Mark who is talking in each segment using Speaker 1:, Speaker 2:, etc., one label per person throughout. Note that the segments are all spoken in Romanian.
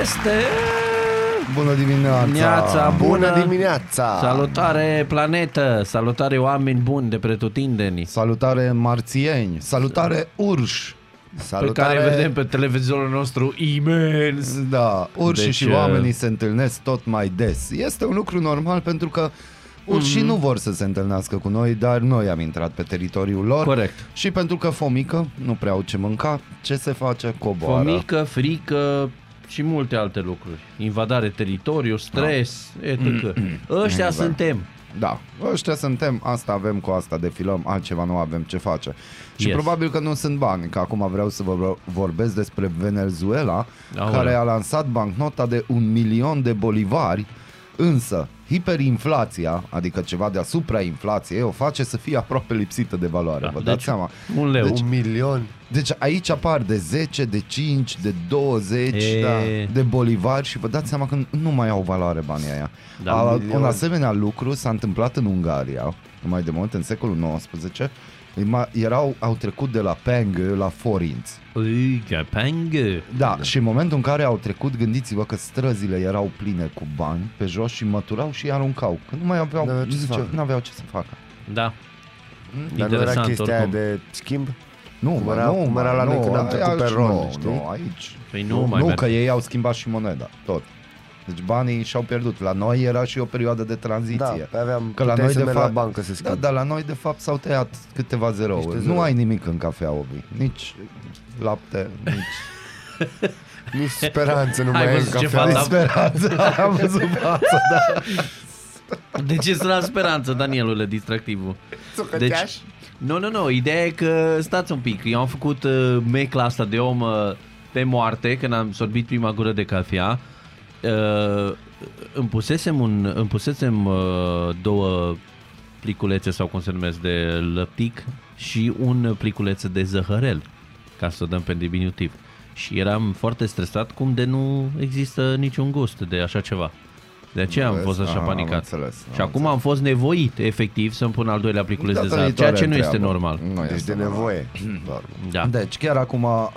Speaker 1: Este!
Speaker 2: Bună dimineața!
Speaker 1: Dimineața bună!
Speaker 2: bună dimineața!
Speaker 1: Salutare planetă, salutare oameni buni de pretutindeni
Speaker 2: Salutare marțieni! Salutare urși!
Speaker 1: Pe
Speaker 2: Salutare...
Speaker 1: care vedem pe televizorul nostru imens
Speaker 2: Da, urși
Speaker 1: Deci,
Speaker 2: deci, și
Speaker 1: uh,
Speaker 2: oamenii se întâlnesc tot mai des. Este un lucru normal pentru că
Speaker 1: Mhm.
Speaker 2: urșii mm-hmm. nu vor să se întâlnească cu noi, dar noi am intrat pe teritoriul lor.
Speaker 1: Corect.
Speaker 2: Și pentru că fomică, nu prea au ce mânca, ce se face? Coboară.
Speaker 1: Fomică, frică și multe alte lucruri Invadare teritoriu, stres, da. etc Ăștia
Speaker 2: Exact.
Speaker 1: suntem
Speaker 2: Da, ăștia suntem, asta avem, cu asta defilăm, altceva nu avem ce face. Și
Speaker 1: Yes.
Speaker 2: yes. probabil că nu sunt bani, că acum vreau să vă vorbesc despre Venezuela,
Speaker 1: Aoleu.
Speaker 2: Aole. care a lansat bancnota de un milion de bolivari, însă hiperinflația, adică ceva deasupra inflației, o face să fie aproape lipsită de valoare, da, vă
Speaker 1: deci-
Speaker 2: deci... dați seama.
Speaker 1: Un leu
Speaker 2: Deci-
Speaker 1: deci,
Speaker 3: Un milion.
Speaker 2: Deci aici apar de 10, de 5, de 20
Speaker 1: E.
Speaker 2: da, de bolivari și vă dați seama că nu mai au valoare banii aia.
Speaker 1: Da,
Speaker 2: Da, A,
Speaker 3: milion.
Speaker 2: un asemenea lucru s-a întâmplat în Ungaria, mai de mult, în secolul XIX, Ima- erau, au trecut de la peng la forinți.
Speaker 1: Pangă.
Speaker 2: Da, da, și în momentul în care au trecut, gândiți-vă că străzile erau pline cu bani pe jos și măturau și îi aruncau. Că nu mai aveau,
Speaker 3: N-aveau ce să facă.
Speaker 2: aveau ce să facă.
Speaker 1: Da
Speaker 3: Dar nu era
Speaker 1: Interesant,
Speaker 3: chestia aia
Speaker 1: oricum.
Speaker 3: de schimb?
Speaker 2: Nu,
Speaker 3: Cum
Speaker 2: mă,
Speaker 3: era-
Speaker 2: nu,
Speaker 3: cum
Speaker 2: mă,
Speaker 3: era la noi
Speaker 2: nu,
Speaker 3: când am
Speaker 2: a-
Speaker 3: trecut pe
Speaker 2: aici
Speaker 3: rond,
Speaker 2: nu,
Speaker 3: știi?
Speaker 2: Nu, aici.
Speaker 1: Păi nu mai
Speaker 2: nu
Speaker 1: merge.
Speaker 2: că ei au schimbat și moneda, tot. Deci banii și-au pierdut. La noi era și o perioadă de
Speaker 3: Da,
Speaker 2: tranziție.
Speaker 3: pe aveam,
Speaker 2: Că la
Speaker 3: puteai
Speaker 2: noi
Speaker 3: să
Speaker 2: de
Speaker 3: mergi
Speaker 2: fapt-
Speaker 3: la bancă să schimb.
Speaker 2: Da, dar la noi de fapt s-au tăiat câteva
Speaker 3: Niște
Speaker 2: zerouri.
Speaker 3: zero.
Speaker 2: Nu ai nimic în cafea obi. Nici lapte, nici
Speaker 3: Nici speranță nu
Speaker 1: Hai,
Speaker 3: mai e în
Speaker 1: văzut ce
Speaker 3: cafea.
Speaker 1: fata-
Speaker 2: speranță. Am văzut fața, da.
Speaker 1: De ce sunt Deci, la speranță, Danielule, distractivul? Deci,
Speaker 3: Țucăteaș?
Speaker 1: nu, nu, nu, ideea e că stați un pic, eu am făcut uh, mecla asta de om uh, pe moarte când am sorbit prima gură de cafea. Uh, îmi pusesem, un, îmi pusesem uh, două pliculețe sau cum se numesc de lăptic și un pliculeț de zăhărel ca să o dăm pe diminutiv. Și eram foarte stresat cum de nu există niciun gust de așa ceva. De aceea am
Speaker 2: Vezi?
Speaker 1: fost așa
Speaker 2: Aha, am
Speaker 1: panicat.
Speaker 2: înțeles, am
Speaker 1: și acum am fost nevoit, efectiv, să-mi pun al doilea pliculeț de
Speaker 2: Data
Speaker 1: zahăr, ceea
Speaker 2: viitoare
Speaker 1: ce nu este
Speaker 2: treabă.
Speaker 1: normal.
Speaker 2: Nu
Speaker 3: Deci
Speaker 2: este
Speaker 3: de
Speaker 2: normal.
Speaker 3: nevoie.
Speaker 1: Da.
Speaker 2: Deci, chiar acum uh,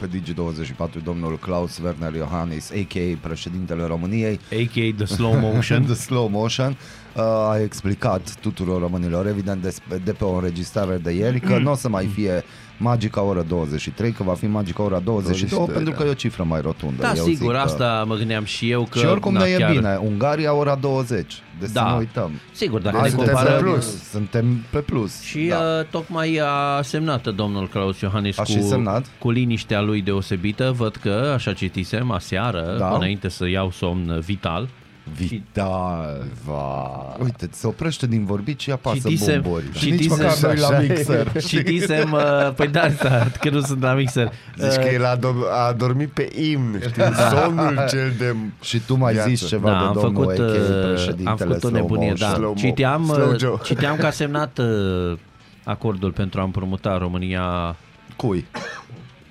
Speaker 2: pe Digi24, domnul Klaus Werner Iohannis, a.k.a. președintele României,
Speaker 1: A.K.A. the slow motion.
Speaker 2: The Slow Motion uh, a explicat tuturor românilor, evident de, de pe o înregistrare de ieri, că nu o să mai fie magica ora 23, că va fi magica ora 22,
Speaker 3: 22,
Speaker 2: pentru
Speaker 3: da.
Speaker 2: că e o cifră mai rotundă.
Speaker 1: da,
Speaker 2: Eu
Speaker 1: sigur,
Speaker 2: zic că-
Speaker 1: asta mă gândeam și eu că...
Speaker 2: și oricum
Speaker 1: na,
Speaker 2: ne e
Speaker 1: chiar-
Speaker 2: bine, Ungaria ora 20, deci
Speaker 1: Da.
Speaker 2: să nu uităm.
Speaker 1: Sigur, dacă
Speaker 3: Deci
Speaker 1: ne
Speaker 3: suntem pe
Speaker 1: comparăm...
Speaker 3: plus.
Speaker 2: Suntem pe plus.
Speaker 1: Și
Speaker 2: da.
Speaker 1: da. uh, tocmai a semnat domnul Claus Iohannis
Speaker 2: A
Speaker 1: cu,
Speaker 2: și semnat.
Speaker 1: cu liniștea lui deosebită. Văd că, așa citisem aseară, da.
Speaker 2: Da.
Speaker 1: înainte să iau somn vital,
Speaker 2: Vital, va. Uite, se oprește din vorbit și apasă
Speaker 1: Citisem-
Speaker 2: bombori. Nici
Speaker 1: citisem-
Speaker 2: măcar noi la
Speaker 3: Așa e.
Speaker 2: mixer.
Speaker 1: citisem... Uh, păi da, da, că nu sunt la mixer.
Speaker 3: Zici că el a, dom- a dormit pe imn, știi?
Speaker 2: Da.
Speaker 3: Somnul cel de...
Speaker 2: Și tu mai
Speaker 3: Viață.
Speaker 2: zici ceva
Speaker 1: da,
Speaker 2: de
Speaker 1: am
Speaker 2: domnul
Speaker 1: făcut,
Speaker 2: AK,
Speaker 1: uh,
Speaker 2: președintele
Speaker 1: am făcut o
Speaker 2: Slow
Speaker 1: nebunie,
Speaker 2: Motion.
Speaker 1: da.
Speaker 3: slow mo-
Speaker 1: Citeam,
Speaker 3: slow
Speaker 1: uh,
Speaker 3: Joe.
Speaker 1: citeam că a semnat uh, acordul pentru a împrumuta România
Speaker 2: Cui?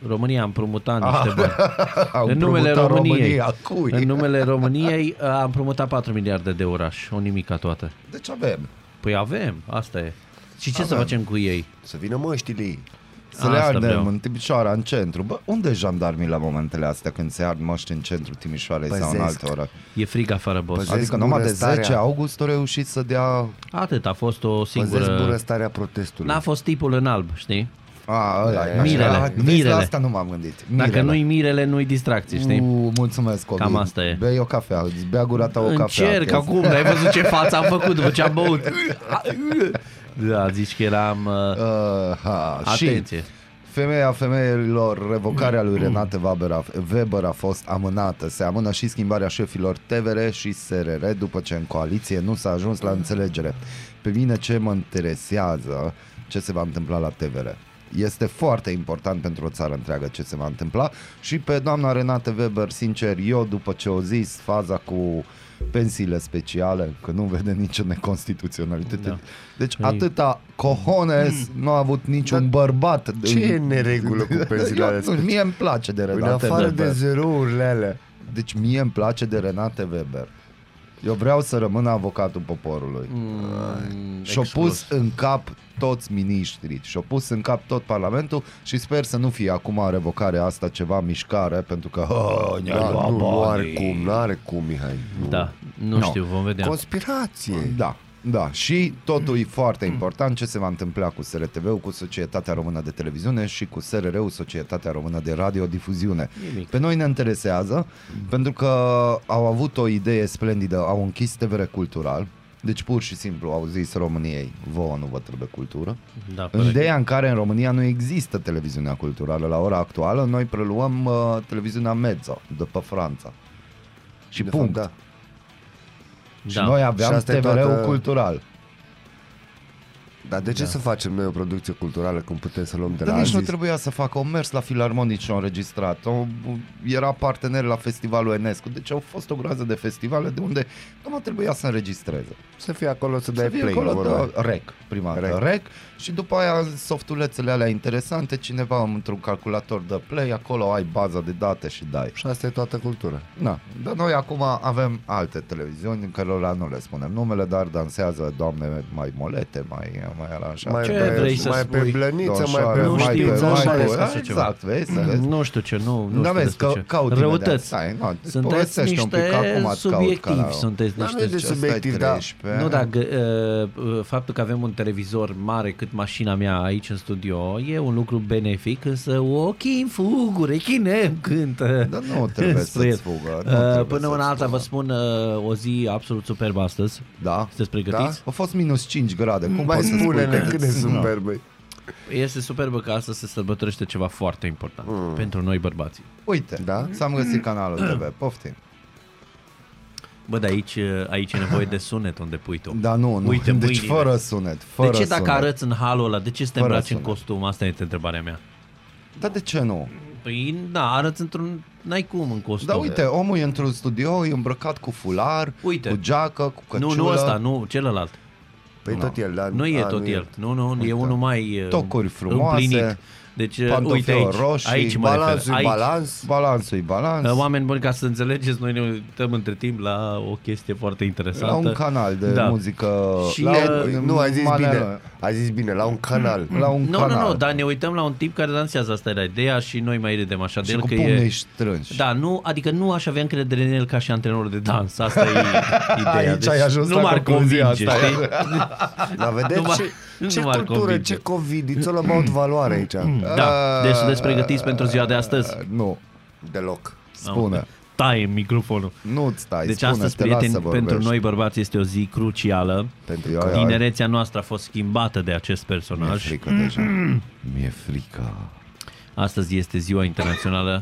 Speaker 1: România a împrumutat niște bani.
Speaker 2: Au
Speaker 1: în numele
Speaker 2: Ah, împrumutat
Speaker 1: României.
Speaker 2: România. Cui?
Speaker 1: În numele României uh, a împrumutat 4 miliarde de oraș, o nimica toată.
Speaker 2: Deci avem.
Speaker 1: Păi avem, asta e. Și ce să facem cu ei?
Speaker 3: Să vină măștile.
Speaker 2: Să le
Speaker 1: Asta
Speaker 2: ardem
Speaker 1: vreau.
Speaker 2: în Timișoara, în centru. Bă, unde e jandarmii la momentele astea când se ard măști în centru Timișoarei sau în
Speaker 3: Păzesc.
Speaker 2: alte ore?
Speaker 1: E frig afară, boss.
Speaker 3: Păzesc
Speaker 2: Adică numai de
Speaker 3: bunăstarea.
Speaker 2: 10 august au reușit să dea...
Speaker 1: Atât a fost o
Speaker 2: Păi
Speaker 3: Păzesc
Speaker 1: singură...
Speaker 3: bunăstarea protestului.
Speaker 1: N-a fost tipul în alb, știi?
Speaker 2: A, ăla, e,
Speaker 1: Mirele,
Speaker 2: așa. Vezi, la
Speaker 1: mirele.
Speaker 2: asta nu m-am gândit. Mirele.
Speaker 1: Dacă nu-i mirele, nu-i distracție, știi?
Speaker 2: U, mulțumesc, Obi.
Speaker 1: Cam asta e.
Speaker 2: Bei o cafea, îți bea gura ta o cafea.
Speaker 1: Încerc
Speaker 2: că-
Speaker 1: acum, dar ai văzut ce față am făcut după ce am băut. Da, zici că eram... uh,
Speaker 2: Uh, ha,
Speaker 1: Atenție.
Speaker 2: Și femeia femeilor, revocarea lui Renate Weber a, Weber a fost amânată. Se amână și schimbarea șefilor TVR și SRR după ce în coaliție nu s-a ajuns la înțelegere. Pe mine ce mă interesează ce se va întâmpla la TVR. este foarte important pentru o țară întreagă ce se va întâmpla și pe doamna Renate Weber, sincer, eu după ce o zis, faza cu pensiile speciale, că nu vede nicio neconstituționalitate. Da.
Speaker 1: Da.
Speaker 2: Deci atâta cojones nu a avut niciun da. bărbat.
Speaker 3: Ce e
Speaker 2: în-
Speaker 3: neregulă cu pensiile
Speaker 2: Eu,
Speaker 3: alea
Speaker 2: nu, mie îmi place de
Speaker 3: În
Speaker 2: Renate
Speaker 3: afară
Speaker 2: Weber.
Speaker 3: de zerourile alea.
Speaker 2: Deci mie îmi place de Renate Weber. Eu vreau să rămân avocatul poporului.
Speaker 1: Mm,
Speaker 2: Și-o pus în cap toți miniștrii, și-o pus în cap tot parlamentul și sper să nu fie acum revocarea asta ceva mișcare, pentru că oh, ne-a
Speaker 3: Da,
Speaker 2: luat
Speaker 3: nu, nu are
Speaker 2: banii.
Speaker 3: cum, nu are cum, Mihai. Nu.
Speaker 1: Da, nu
Speaker 2: No.
Speaker 1: no. știu, vom vedea.
Speaker 3: Conspirație.
Speaker 2: Da, da. Și totul e foarte important ce se va întâmpla cu SRTV-ul, cu Societatea Română de Televiziune și cu SRR-ul, Societatea Română de Radiodifuziune.
Speaker 1: Nimic.
Speaker 2: Pe noi ne interesează pentru că au avut o idee splendidă, au închis TVR cultural. Deci pur și simplu au zis României, vouă nu vă trebuie cultură.
Speaker 1: Da,
Speaker 2: În
Speaker 1: corect.
Speaker 2: ideea în care în România nu există televiziunea culturală la ora actuală, noi preluăm uh, televiziunea mezzo, după Franța. Și
Speaker 3: De
Speaker 2: punct.
Speaker 3: fapt, da,
Speaker 2: Și
Speaker 1: Da.
Speaker 2: Deci, noi
Speaker 3: Și
Speaker 2: aveam
Speaker 3: asta e
Speaker 2: TVR-ul
Speaker 3: toată-
Speaker 2: cultural.
Speaker 3: Dar de ce
Speaker 1: Da.
Speaker 3: să facem noi o producție culturală când putem să luăm de la
Speaker 2: Dar nici
Speaker 3: alții?
Speaker 2: nu trebuia să facă, au mers la filarmonic și au înregistrat, au, era partener la festivalul Enescu, deci au fost o groază de festivale de unde numai trebuia să înregistreze.
Speaker 3: Să fie acolo, să
Speaker 2: Să
Speaker 3: dai
Speaker 2: fie
Speaker 3: play.
Speaker 2: acolo,
Speaker 3: vorba aia.
Speaker 2: da, rec, prima rec.
Speaker 3: Rec.
Speaker 2: dată, rec, și după aia în softulețele alea interesante, cineva într-un calculator de play, acolo ai baza de date și dai.
Speaker 3: Și asta e toată cultura.
Speaker 2: Na, dar noi acum avem alte televiziuni în cărora nu le spunem numele, dar dansează doamne mai molete, mai, mai era așa.
Speaker 3: Mai
Speaker 1: Ce
Speaker 3: pe,
Speaker 1: vrei să
Speaker 3: mai
Speaker 1: spui?
Speaker 3: pe blăniță, mai
Speaker 2: Domnișoare,
Speaker 3: pe
Speaker 1: Nu știu,
Speaker 3: maică,
Speaker 1: nu
Speaker 3: mai
Speaker 1: știu.
Speaker 3: pe-
Speaker 1: ales așa ceva.
Speaker 2: Exact, vezi, să vezi.
Speaker 1: Nu știu ce, nu, nu
Speaker 2: Da,
Speaker 1: știu
Speaker 2: vezi
Speaker 1: despre
Speaker 2: că
Speaker 1: ce.
Speaker 2: caut
Speaker 1: Răutăți.
Speaker 2: Stai, nu,
Speaker 1: Sunteți
Speaker 2: povestește un pic
Speaker 1: niște
Speaker 2: acum îți caut
Speaker 1: subiectivi,
Speaker 2: canalul.
Speaker 1: sunteți
Speaker 3: Dar nu e
Speaker 1: niște...
Speaker 3: de
Speaker 2: Deci ăsta e
Speaker 3: subiectiv, da.
Speaker 2: 13.
Speaker 1: Nu, dar gă- uh, faptul că avem un televizor mare cât mașina mea aici în studio e un lucru benefic, însă ochii în fugure, chinem cântă.
Speaker 2: Dar nu trebuie
Speaker 1: spre
Speaker 2: să-ți
Speaker 1: el.
Speaker 2: fugă, nu
Speaker 1: Uh,
Speaker 2: trebuie
Speaker 1: Până
Speaker 2: să-ți
Speaker 1: una alta
Speaker 2: fugă.
Speaker 1: vă spun uh, o zi absolut superbă astăzi.
Speaker 2: Da.
Speaker 1: Sunteți pregătiți?
Speaker 2: A fost minus 5 grade. Cum
Speaker 3: Mai
Speaker 2: poți să spui
Speaker 3: Păi spune-ne
Speaker 2: că-
Speaker 3: cât de super, băi.
Speaker 1: Este superbă că astăzi se sărbătorește ceva foarte important
Speaker 2: Mm.
Speaker 1: pentru noi bărbații.
Speaker 2: Uite, da?
Speaker 3: Da?
Speaker 2: s-am găsit canalul TV, poftim.
Speaker 1: Bă, dar aici, uh, aici e nevoie de sunet unde pui tu.
Speaker 2: Da, nu, nu.
Speaker 1: Uite,
Speaker 2: deci
Speaker 1: mâinile.
Speaker 2: fără sunet, fără
Speaker 1: De ce dacă
Speaker 2: sunet.
Speaker 1: arăți în halul ăla, de ce să te
Speaker 2: Fără
Speaker 1: îmbraci în
Speaker 2: sunet.
Speaker 1: costum? Asta este întrebarea mea.
Speaker 2: Dar de ce nu?
Speaker 1: Păi, da, arăți într-un... N-ai cum în costum.
Speaker 2: Dar Da, uite, omul e într-un studio, e îmbrăcat cu fular,
Speaker 1: Uite.
Speaker 2: cu geacă, cu căciulă.
Speaker 1: nu, nu ăsta, nu, celălalt.
Speaker 3: Păi tot el, da.
Speaker 1: Nu e
Speaker 3: a,
Speaker 1: tot
Speaker 3: e.
Speaker 1: el. Nu, nu, e unul mai uh,
Speaker 2: Tocuri frumoase,
Speaker 1: împlinit. Deci, uh,
Speaker 2: pantofiori
Speaker 1: uite aici,
Speaker 2: roșii,
Speaker 1: aici mă refer.
Speaker 3: Balansul e
Speaker 1: Aici.
Speaker 3: balans.
Speaker 2: Balansul e balans.
Speaker 1: Uh, Oameni buni, ca să înțelegeți, noi ne uităm între timp la o chestie foarte interesantă.
Speaker 2: la un canal de
Speaker 1: Da.
Speaker 2: muzică.
Speaker 1: Și,
Speaker 3: La
Speaker 2: la,
Speaker 3: un-
Speaker 1: uh,
Speaker 3: Nu, ai zis
Speaker 2: manele.
Speaker 3: bine. Ai zis bine, la un canal.
Speaker 2: La un
Speaker 1: Nu,
Speaker 2: canal.
Speaker 1: nu, nu, dar ne uităm la un tip care dansează, asta era ideea și noi mai râdem așa de
Speaker 2: Și
Speaker 1: el
Speaker 2: cu
Speaker 1: că
Speaker 2: pumnii
Speaker 1: e...
Speaker 2: strânși.
Speaker 1: Da, nu, adică nu aș avea încredere în el ca și antrenor de dans. Asta e ideea. Deci
Speaker 2: Aici ai ajuns
Speaker 1: nu
Speaker 2: la
Speaker 1: m-ar convinge,
Speaker 2: concluzia
Speaker 1: asta.
Speaker 2: asta.
Speaker 1: știi?
Speaker 3: Dar
Speaker 1: Nu
Speaker 3: vedeți
Speaker 1: m-a-
Speaker 3: ce,
Speaker 1: nu
Speaker 3: ce
Speaker 1: m-ar
Speaker 3: cultură,
Speaker 1: convinge.
Speaker 3: ce COVID, it's all about valoare aici.
Speaker 1: Da,
Speaker 2: Ah.
Speaker 1: deci sunteți pregătiți pentru ziua de astăzi?
Speaker 2: Nu,
Speaker 3: Deloc.
Speaker 2: spune.
Speaker 1: Taie microfonul.
Speaker 2: Nu stai,
Speaker 1: Deci
Speaker 2: spune,
Speaker 1: astăzi,
Speaker 2: te las
Speaker 1: prieteni,
Speaker 2: să vorbești.
Speaker 1: pentru noi bărbați este o zi crucială.
Speaker 3: Pentru
Speaker 2: Ia,
Speaker 3: că
Speaker 2: ia, ia.
Speaker 1: Tinerețea noastră a fost schimbată de acest
Speaker 2: Mi-e
Speaker 1: personaj.
Speaker 2: frică deja. Mi-e frică.
Speaker 1: Astăzi este ziua internațională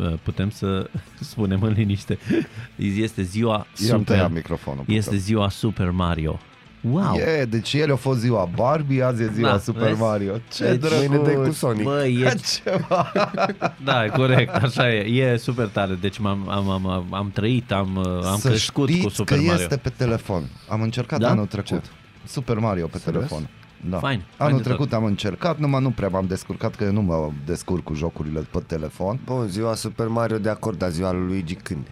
Speaker 1: Uh, putem să spunem în liniște. Este ziua
Speaker 2: I-am tăiat
Speaker 1: super.
Speaker 2: microfonul.
Speaker 1: Este ziua Super Mario. Wow.
Speaker 2: E, deci el a fost ziua Barbie, azi e ziua
Speaker 1: Da,
Speaker 2: Super
Speaker 1: vezi?
Speaker 2: Mario. Ce
Speaker 1: Deci-
Speaker 2: drăguț!
Speaker 3: Mâine dai cu Sonic.
Speaker 1: Bă, e Da, e corect, așa e. E super tare. Deci m-am, am, am, am, am trăit, am, uh, am
Speaker 2: Să
Speaker 1: crescut
Speaker 2: știți
Speaker 1: cu Super
Speaker 2: că
Speaker 1: Mario.
Speaker 2: este pe telefon. Am încercat
Speaker 1: Da?
Speaker 2: anul trecut. Super Mario pe telefon. Da.
Speaker 1: Fain, fain
Speaker 2: Anul
Speaker 1: de tot.
Speaker 2: trecut am încercat, numai nu prea m-am descurcat că eu nu mă descurc cu jocurile pe telefon.
Speaker 3: Bun, ziua Super Mario de acord, dar ziua lui Luigi când?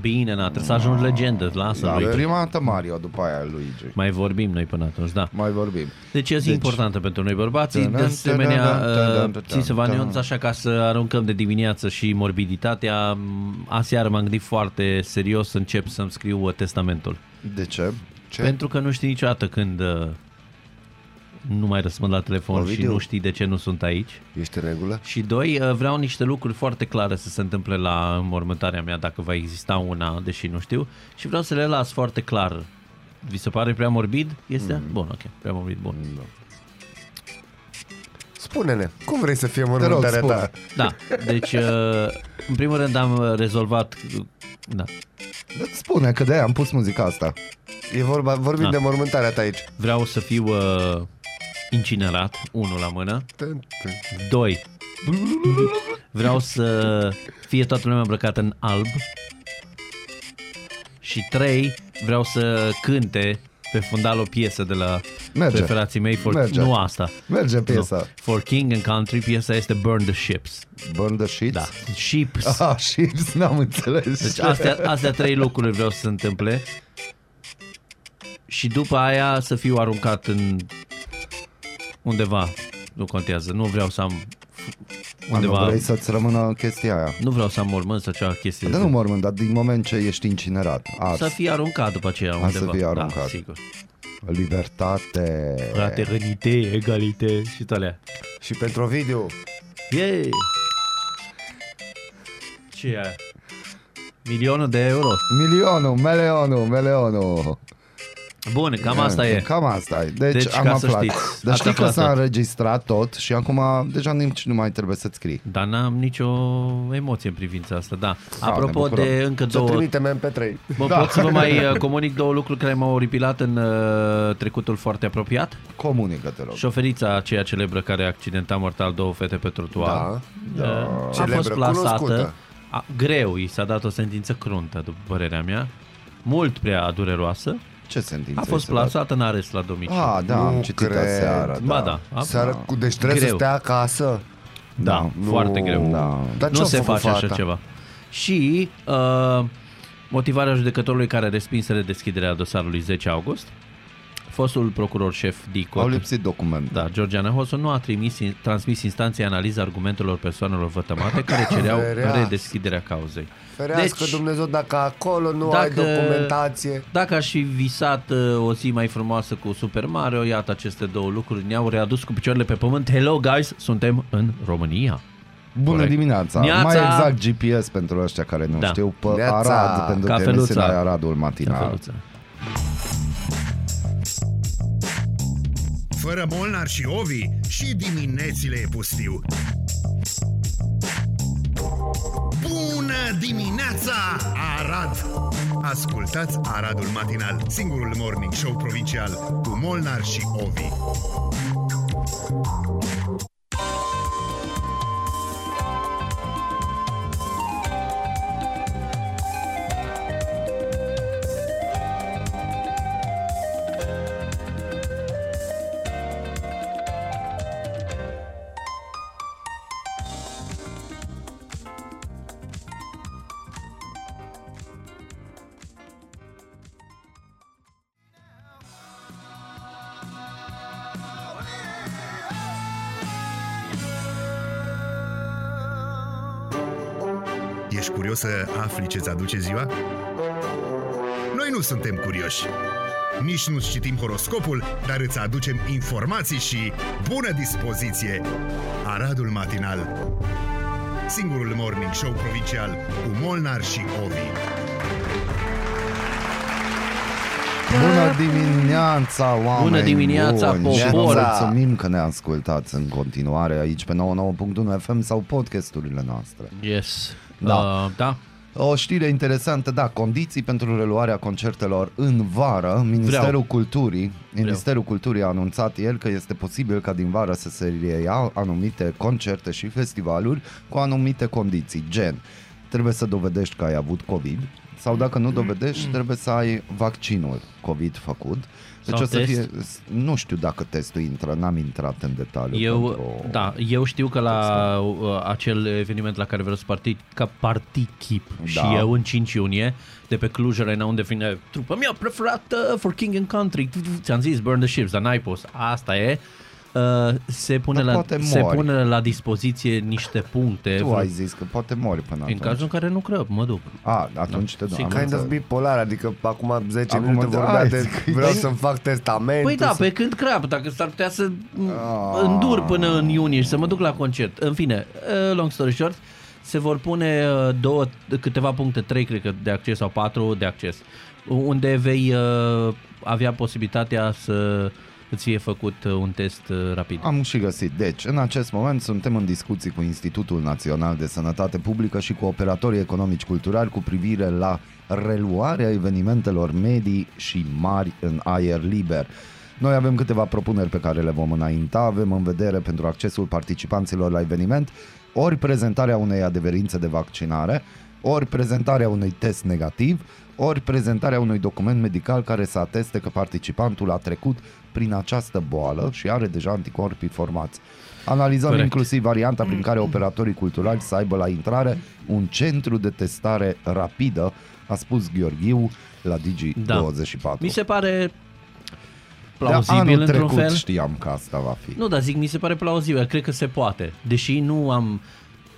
Speaker 1: Bine, na, trebuie să ajungi legendă, lasă
Speaker 2: Da,
Speaker 1: da, lui.
Speaker 2: prima dată Mario, după aia Luigi.
Speaker 1: Mai vorbim noi până atunci, da.
Speaker 2: Mai vorbim.
Speaker 1: Deci e o zi
Speaker 2: Deci- Da,
Speaker 1: importantă pentru noi bărbații, de
Speaker 2: Tadam,
Speaker 1: asemenea,
Speaker 2: tadam, tadam,
Speaker 1: uh,
Speaker 2: tadam,
Speaker 1: ți se va
Speaker 2: tadam.
Speaker 1: anunț așa ca să aruncăm de dimineață și morbiditatea. M, Aseară m-am gândit foarte serios, încep să-mi scriu uh, testamentul.
Speaker 2: De ce?
Speaker 3: Ce?
Speaker 1: Pentru că nu știi niciodată când uh, nu mai răspund la telefon și
Speaker 3: Ovidiu.
Speaker 1: nu știi de ce nu sunt aici.
Speaker 3: Ești în regulă?
Speaker 1: Și doi, uh, vreau niște lucruri foarte clare să se întâmple la înmormântarea mea, dacă va exista una, deși nu știu, și vreau să le las foarte clar. Vi se pare prea morbid? Este? Mm. Bun, ok, prea morbid, bun.
Speaker 3: Da. Spune-ne, cum vrei să fie
Speaker 2: Te rog,
Speaker 3: mormântarea
Speaker 2: spune.
Speaker 3: ta?
Speaker 1: Da, deci, uh, în primul rând am uh, rezolvat... Da.
Speaker 2: Da, Spune că de am pus muzica asta.
Speaker 3: E vorba, vorbim
Speaker 1: Da.
Speaker 3: de mormântarea ta aici.
Speaker 1: Vreau să fiu... Uh, incinerat, unul la mână. Doi, vreau să fie toată lumea îmbrăcată în alb. Și trei, vreau să cânte pe fundal o piesă de la
Speaker 2: Merge.
Speaker 1: preferații mei, for,
Speaker 2: Merge.
Speaker 1: nu asta.
Speaker 2: Merge
Speaker 1: Nu.
Speaker 2: piesa.
Speaker 1: For King and Country, piesa este Burn the Ships.
Speaker 2: Burn the sheets?
Speaker 1: Da, Ships.
Speaker 2: Ah, sheets, n-am înțeles.
Speaker 1: Deci astea, astea trei lucruri vreau să se întâmple Și după aia să fiu aruncat în Undeva Nu contează, nu vreau să am
Speaker 2: Nu
Speaker 1: Undeva
Speaker 2: vrei să-ți rămână chestia aia.
Speaker 1: Nu vreau să am mormânt sau ceva chestie
Speaker 2: Da, nu mormânt, dar din moment ce ești incinerat, ars,
Speaker 1: Să fii aruncat după aceea
Speaker 2: să
Speaker 1: undeva
Speaker 2: fii aruncat.
Speaker 1: Da, sigur
Speaker 2: libertate.
Speaker 1: Fraternite, Da, egalite și toate
Speaker 3: Și pentru video.
Speaker 1: yeah. Ce e aia? Milionul de euro
Speaker 2: Milionul, meleonul, meleonul.
Speaker 1: Bun, cam asta e
Speaker 2: Eh, Cam asta e. Deci,
Speaker 1: Deci,
Speaker 2: am
Speaker 1: ca să
Speaker 2: aflat.
Speaker 1: știți,
Speaker 2: Dar
Speaker 1: ați
Speaker 2: știi că
Speaker 1: aflat
Speaker 2: s-a
Speaker 1: tot.
Speaker 2: înregistrat tot și acum deja nici nu mai trebuie să-ți scrii.
Speaker 1: Dar n-am nicio emoție în privința asta, da.
Speaker 2: ne
Speaker 1: Apropo
Speaker 2: bucurăm.
Speaker 1: de încă
Speaker 3: Să
Speaker 1: două...
Speaker 3: trimitem MP3.
Speaker 1: Mă, da. pot să vă mai uh, comunic două lucruri care m-au oripilat în uh, trecutul foarte apropiat?
Speaker 2: Comunică, te rog.
Speaker 1: Șoferița aceea celebră care accidenta mortal două fete pe trotuar da, da. a fost
Speaker 3: Celebră,
Speaker 1: plasată.
Speaker 3: cunoscută.
Speaker 1: A, greu i s-a dat o sentință cruntă, după părerea mea. Mult prea dureroasă.
Speaker 2: Ce sentință
Speaker 1: A fost
Speaker 3: da.
Speaker 2: este dat?
Speaker 1: plasată în arest la domiciliu.
Speaker 2: Ah, da,
Speaker 3: Nu
Speaker 2: am citit
Speaker 3: cred.
Speaker 2: aseară.
Speaker 1: ba
Speaker 2: da.
Speaker 1: da. A,
Speaker 3: Seara, cu, deci trebuie
Speaker 1: Greu.
Speaker 3: să stea acasă.
Speaker 1: Da,
Speaker 3: Nu.
Speaker 1: foarte greu.
Speaker 2: Da.
Speaker 3: Dar ce
Speaker 1: nu
Speaker 3: a
Speaker 1: se
Speaker 3: făcut
Speaker 1: face
Speaker 3: fata?
Speaker 1: așa ceva. Și uh, motivarea judecătorului care a respins redeschiderea dosarului 10 august, fostul procuror șef
Speaker 2: Au
Speaker 1: Dico,
Speaker 2: lipsit documente.
Speaker 1: da, Georgiana Hosu, nu a trimis, transmis instanței analiza argumentelor persoanelor vătămate care cereau
Speaker 3: Ferească.
Speaker 1: redeschiderea cauzei.
Speaker 3: Ferească deci, Dumnezeu dacă acolo nu ai documentație.
Speaker 1: Dacă aș fi visat uh, o zi mai frumoasă cu Super Mario, iată aceste două lucruri ne-au readus cu picioarele pe pământ. Hello guys, suntem în România.
Speaker 2: Bună
Speaker 1: Corect.
Speaker 2: dimineața!
Speaker 1: Neața!
Speaker 2: Mai exact GPS pentru ăștia care nu
Speaker 1: Da.
Speaker 2: știu, pe
Speaker 3: Neața!
Speaker 2: Arad, pentru că
Speaker 1: Cafeluța.
Speaker 2: emisiunea e Aradul matinal.
Speaker 1: Cafeluță.
Speaker 4: Fără Molnar și Ovi și diminețile e pustiu. Bună dimineața, Arad! Ascultați Aradul Matinal, singurul morning show provincial cu Molnar și Ovi. Ești curios să afli ce-ți aduce ziua? Noi nu suntem curioși. Nici nu citim horoscopul, dar îți aducem informații și bună dispoziție! Aradul Matinal Singurul morning show provincial cu Molnar și Ovi.
Speaker 2: Bună dimineața, oameni
Speaker 1: Bună dimineața,
Speaker 2: buni! Și
Speaker 1: popor!
Speaker 2: vă mulțumim că ne ascultați în continuare aici pe 99.1 FM sau podcasturile noastre.
Speaker 1: Yes.
Speaker 2: Da.
Speaker 1: Uh, da.
Speaker 2: O știre interesantă, da, condiții pentru reluarea concertelor în vară. Ministerul
Speaker 1: Vreau.
Speaker 2: Culturii, Ministerul Culturii a anunțat ieri că este posibil ca din vară să se reia anumite concerte și festivaluri cu anumite condiții, gen trebuie să dovedești că ai avut COVID sau dacă nu dovedești,
Speaker 1: Mm.
Speaker 2: trebuie să ai vaccinul COVID făcut. Deci
Speaker 1: Sau
Speaker 2: o să
Speaker 1: test?
Speaker 2: fie, nu știu dacă testul intră, n-am intrat în detaliu.
Speaker 1: Eu,
Speaker 2: pentru...
Speaker 1: da, eu știu că la uh, acel eveniment la care vreau să partic, ca partichip da. și eu în 5 iunie, de pe Cluj Arena, unde vine trupa mea preferată for King and Country, ți-am zis Burn the Ships, dar n-ai post, asta e, uh, se, pune
Speaker 2: Dar
Speaker 1: la,
Speaker 2: poate
Speaker 1: se
Speaker 2: mori.
Speaker 1: pune la dispoziție niște puncte
Speaker 2: Tu
Speaker 1: vreo-
Speaker 2: ai zis că poate mori până
Speaker 1: în
Speaker 2: atunci.
Speaker 1: cazul în care nu crăp, mă duc.
Speaker 2: A, atunci te
Speaker 1: Și
Speaker 2: da. am
Speaker 3: Kind of
Speaker 2: înțeles.
Speaker 3: bipolar, adică acum 10
Speaker 2: Acum
Speaker 3: minute
Speaker 2: da,
Speaker 3: vorbea
Speaker 2: hai,
Speaker 3: de
Speaker 2: zic.
Speaker 3: vreau să-mi fac testament.
Speaker 1: Păi da, pe când crap, dacă s-ar putea să
Speaker 2: Ah.
Speaker 1: îndur până în iunie și să mă duc la concert. În fine, eh, long story short, se vor pune eh, două, câteva puncte, trei cred că de acces sau patru de acces, unde vei eh, avea posibilitatea să îți fie făcut eh, un test eh, rapid.
Speaker 2: Am și găsit. Deci, în acest moment suntem în discuții cu Institutul Național de Sănătate Publică și cu operatorii economici culturali cu privire la reluarea evenimentelor medii și mari în aer liber. Noi avem câteva propuneri pe care le vom înainta, avem în vedere pentru accesul participanților la eveniment ori prezentarea unei adeverințe de vaccinare, ori prezentarea unui test negativ, ori prezentarea unui document medical care să ateste că participantul a trecut prin această boală și are deja anticorpii formați. Analizăm
Speaker 1: Corect.
Speaker 2: inclusiv varianta prin care operatorii culturali să aibă la intrare un centru de testare rapidă, a spus Gheorghiu la
Speaker 1: Da.
Speaker 2: Digi24.
Speaker 1: Mi se pare
Speaker 2: Dar
Speaker 1: plauzibil
Speaker 2: anul
Speaker 1: într-un
Speaker 2: trecut
Speaker 1: fel.
Speaker 2: știam că asta va fi.
Speaker 1: Nu, dar zic, mi se pare plauzibil, cred că se poate. Deși nu am,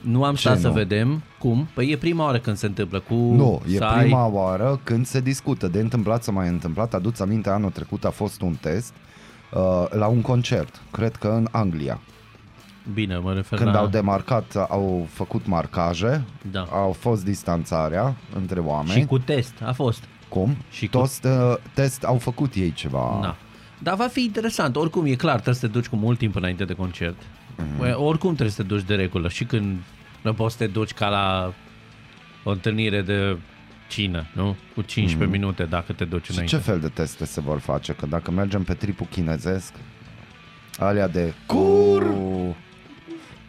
Speaker 1: nu am
Speaker 2: Ce
Speaker 1: stat să
Speaker 2: nu?
Speaker 1: vedem cum. Păi e prima oară când se întâmplă cu...
Speaker 2: Nu, e
Speaker 1: să ai-
Speaker 2: prima oară când se discută. De întâmplat să mai întâmplat, aduți aminte, anul trecut a fost un test uh, la un concert, cred că în Anglia.
Speaker 1: Bine, mă refer
Speaker 2: Când
Speaker 1: la...
Speaker 2: au demarcat, au făcut marcaje,
Speaker 1: Da.
Speaker 2: au fost distanțarea între oameni.
Speaker 1: Și cu test, a fost.
Speaker 2: Cum?
Speaker 1: și cu-
Speaker 2: Toți uh, test au făcut ei ceva.
Speaker 1: Da. Dar va fi interesant. Oricum, e clar, trebuie să te duci cu mult timp înainte de concert.
Speaker 2: Mhm.
Speaker 1: Mm-hmm. Oricum trebuie să te duci de regulă. Și când nu poți să te duci ca la o întâlnire de cină, nu? Cu 15 mm-hmm. minute dacă te duci
Speaker 2: Mhm. Și
Speaker 1: înainte.
Speaker 2: ce fel de teste se vor face? Că dacă mergem pe tripul chinezesc, alea de...
Speaker 3: Cur!
Speaker 2: cu-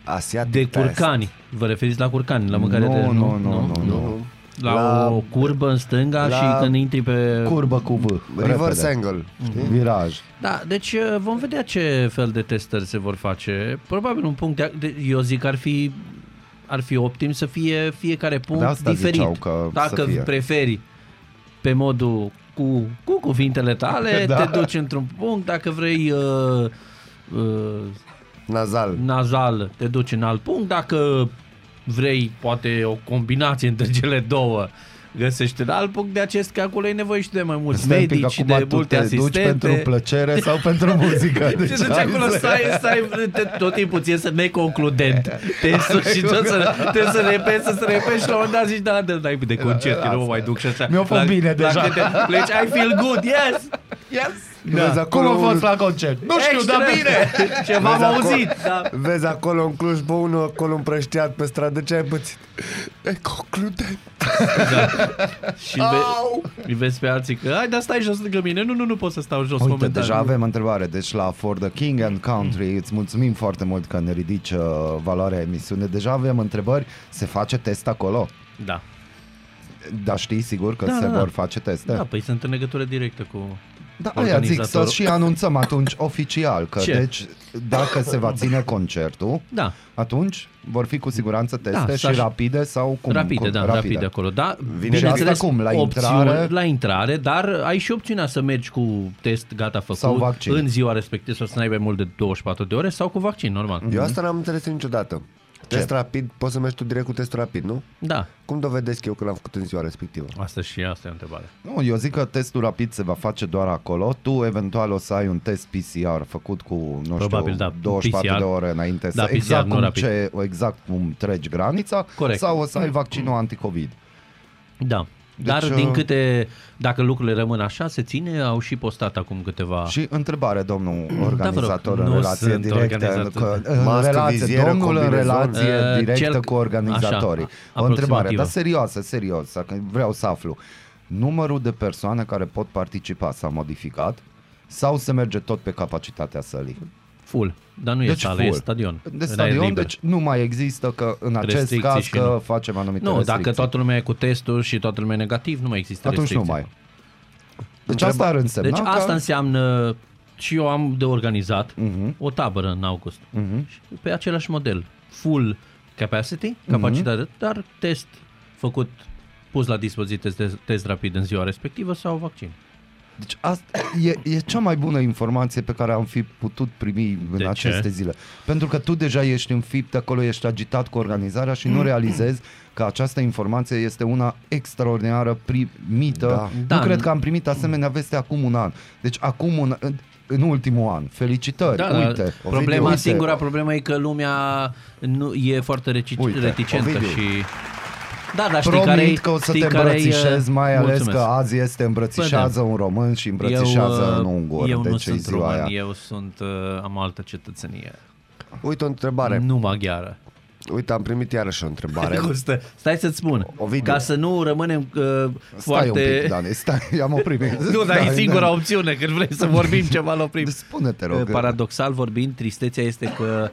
Speaker 3: Asiatic
Speaker 1: De
Speaker 3: test.
Speaker 1: curcani. Vă referiți la curcani, la mâncare
Speaker 2: Nu,
Speaker 1: de...
Speaker 2: nu, nu, nu,
Speaker 3: Nu.
Speaker 1: La,
Speaker 3: La-
Speaker 1: o curbă în stânga
Speaker 3: la-
Speaker 1: și când intri pe...
Speaker 2: Curbă cu V.
Speaker 3: Reverse
Speaker 2: repede.
Speaker 3: angle. știi?
Speaker 2: Viraj.
Speaker 1: Da, deci uh, vom vedea ce fel de testări se vor face. Probabil un punct de, de eu zic ar fi ar fi optim să fie fiecare punct
Speaker 2: De asta
Speaker 1: diferit.
Speaker 2: ziceau că să
Speaker 1: Dacă
Speaker 2: fie.
Speaker 1: preferi pe modul cu, cu cuvintele tale,
Speaker 2: Da.
Speaker 1: da. te duci într-un punct, dacă vrei uh, uh,
Speaker 3: Nazal.
Speaker 1: nazal, te duci în alt punct, dacă vrei poate o combinație între cele două, găsești în alt punct de acest că acolo e nevoie și de mai mulți
Speaker 2: Stai un pic,
Speaker 1: medici, și
Speaker 2: acum
Speaker 1: de
Speaker 2: tu
Speaker 1: multe
Speaker 2: te duci
Speaker 1: asistente.
Speaker 2: pentru plăcere sau pentru muzică?
Speaker 1: Deci te duci
Speaker 2: ai
Speaker 1: acolo
Speaker 2: zis-
Speaker 1: să ai, să ai te, tot timpul ție să neconcludent. Te sus și tot să, trebuie să repezi, să se repezi și la un moment dat zici, da, da, dai de concert, că nu mă mai duc și așa.
Speaker 2: Mi-a fost
Speaker 1: La-
Speaker 2: bine
Speaker 1: la
Speaker 2: deja.
Speaker 1: câte Pleci, I feel good, yes!
Speaker 2: Vezi
Speaker 1: Da.
Speaker 2: acolo un-
Speaker 3: concert?
Speaker 1: Nu știu, dar bine! Ceva am
Speaker 3: Vezi acolo-
Speaker 1: auzit, da.
Speaker 3: Vezi acolo în Cluj, bă, unul acolo împrăștiat pe stradă, ce ai pățit? E conclude.
Speaker 1: Și ve- îi vezi pe alții că, hai, dar stai jos lângă mine. Nu, nu, nu pot să stau jos
Speaker 2: Uite,
Speaker 1: momentan.
Speaker 2: deja avem întrebare. Deci la For the King and Country îți mulțumim foarte mult că ne ridici uh, valoarea emisiunii. Deja avem întrebări. Se face test acolo?
Speaker 1: Da.
Speaker 2: Dar știi sigur că
Speaker 1: Da,
Speaker 2: se
Speaker 1: da, da.
Speaker 2: vor face teste?
Speaker 1: Da, păi sunt în legătură directă cu...
Speaker 2: Da, aia zic, să
Speaker 1: organizatorul.
Speaker 2: și anunțăm atunci oficial că
Speaker 1: Ce?
Speaker 2: deci dacă se va ține concertul,
Speaker 1: Da.
Speaker 2: atunci vor fi cu siguranță teste
Speaker 1: Da,
Speaker 2: și
Speaker 1: s-aș-
Speaker 2: rapide sau cum?
Speaker 1: rapide,
Speaker 2: cum,
Speaker 1: da, rapide. rapide acolo. Da,
Speaker 2: Și asta
Speaker 1: bineînțeles,
Speaker 2: cum, la
Speaker 1: opțiuni-
Speaker 2: intrare?
Speaker 1: la intrare, dar ai și opțiunea să mergi cu test gata făcut
Speaker 2: Sau vaccin.
Speaker 1: în ziua respectivă sau să n-ai mai mult de 24 de ore sau cu vaccin, normal.
Speaker 3: Eu asta n-am înțeles niciodată. Test rapid, poți să mergi tu direct cu testul rapid, nu?
Speaker 1: Da,
Speaker 3: Cum dovedesc eu că l-am făcut în ziua respectivă?
Speaker 1: asta și asta e o întrebare.
Speaker 2: Nu, eu zic că testul rapid se va face doar acolo. Tu eventual o să ai un test PCR făcut cu, nu
Speaker 1: Probabil,
Speaker 2: știu,
Speaker 1: da,
Speaker 2: 24
Speaker 1: PCR.
Speaker 2: de ore înainte
Speaker 1: Da,
Speaker 2: să
Speaker 1: PCR,
Speaker 2: exact
Speaker 1: nu
Speaker 2: cum
Speaker 1: rapid.
Speaker 2: ce exact cum treci granița
Speaker 1: Corect.
Speaker 2: sau o să ai vaccinul anticovid.
Speaker 1: Da. Dar
Speaker 2: Deci,
Speaker 1: deci, din
Speaker 2: uh,
Speaker 1: câte, dacă lucrurile rămân așa, se ține, au și postat acum câteva...
Speaker 2: Și întrebare, domnul organizator
Speaker 1: vă
Speaker 2: în
Speaker 1: Ah. Da, rog, nu
Speaker 2: relație
Speaker 1: sunt
Speaker 2: directă,
Speaker 1: organizator.
Speaker 2: că- în
Speaker 3: Mască,
Speaker 2: relație,
Speaker 3: vizieră,
Speaker 2: domnul în
Speaker 3: combinezon.
Speaker 2: relație
Speaker 1: Uh,
Speaker 2: directă
Speaker 1: cel-
Speaker 2: cu organizatorii.
Speaker 1: așa, a-
Speaker 2: o întrebare,
Speaker 1: aproximativă.
Speaker 2: dar serioasă, serioasă, că vreau să aflu. Numărul de persoane care pot participa s-a modificat sau se merge tot pe capacitatea sălii?
Speaker 1: Full. Dar nu e
Speaker 2: Deci
Speaker 1: sală, e
Speaker 2: full.
Speaker 1: stadion. În
Speaker 2: De
Speaker 1: aer
Speaker 2: stadion,
Speaker 1: liber.
Speaker 2: deci nu mai există că în acest
Speaker 1: Restricții
Speaker 2: caz
Speaker 1: și
Speaker 2: că
Speaker 1: nu.
Speaker 2: facem anumite
Speaker 1: Nu,
Speaker 2: restricții.
Speaker 1: dacă toată lumea e cu testul și toată lumea e negativ, nu mai există
Speaker 2: Atunci nu
Speaker 1: restricții.
Speaker 2: mai. Deci asta ar însemna
Speaker 1: Deci
Speaker 2: că...
Speaker 1: asta înseamnă și eu am de organizat
Speaker 2: Mhm.
Speaker 1: o tabără în august. Și Pe același model, full capacity,
Speaker 2: Mhm.
Speaker 1: capacitate, dar test făcut pus la dispoziție test, test rapid în ziua respectivă sau vaccin.
Speaker 2: Deci asta e, e cea mai bună informație pe care am fi putut primi în
Speaker 1: ce?
Speaker 2: aceste zile. Pentru că tu deja ești înfipt acolo, ești agitat cu organizarea și nu realizezi că această informație este una extraordinară primită.
Speaker 3: Da.
Speaker 2: Nu
Speaker 1: Da.
Speaker 2: cred că am primit asemenea veste acum un an. Deci acum un în- în ultimul an. Felicitări. Păi, uite.
Speaker 1: dar
Speaker 2: Ovidiu,
Speaker 1: Da, problema,
Speaker 2: uite.
Speaker 1: singura problemă e că lumea nu, e foarte reci,
Speaker 2: Uite,
Speaker 1: reticentă
Speaker 2: Ovidiu.
Speaker 1: și... Da, dar știi uh, care
Speaker 2: Promit că o să te îmbrățișezi, mai ales că azi este îmbrățișează un român și îmbrățișează
Speaker 1: Păi da. eu,
Speaker 2: în ungur.
Speaker 1: Eu
Speaker 2: deci e
Speaker 1: nu sunt
Speaker 2: ziua
Speaker 1: român,
Speaker 2: aia.
Speaker 1: eu sunt, uh, am altă cetățenie. Mm.
Speaker 3: Uite o întrebare.
Speaker 1: Nu maghiară.
Speaker 3: Uite, am primit iarăși o întrebare.
Speaker 1: Gustă. Stai să-ți spun,
Speaker 2: Ovidiu.
Speaker 1: ca să nu rămânem uh,
Speaker 2: Stai
Speaker 1: foarte...
Speaker 2: un pic, da. Dani, stai, am oprit.
Speaker 1: Nu, dar e
Speaker 2: Dani,
Speaker 1: singura opțiune când vrei să vorbim ceva, îl oprim. Uh,
Speaker 2: Spune-te, rog.
Speaker 1: Paradoxal vorbind, tristețea este că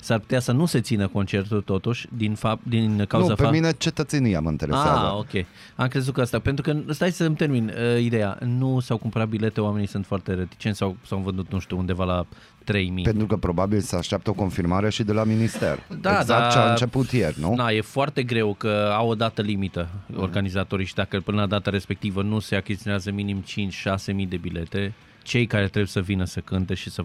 Speaker 1: s-ar putea să nu se țină concertul totuși din, fapt, din cauza
Speaker 2: Nu, pe
Speaker 1: fapt-
Speaker 2: mine cetățenia mă interesează.
Speaker 1: Ah, ok. Am crezut că asta, pentru că, stai să-mi termin uh, ideea, nu s-au cumpărat bilete, oamenii sunt foarte reticenți, s-au, s-au vândut, nu știu, undeva la 3000.
Speaker 2: Pentru că probabil se așteaptă o confirmare și de la minister.
Speaker 1: Da,
Speaker 2: exact
Speaker 1: dar-
Speaker 2: ce a început ieri, nu?
Speaker 1: Da, e foarte greu că au o dată limită organizatorii și dacă până la data respectivă nu se achiziționează minim 5-6 mii de bilete, cei care trebuie să vină să cânte și să...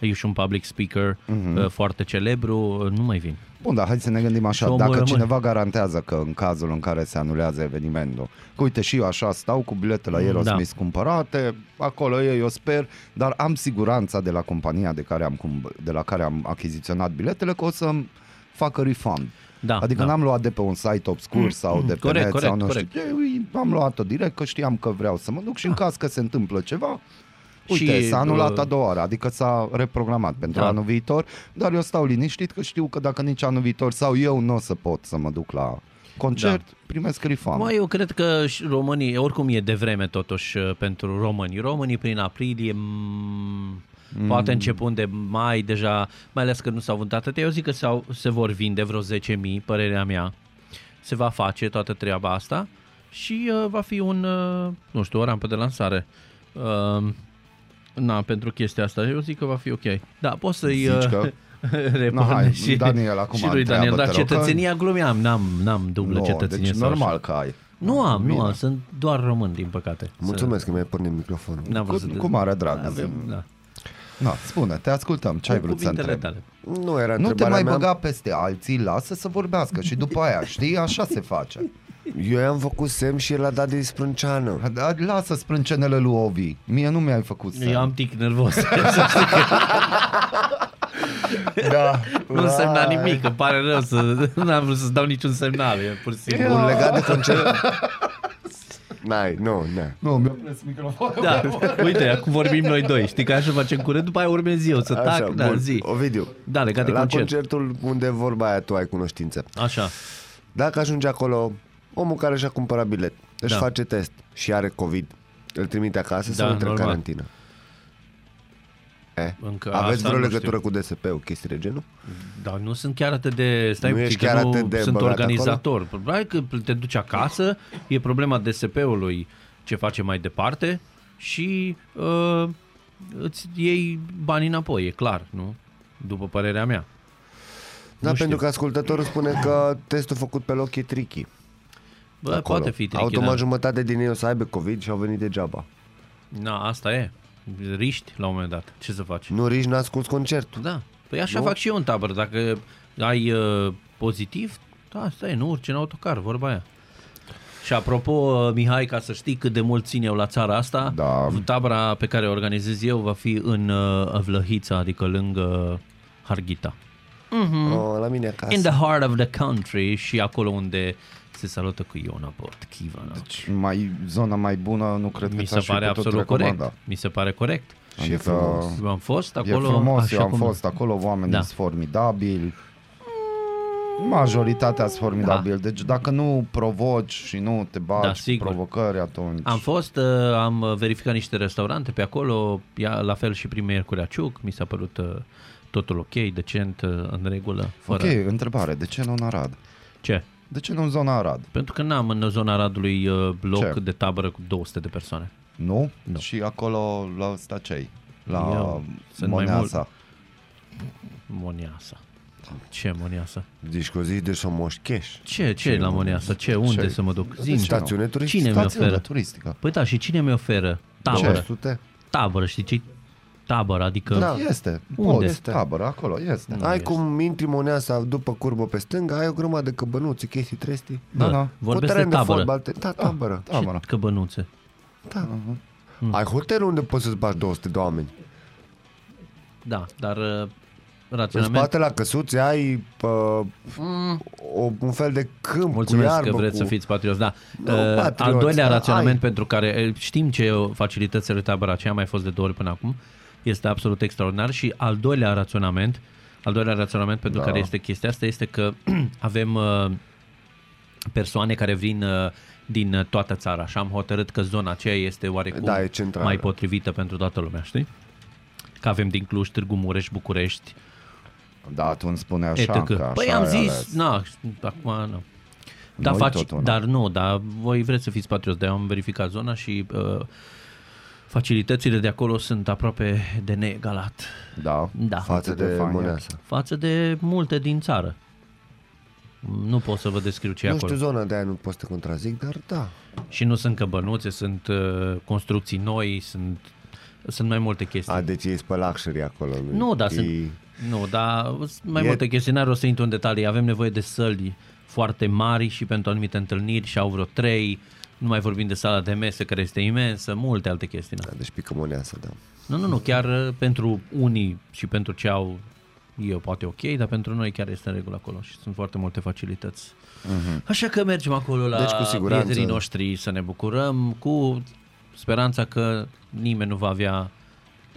Speaker 1: E și un public speaker
Speaker 2: Mhm.
Speaker 1: uh foarte celebru, uh, nu mai vin.
Speaker 2: Bun, dar hai să ne gândim așa,
Speaker 1: Și omul
Speaker 2: dacă
Speaker 1: rămâne.
Speaker 2: cineva garantează că în cazul în care se anulează evenimentul, că uite și eu așa stau cu bilete la Aerosmith da. cumpărate, acolo e, eu sper, dar am siguranța de la compania de care am, cump- de la care am achiziționat biletele că o să-mi facă refund.
Speaker 1: Da,
Speaker 2: adică
Speaker 1: da. Mm,
Speaker 2: n-am luat de pe un site obscur sau de pe
Speaker 1: corect,
Speaker 2: net sau
Speaker 1: corect,
Speaker 2: nu
Speaker 1: corect. Da.
Speaker 2: știu ce, eu am luat-o direct că știam că vreau să mă duc și în caz că se întâmplă ceva, Uite,
Speaker 1: Și,
Speaker 2: s-a anulat
Speaker 1: uh,
Speaker 2: a doua oară, adică s-a reprogramat pentru
Speaker 1: Da.
Speaker 2: anul viitor, dar eu stau liniștit că știu că dacă nici anul viitor sau eu nu o să pot să mă duc la concert, da. primesc refund.
Speaker 1: Mai eu cred că și românii, oricum e de vreme totuși uh, pentru români. Românii prin aprilie, mm, poate începând de mai deja, mai ales că nu s-au vândut atât. Eu zic că s-au, se vor vinde vreo 10.000, părerea mea. Se va face toată treaba asta și uh, va fi un, uh, nu știu, o rampă de lansare. Uh, na, pentru chestia asta, eu zic că va fi ok. Da, poți să-i...
Speaker 2: Zici
Speaker 1: uh,
Speaker 2: că-
Speaker 1: repun
Speaker 2: Na, hai,
Speaker 1: și,
Speaker 2: Daniel, acum
Speaker 1: și lui
Speaker 2: întreabă,
Speaker 1: Daniel,
Speaker 2: te
Speaker 1: dar
Speaker 2: rog, că-
Speaker 1: cetățenia glumeam, n-am, n-am dublă
Speaker 2: Nu,
Speaker 1: cetățenie.
Speaker 2: deci
Speaker 1: sau așa.
Speaker 2: normal că ai.
Speaker 1: Nu am, nu
Speaker 2: Ah, Bine.
Speaker 1: am, sunt doar român, din păcate.
Speaker 3: Mulțumesc că mi-ai pornit microfonul.
Speaker 1: Să- N-am vrut
Speaker 2: Cu-
Speaker 1: să-
Speaker 2: cu mare drag.
Speaker 1: Avem, da.
Speaker 2: Na, spune, te ascultăm, ce ai
Speaker 1: Cu
Speaker 2: vrut să
Speaker 1: cuvintele
Speaker 2: întrebi?
Speaker 1: tale.
Speaker 3: Nu era
Speaker 2: Nu te
Speaker 3: întrebarea
Speaker 2: mai
Speaker 3: mea.
Speaker 2: băga peste alții, lasă să vorbească și după aia, știi, așa se face.
Speaker 3: Eu i-am făcut semn și el a dat de sprânceană.
Speaker 2: Dar Da, Lasă sprâncenele lui Ovi, mie nu mi-ai făcut
Speaker 1: Eu
Speaker 2: să.
Speaker 1: am tic nervos,
Speaker 3: Da.
Speaker 1: nu însemna nimic, îmi pare rău să... N-am vrut să-ți dau niciun semnal, e pur și simplu.
Speaker 3: Bun, legat de concert. N-ai, nu, n
Speaker 2: Nu, mi-a prins microfonul.
Speaker 1: Da, uite, acum vorbim noi doi, știi că așa facem curând, după aia urmez eu, să tac, da,
Speaker 3: bun.
Speaker 1: zi.
Speaker 3: Ovidiu.
Speaker 1: Da, legat de
Speaker 3: la
Speaker 1: concert.
Speaker 3: concertul unde vorba aia tu ai cunoștință.
Speaker 1: Așa,
Speaker 3: Dacă ajunge acolo, omul care și-a cumpărat bilet, își
Speaker 1: Da.
Speaker 3: face test și are COVID, îl trimite acasă
Speaker 1: Da,
Speaker 3: sau intră în
Speaker 1: normal.
Speaker 3: carantină? Eh,
Speaker 1: Încă
Speaker 3: Aveți
Speaker 1: asta
Speaker 3: vreo
Speaker 1: nu
Speaker 3: legătură cu DSP-ul, chestii de genul?
Speaker 1: dar nu sunt chiar atât de... Stai
Speaker 3: Nu
Speaker 1: puțin,
Speaker 3: ești
Speaker 1: că
Speaker 3: chiar
Speaker 1: nu
Speaker 3: atât de
Speaker 1: sunt
Speaker 3: băgat
Speaker 1: organizator. Hai că te duci acasă, e problema DSP-ului ce face mai departe și uh, îți iei banii înapoi, e clar, nu? După părerea mea.
Speaker 3: Da, pentru că ascultătorul spune că testul făcut pe loc e tricky.
Speaker 1: Bă,
Speaker 3: acolo.
Speaker 1: poate fi tricky,
Speaker 3: Automat
Speaker 1: da.
Speaker 3: jumătate din ei o să aibă COVID și au venit degeaba.
Speaker 1: Na, asta e. Riști la un moment dat. Ce să faci?
Speaker 3: Nu rici, n-asculti concertul.
Speaker 1: Da. Păi așa
Speaker 3: Nu?
Speaker 1: fac și eu în tabără. Dacă ai uh, pozitiv, da, asta e, nu urci în autocar, vorba aia. Și apropo, uh, Mihai, ca să știi cât de mult țin eu la țara asta,
Speaker 2: Da.
Speaker 1: tabra pe care o organizez eu va fi în uh, Vlăhița, adică lângă Harghita. Mhm.
Speaker 3: Oh, la mine acasă.
Speaker 1: In the heart of the country și acolo unde se salută cu Iona Bortchivana. Deci,
Speaker 2: Mai, zona mai bună nu cred
Speaker 1: mi
Speaker 2: că
Speaker 1: se
Speaker 2: ți-aș fi
Speaker 1: pare
Speaker 2: putut
Speaker 1: absolut corect.
Speaker 2: recomanda. Adică
Speaker 1: Mi se pare corect.
Speaker 2: Și e frumos.
Speaker 1: Eu am fost
Speaker 2: E
Speaker 1: acolo.
Speaker 2: frumos,
Speaker 1: așa
Speaker 2: eu am
Speaker 1: cum-
Speaker 2: fost acolo, oamenii
Speaker 1: Da.
Speaker 2: sunt formidabili. Majoritatea sunt formidabili. Deci dacă nu provoci și nu te bagi
Speaker 1: Da,
Speaker 2: cu
Speaker 1: sigur.
Speaker 2: provocări, atunci...
Speaker 1: Am fost, uh, am uh, verificat niște restaurante pe acolo, ia- la fel și prin Miercurea Ciuc, mi s-a părut uh, totul ok, decent, uh, în regulă,
Speaker 2: Ok,
Speaker 1: fără...
Speaker 2: întrebare, de ce nu în Arad?
Speaker 1: Ce?
Speaker 2: De ce nu în zona Arad?
Speaker 1: Pentru că n-am în zona Aradului uh, loc
Speaker 2: Ce?
Speaker 1: de tabără cu 200 de persoane.
Speaker 2: Nu?
Speaker 1: Nu.
Speaker 2: Și acolo la ăsta cei? La
Speaker 1: Eu sunt mai
Speaker 2: Moneasa.
Speaker 1: Moniasa. Ce Moniasa?
Speaker 3: Zici că o zici de somoșcheș.
Speaker 1: Ce, ce e la Moniasa? Ce, unde să mă duc?
Speaker 2: Deci,
Speaker 1: Zi,
Speaker 3: Stațiune turistică.
Speaker 1: Cine mi
Speaker 2: Stațiune
Speaker 1: oferă?
Speaker 2: turistică.
Speaker 1: Păi da, și cine mi oferă? Tabără.
Speaker 3: 200?
Speaker 1: Tabără, știi ce tabără? Adică...
Speaker 3: Da.
Speaker 2: Este.
Speaker 1: Unde?
Speaker 2: Unde?
Speaker 3: Este.
Speaker 2: Tabără, acolo este.
Speaker 3: Ai
Speaker 1: este.
Speaker 3: cum intri moneasa după curbă pe stânga, ai o grămadă de căbănuți, chestii, trestii.
Speaker 2: Da,
Speaker 1: Bă,
Speaker 2: da.
Speaker 1: Vorbesc
Speaker 3: Cu teren
Speaker 1: de tabără. Ah,
Speaker 3: fotbal, te- da, tabără.
Speaker 2: Tabără.
Speaker 1: Ce căbănuțe?
Speaker 3: Da.
Speaker 1: Mm.
Speaker 3: Ai hotel unde poți să-ți bagi 200 de oameni.
Speaker 1: Da, dar uh,
Speaker 3: În
Speaker 1: raționament
Speaker 3: spate la căsuțe ai uh, o, un fel de câmp cu
Speaker 1: Mm. Mulțumesc
Speaker 3: iarbă.
Speaker 1: că vreți
Speaker 3: cu...
Speaker 1: să fiți patrioți, da.
Speaker 3: Da,
Speaker 1: Uh,
Speaker 3: patrioți,
Speaker 1: Al doilea
Speaker 3: da,
Speaker 1: raționament
Speaker 3: ai.
Speaker 1: pentru care uh, știm ce facilități are tabăra aceea, am mai fost de două ori până acum, este absolut extraordinar și al doilea raționament Al doilea raționament pentru
Speaker 2: Da.
Speaker 1: care este chestia asta este că avem uh, persoane care vin uh, din uh, toată țara și am hotărât că zona aceea este oarecum
Speaker 3: Da, e centrală.
Speaker 1: mai potrivită pentru toată lumea, știi? Că avem din Cluj, Târgu Mureș, București,
Speaker 2: Da, tu îmi spune așa
Speaker 1: etc.
Speaker 2: că așa
Speaker 1: Păi am
Speaker 2: ai
Speaker 1: zis,
Speaker 2: ales.
Speaker 1: na, acum nu. Da,
Speaker 2: Noi
Speaker 1: faci,
Speaker 2: tot una.
Speaker 1: dar nu, dar voi vreți să fiți patrioți, de am verificat zona și uh, facilitățile de acolo sunt aproape de neegalat
Speaker 2: Da,
Speaker 1: Da.
Speaker 2: față de, de
Speaker 3: Măneasa.
Speaker 1: față de multe din țară. Nu pot să vă descriu ce e
Speaker 3: Nu
Speaker 1: acolo.
Speaker 3: știu zona de aia, nu pot să te contrazic, dar da.
Speaker 1: Și nu sunt căbănuțe, sunt uh, construcții noi, sunt, sunt mai multe chestii.
Speaker 3: A, deci ești pe luxury acolo.
Speaker 1: Nu, dar
Speaker 3: E-
Speaker 1: sunt... Nu, dar sunt mai
Speaker 3: E-
Speaker 1: multe chestii, n-ar o să intru în detalii. Avem nevoie de săli foarte mari și pentru anumite întâlniri și au vreo trei. Nu mai vorbim de sala de mese care este imensă, multe alte chestii. Na.
Speaker 3: Da, deci pică Măneasa, da.
Speaker 1: Nu, nu, nu, chiar uh, pentru unii și pentru ce au eu poate ok, dar pentru noi chiar este în regulă acolo și sunt foarte multe facilități. Mm-hmm. Așa că mergem acolo la
Speaker 3: Mhm. Deci, cu siguranță.
Speaker 1: prietenii noștri să ne bucurăm cu speranța că nimeni nu va avea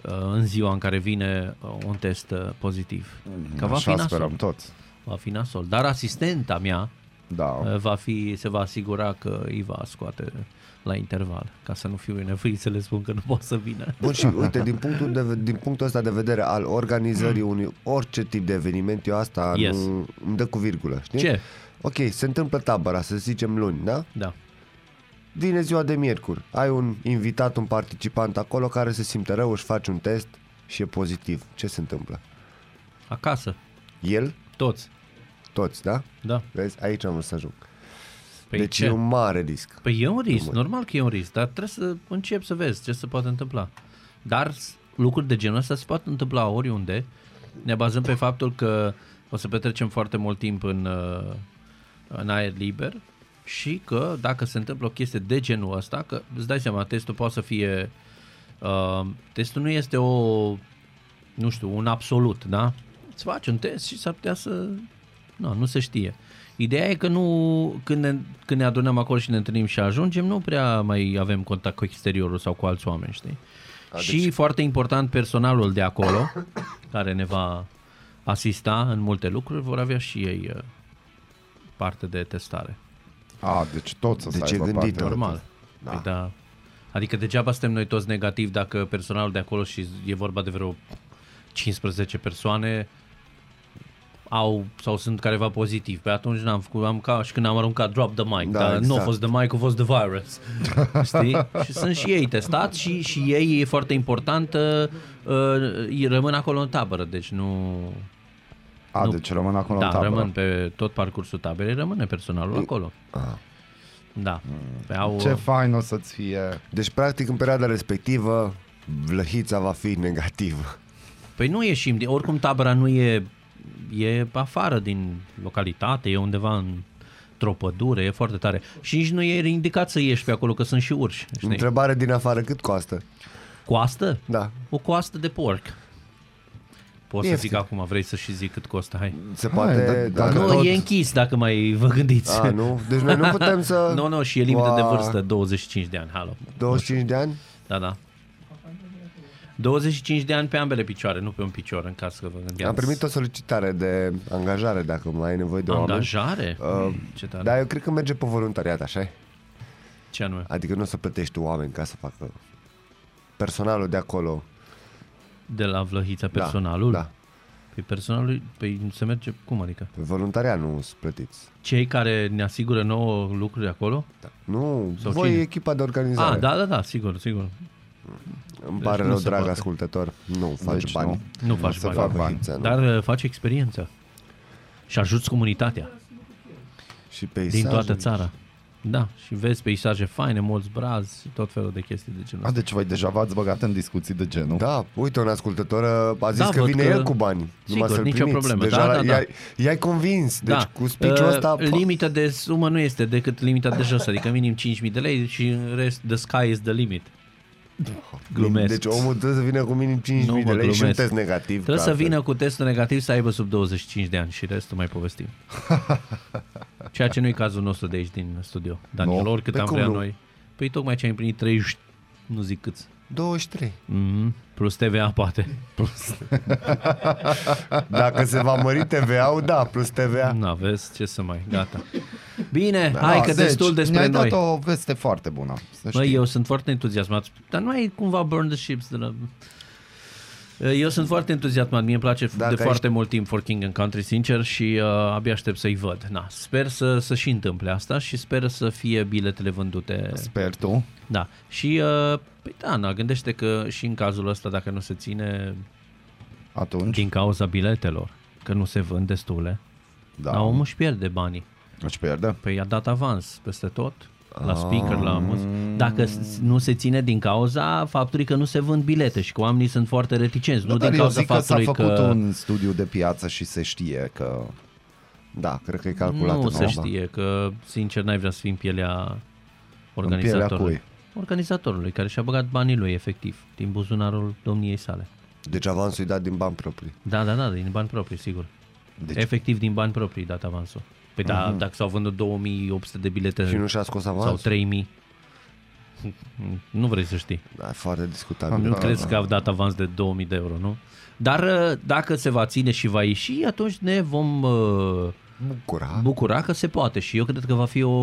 Speaker 1: uh, în ziua în care vine uh, un test uh, pozitiv.
Speaker 3: Mhm,
Speaker 1: Că va fi
Speaker 2: Așa
Speaker 1: nasol.
Speaker 2: sperăm toți.
Speaker 1: Va fi nasol. Dar asistenta mea
Speaker 2: Da.
Speaker 1: uh, va fi, se va asigura că îi va scoate la interval, ca să nu fiu nevoit să le spun că nu pot să vină.
Speaker 3: Bun, și uite, din punctul, de, din punctul ăsta de vedere al organizării unui orice tip de eveniment, eu asta
Speaker 1: Mm. Yes.
Speaker 3: nu, îmi dă cu virgulă, știi?
Speaker 1: Ce?
Speaker 3: Ok, se întâmplă tabăra, să zicem luni, da?
Speaker 1: Da.
Speaker 3: Vine ziua de miercuri, ai un invitat, un participant acolo care se simte rău, își face un test și e pozitiv. Ce se întâmplă?
Speaker 1: Acasă.
Speaker 3: El?
Speaker 1: Toți.
Speaker 3: Toți, da?
Speaker 1: Da.
Speaker 3: Vezi? Aici am vrut să ajung.
Speaker 1: Păi
Speaker 3: deci
Speaker 1: ce?
Speaker 3: e un mare risc.
Speaker 1: Păi e un risc, normal că e un risc, dar trebuie să începi să vezi ce se poate întâmpla. Dar s- lucruri de genul ăsta se pot întâmpla oriunde. Ne bazăm pe faptul că o să petrecem foarte mult timp în, uh, în aer liber și că dacă se întâmplă o chestie de genul ăsta, că îți dai seama, testul poate să fie... Uh, testul nu este o... nu știu, un absolut, da? Îți faci un test și s-ar putea să nu, nu se știe. Ideea e că nu, când ne, când ne adunăm acolo și ne întâlnim și ajungem, nu prea mai avem contact cu exteriorul sau cu alți oameni, știi? Și foarte important, personalul de acolo, care ne va asista în multe lucruri, vor avea și ei uh, parte de testare.
Speaker 2: A, deci toți o să
Speaker 3: Deci e
Speaker 2: aibă
Speaker 3: gândit,
Speaker 2: parte.
Speaker 1: Normal. Da. Păi da. Adică degeaba suntem noi toți negativi dacă personalul de acolo și e vorba de vreo 15 persoane au sau sunt careva pozitiv. Pe atunci n-am făcut, am ca și când am aruncat drop the mic,
Speaker 3: Da,
Speaker 1: da, dar nu a
Speaker 3: exact.
Speaker 1: fost the mic, a fost the virus. Știi? și sunt și ei testați și, și ei e foarte important, uh, uh, ei rămân acolo în tabără, deci nu...
Speaker 2: A,
Speaker 1: Nu.
Speaker 2: deci rămân acolo în
Speaker 1: da,
Speaker 2: tabără.
Speaker 1: rămân pe tot parcursul taberei, rămâne personalul acolo. Da. Pe au,
Speaker 2: Ah. Mm. Ce fain o să-ți fie...
Speaker 3: Deci, practic, în perioada respectivă, vlăhița va fi negativă.
Speaker 1: Păi nu ieșim, din, oricum tabăra nu e, e afară din localitate, e undeva în într-o pădure, e foarte tare. Și nici nu e indicat să ieși pe acolo, că sunt și urși, știi? Între...
Speaker 3: Întrebare din afară, cât costă?
Speaker 1: Coastă?
Speaker 3: Da.
Speaker 1: O coastă de porc. Poți să
Speaker 3: Ieftin.
Speaker 1: zic acum, vrei să și zic cât costă, hai.
Speaker 3: Se
Speaker 2: Hai,
Speaker 3: poate...
Speaker 2: da-
Speaker 3: dacă
Speaker 2: dacă
Speaker 1: nu,
Speaker 3: tot-
Speaker 1: e închis dacă mai vă gândiți.
Speaker 3: A, nu? Deci noi nu putem să...
Speaker 1: nu, nu, și e limită de
Speaker 3: Ua,
Speaker 1: vârstă, 25 de ani, halo.
Speaker 3: 25 de ani?
Speaker 1: Da, da. 25 de ani pe ambele picioare, nu pe un picior, în caz că vă gândeați.
Speaker 3: Am primit o solicitare de angajare, dacă mai ai nevoie de oameni.
Speaker 1: Angajare? Hmm,
Speaker 3: Uh,
Speaker 1: Ce tare.
Speaker 3: Dar eu cred că merge pe voluntariat, așa
Speaker 1: Ce anume?
Speaker 3: Adică nu o să plătești oameni ca să facă personalul de acolo.
Speaker 1: De la Vlăhița
Speaker 3: Da,
Speaker 1: personalul?
Speaker 3: Da.
Speaker 1: Păi personalul, păi se merge, cum adică?
Speaker 3: Pe voluntariat nu sunt plătiți.
Speaker 1: Cei care ne asigură nouă lucruri acolo?
Speaker 3: Da. Nu,
Speaker 1: Sau
Speaker 3: voi
Speaker 1: cine?
Speaker 3: echipa de organizare.
Speaker 1: Ah, da, da, da, sigur, sigur.
Speaker 3: Îmi pare
Speaker 1: Deci nu
Speaker 3: rău,
Speaker 1: se
Speaker 3: drag
Speaker 1: poate.
Speaker 3: ascultător. Nu faci
Speaker 2: Deci
Speaker 3: bani.
Speaker 2: nu.
Speaker 1: Nu faci
Speaker 2: să
Speaker 1: bani.
Speaker 2: fac
Speaker 3: Da, Fac
Speaker 2: bani.
Speaker 3: hipță, nu.
Speaker 1: Dar uh, faci experiență. Și ajuți comunitatea
Speaker 3: și
Speaker 1: din
Speaker 3: peisaje.
Speaker 1: toată țara. Da, și vezi peisaje faine, mulți brazi și tot felul de chestii de genul
Speaker 2: A,
Speaker 1: ăsta.
Speaker 2: deci voi deja v-ați băgat în discuții de genul.
Speaker 3: Da, uite, un ascultător uh, a zis
Speaker 1: Da,
Speaker 3: da, că
Speaker 1: văd
Speaker 3: vine
Speaker 1: că-
Speaker 3: că... el cu bani. numai
Speaker 1: Sigur,
Speaker 3: să-l
Speaker 1: nicio
Speaker 3: primiți.
Speaker 1: problemă.
Speaker 3: Deja
Speaker 1: Da,
Speaker 3: la-
Speaker 1: da, da.
Speaker 3: I-ai, i-ai convins. Deci
Speaker 1: da.
Speaker 3: cu speech-ul
Speaker 1: Uh,
Speaker 3: ăsta... pa-
Speaker 1: Limita de sumă nu este decât limita de jos, adică minim 5.000 de lei și în rest, the sky is the limit. Glumesc.
Speaker 3: Deci omul trebuie să vină cu minim 5.000
Speaker 1: Nu,
Speaker 3: de
Speaker 1: mă,
Speaker 3: lei și un
Speaker 1: glumesc.
Speaker 3: test negativ.
Speaker 1: Trebuie să
Speaker 3: că altfel-
Speaker 1: vină cu testul negativ să aibă sub 25 de ani și restul mai povestim. Ceea ce nu e cazul nostru de aici din studio. Daniel,
Speaker 2: Nu.
Speaker 1: oricât
Speaker 3: Pe
Speaker 1: am
Speaker 3: cum
Speaker 1: vrea
Speaker 3: nu?
Speaker 1: noi. Păi tocmai ce am primit 30, nu zic câți.
Speaker 3: 23.
Speaker 1: Mm-hmm. Plus TVA, poate.
Speaker 3: Dacă se va mări TVA-ul, da, plus TVA.
Speaker 1: Nu aveți ce să mai, gata. Bine, da, hai că
Speaker 2: deci,
Speaker 1: destul despre
Speaker 2: ne-ai
Speaker 1: noi.
Speaker 2: dat o veste foarte bună. Să
Speaker 1: Măi,
Speaker 2: știi.
Speaker 1: eu sunt foarte entuziasmat, dar nu ai cumva burn the ships de la... Eu sunt foarte entuziasmat, mie îmi place Dacă
Speaker 3: Dacă
Speaker 1: de
Speaker 3: ești-
Speaker 1: foarte mult timp For King and Country, sincer, și uh, abia aștept să-i văd. Na, sper să, să și întâmple asta și sper să fie biletele vândute.
Speaker 2: Sper tu.
Speaker 1: Da. Și, uh, păi da, na, gândește că și în cazul ăsta, dacă nu se ține
Speaker 2: Atunci,
Speaker 1: din cauza biletelor, că nu se vând destule, da. dar
Speaker 2: da,
Speaker 1: omul își pierde banii.
Speaker 2: își pierde.
Speaker 1: Păi i-a dat avans peste tot, la
Speaker 2: Ah.
Speaker 1: speaker, la muzică. Dacă s- nu se ține din cauza faptului că nu se vând bilete și că oamenii sunt foarte reticenți, nu
Speaker 2: Da, Dar
Speaker 1: din
Speaker 2: eu
Speaker 1: cauza
Speaker 2: zic că s-a
Speaker 1: faptului
Speaker 2: făcut
Speaker 1: că
Speaker 2: un studiu de piață și se știe că... Da, cred că e calculat
Speaker 1: nu
Speaker 2: în
Speaker 1: se
Speaker 2: ora.
Speaker 1: știe, că sincer n-ai vrea să fii în pielea
Speaker 2: pielea
Speaker 1: organizatorului.
Speaker 2: cui?
Speaker 1: Organizatorului care și-a băgat banii lui efectiv din buzunarul domniei sale.
Speaker 3: Deci avansul e dat din bani proprii.
Speaker 1: Da, da, da, din bani proprii, sigur.
Speaker 2: Deci- Mhm.
Speaker 1: Deci... Efectiv din bani proprii dat avansul. Păi da, dacă s-au vândut 2800 de bilete
Speaker 3: Și nu și-a
Speaker 1: Deci
Speaker 3: scos
Speaker 1: sau
Speaker 3: avansul?
Speaker 1: 3000, nu vrei să știi.
Speaker 3: Da, e foarte discutabil.
Speaker 1: Nu crezi că au dat avans de 2000 de euro, nu? Dar uh, dacă se va ține și va ieși, atunci ne vom uh,
Speaker 3: Bucura.
Speaker 1: bucura că se poate și eu cred că va fi o,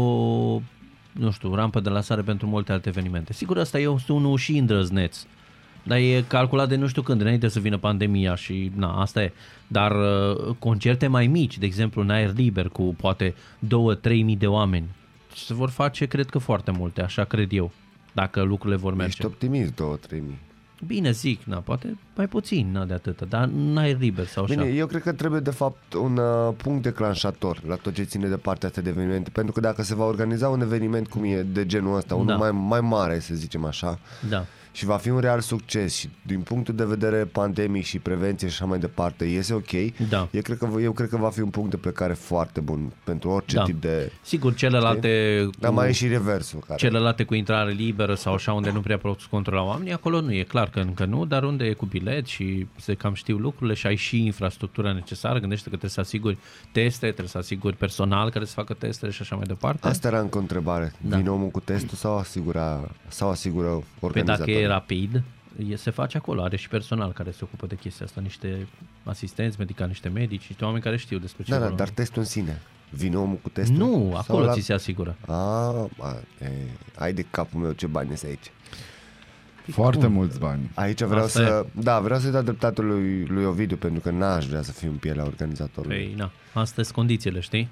Speaker 1: nu știu, rampă de lansare pentru multe alte evenimente. Sigur, asta e unul și îndrăzneț, dar e calculat de nu știu când, înainte să vină pandemia și na, asta e. Dar uh, concerte mai mici, de exemplu în aer liber cu poate 2-3 mii de oameni, se vor face, cred că, foarte multe, așa cred eu, dacă lucrurile vor merge.
Speaker 3: Ești optimist, 2-3 mii.
Speaker 1: Bine zic, na, poate mai puțin, na, de atâta, dar n-ai liber sau așa.
Speaker 3: Bine,
Speaker 1: Bine,
Speaker 3: eu cred că trebuie de fapt un uh, punct declanșator la tot ce ține de partea asta de evenimente, pentru că dacă se va organiza un eveniment cum e de genul ăsta, unul
Speaker 1: Da.
Speaker 3: mai, mai mare, să zicem așa,
Speaker 1: da.
Speaker 3: și va fi un real succes și din punctul de vedere pandemic și prevenție și așa mai departe, iese ok,
Speaker 1: Da.
Speaker 3: eu, cred că, eu cred că va fi un punct de plecare foarte bun pentru orice
Speaker 1: Da.
Speaker 3: tip de...
Speaker 1: Sigur, celelalte
Speaker 3: Dar
Speaker 1: cu,
Speaker 3: mai e și reversul. Care...
Speaker 1: celelalte cu intrare liberă sau așa, unde nu prea poți controla oamenii, acolo nu e clar că încă nu, dar unde e cu bilet și se cam știu lucrurile și ai și infrastructura necesară, gândește că trebuie să asiguri teste, trebuie să asiguri personal care să facă testele și așa mai departe.
Speaker 3: Asta era încă o întrebare. Da. Vine omul cu testul sau, asigura, sau asigură
Speaker 1: Pe Păi dacă
Speaker 3: organizatorul?
Speaker 1: e rapid, e, se face acolo, are și personal care se ocupă de chestia asta, niște asistenți medicali, niște medici, niște oameni care știu despre ce
Speaker 3: Da, da,
Speaker 1: vorbim.
Speaker 3: dar testul în sine. Vine omul cu testul?
Speaker 1: Nu,
Speaker 3: Sau
Speaker 1: acolo ți se asigură.
Speaker 3: A, a, e, hai de capul meu ce bani sunt aici.
Speaker 1: Păi
Speaker 2: Foarte mulți bani.
Speaker 3: Aici vreau
Speaker 1: Asta
Speaker 3: să... E. Da, vreau să-i dau dreptate lui, lui Ovidiu, pentru că n-aș vrea să fiu în pielea organizatorului.
Speaker 1: Păi, na, astea sunt condițiile, știi?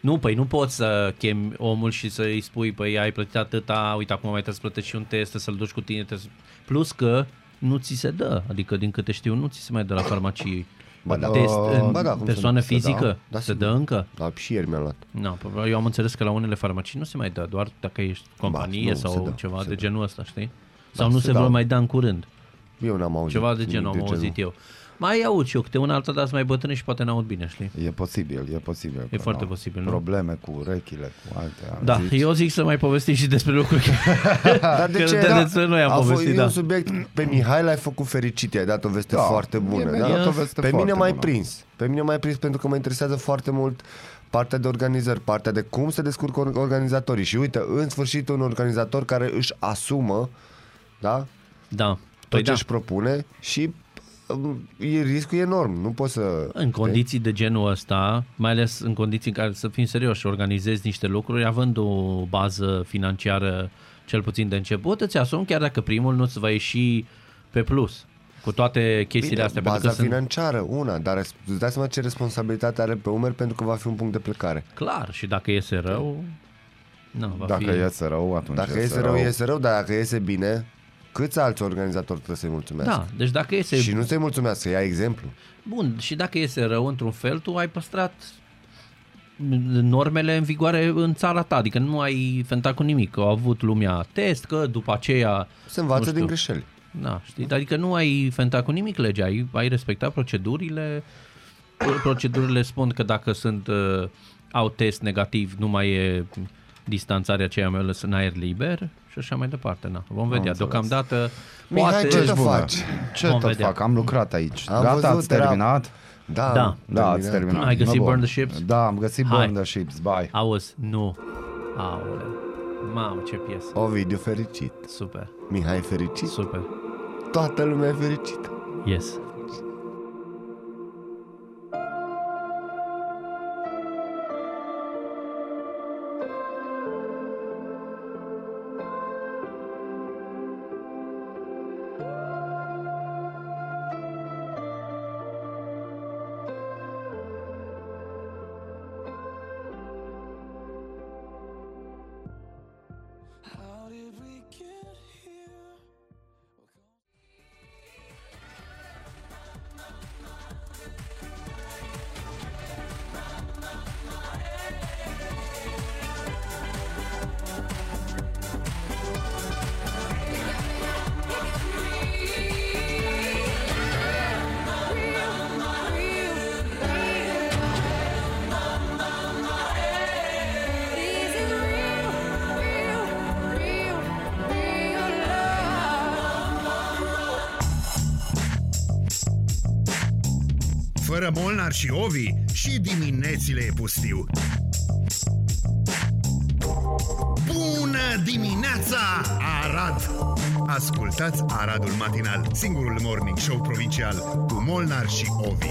Speaker 1: Nu, păi nu poți să chemi omul și să-i spui, păi ai plătit atâta, uite acum mai trebuie să plătești și un test, trebuie să-l duci cu tine. Trebuie să... Plus că nu ți se dă, adică din câte știu nu ți se mai dă la farmacie
Speaker 3: Ba da.
Speaker 1: test
Speaker 3: Uh,
Speaker 1: în
Speaker 3: ba da, cum să
Speaker 1: persoană
Speaker 3: nu ți se
Speaker 1: fizică,
Speaker 3: dă? Da,
Speaker 1: se
Speaker 3: sigur.
Speaker 1: dă încă?
Speaker 3: Da, și ieri mi-am luat.
Speaker 1: Nu, probabil- eu am înțeles că la unele farmacii nu se mai dă, doar dacă ești companie
Speaker 3: nu, se
Speaker 1: sau
Speaker 3: dă,
Speaker 1: ceva
Speaker 3: se
Speaker 1: de
Speaker 3: dă. Da,
Speaker 1: genul ăsta, știi? Sau nu
Speaker 3: se
Speaker 1: se
Speaker 3: dă.
Speaker 1: vor mai da în curând.
Speaker 3: Eu n-am auzit.
Speaker 1: Ceva de genul,
Speaker 3: nimic
Speaker 1: am auzit eu. Mai aud și eu câte una alta, dar sunt mai bătrâni și poate n-aud bine, știi?
Speaker 2: E posibil, e posibil.
Speaker 3: Da.
Speaker 2: că
Speaker 1: foarte
Speaker 2: n-au
Speaker 1: posibil, nu?
Speaker 2: Probleme cu urechile, cu alte.
Speaker 1: Da,
Speaker 2: zici.
Speaker 1: eu zic să mai povestim și despre lucruri.
Speaker 3: Dar de
Speaker 1: Că
Speaker 3: ce? Da.
Speaker 1: de- de- noi am
Speaker 3: a fost-
Speaker 1: povestit,
Speaker 3: e
Speaker 1: da.
Speaker 3: un subiect, pe Mihai l-ai făcut fericit, i-ai dat o veste
Speaker 2: Da,
Speaker 3: foarte bună.
Speaker 2: e-
Speaker 3: Da?
Speaker 2: i-a dat o veste
Speaker 3: pe mine
Speaker 2: foarte
Speaker 3: mai
Speaker 2: bună.
Speaker 3: prins. Pe mine mai prins pentru că mă interesează foarte mult partea de organizări, partea de cum se descurcă or- organizatorii. Și uite, în sfârșit un organizator care își asumă da?
Speaker 1: Da.
Speaker 3: tot
Speaker 1: Păi
Speaker 3: ce
Speaker 1: da.
Speaker 3: își propune și um, e riscul e enorm. Nu poți să...
Speaker 1: În condiții de genul ăsta, mai ales în condiții în care să fim serioși, organizezi niște lucruri, având o bază financiară cel puțin de început, îți asumi chiar dacă primul nu ți va ieși pe plus cu toate chestiile
Speaker 3: Bine,
Speaker 1: astea.
Speaker 3: baza
Speaker 1: pentru că sunt
Speaker 3: financiară, una, dar res- îți dai seama ce responsabilitate are pe umeri pentru că va fi un punct de plecare.
Speaker 1: clar și dacă iese rău, nu, va
Speaker 2: Dacă
Speaker 1: Păi fi...
Speaker 2: iese rău, atunci
Speaker 3: Dacă iese rău, iese rău, dar dacă iese bine, câți alți organizatori trebuie să-i mulțumească?
Speaker 1: Da, deci dacă iese
Speaker 3: Și nu să-i mulțumească, ia exemplu.
Speaker 1: Bun, și dacă iese rău într-un fel, tu ai păstrat normele în vigoare în țara ta, adică nu ai fentat cu nimic, că au avut lumea test, că după aceea...
Speaker 3: Se
Speaker 1: nu
Speaker 3: învață
Speaker 1: știu.
Speaker 3: din greșeli.
Speaker 1: Da, știi, adică nu ai fentat cu nimic legea, ai, ai respectat procedurile, procedurile spun că dacă sunt, uh, au test negativ, nu mai e distanțarea aceea mea în aer liber și așa mai departe, na, vom vedea,
Speaker 2: înțeles.
Speaker 1: deocamdată...
Speaker 3: Mihai,
Speaker 1: poate-
Speaker 3: ce te
Speaker 2: Bună.
Speaker 3: faci?
Speaker 2: Ce
Speaker 1: Vom
Speaker 2: tot
Speaker 1: vedea.
Speaker 2: fac? Am lucrat aici.
Speaker 3: Am
Speaker 2: Gata,
Speaker 3: văzut,
Speaker 2: ați
Speaker 3: era-
Speaker 2: terminat?
Speaker 3: Da,
Speaker 1: Da.
Speaker 3: am
Speaker 2: Da, ați
Speaker 3: terminat.
Speaker 2: terminat.
Speaker 1: Ai găsit
Speaker 2: Bă, bun.
Speaker 1: Burn the Ships?
Speaker 2: Da, am găsit
Speaker 1: Hai.
Speaker 2: Burn the Ships, bye.
Speaker 1: Auzi, nu. Aoleu. Mamă, ce piesă.
Speaker 3: Ovidiu fericit,
Speaker 1: Super,
Speaker 3: Mihai fericit,
Speaker 1: super.
Speaker 3: toată lumea fericită.
Speaker 1: Yes.
Speaker 4: Fără Molnar și Ovi, și diminețile e pustiu. Bună dimineața, Arad! Ascultați Aradul Matinal, singurul morning show provincial cu Molnar și Ovi.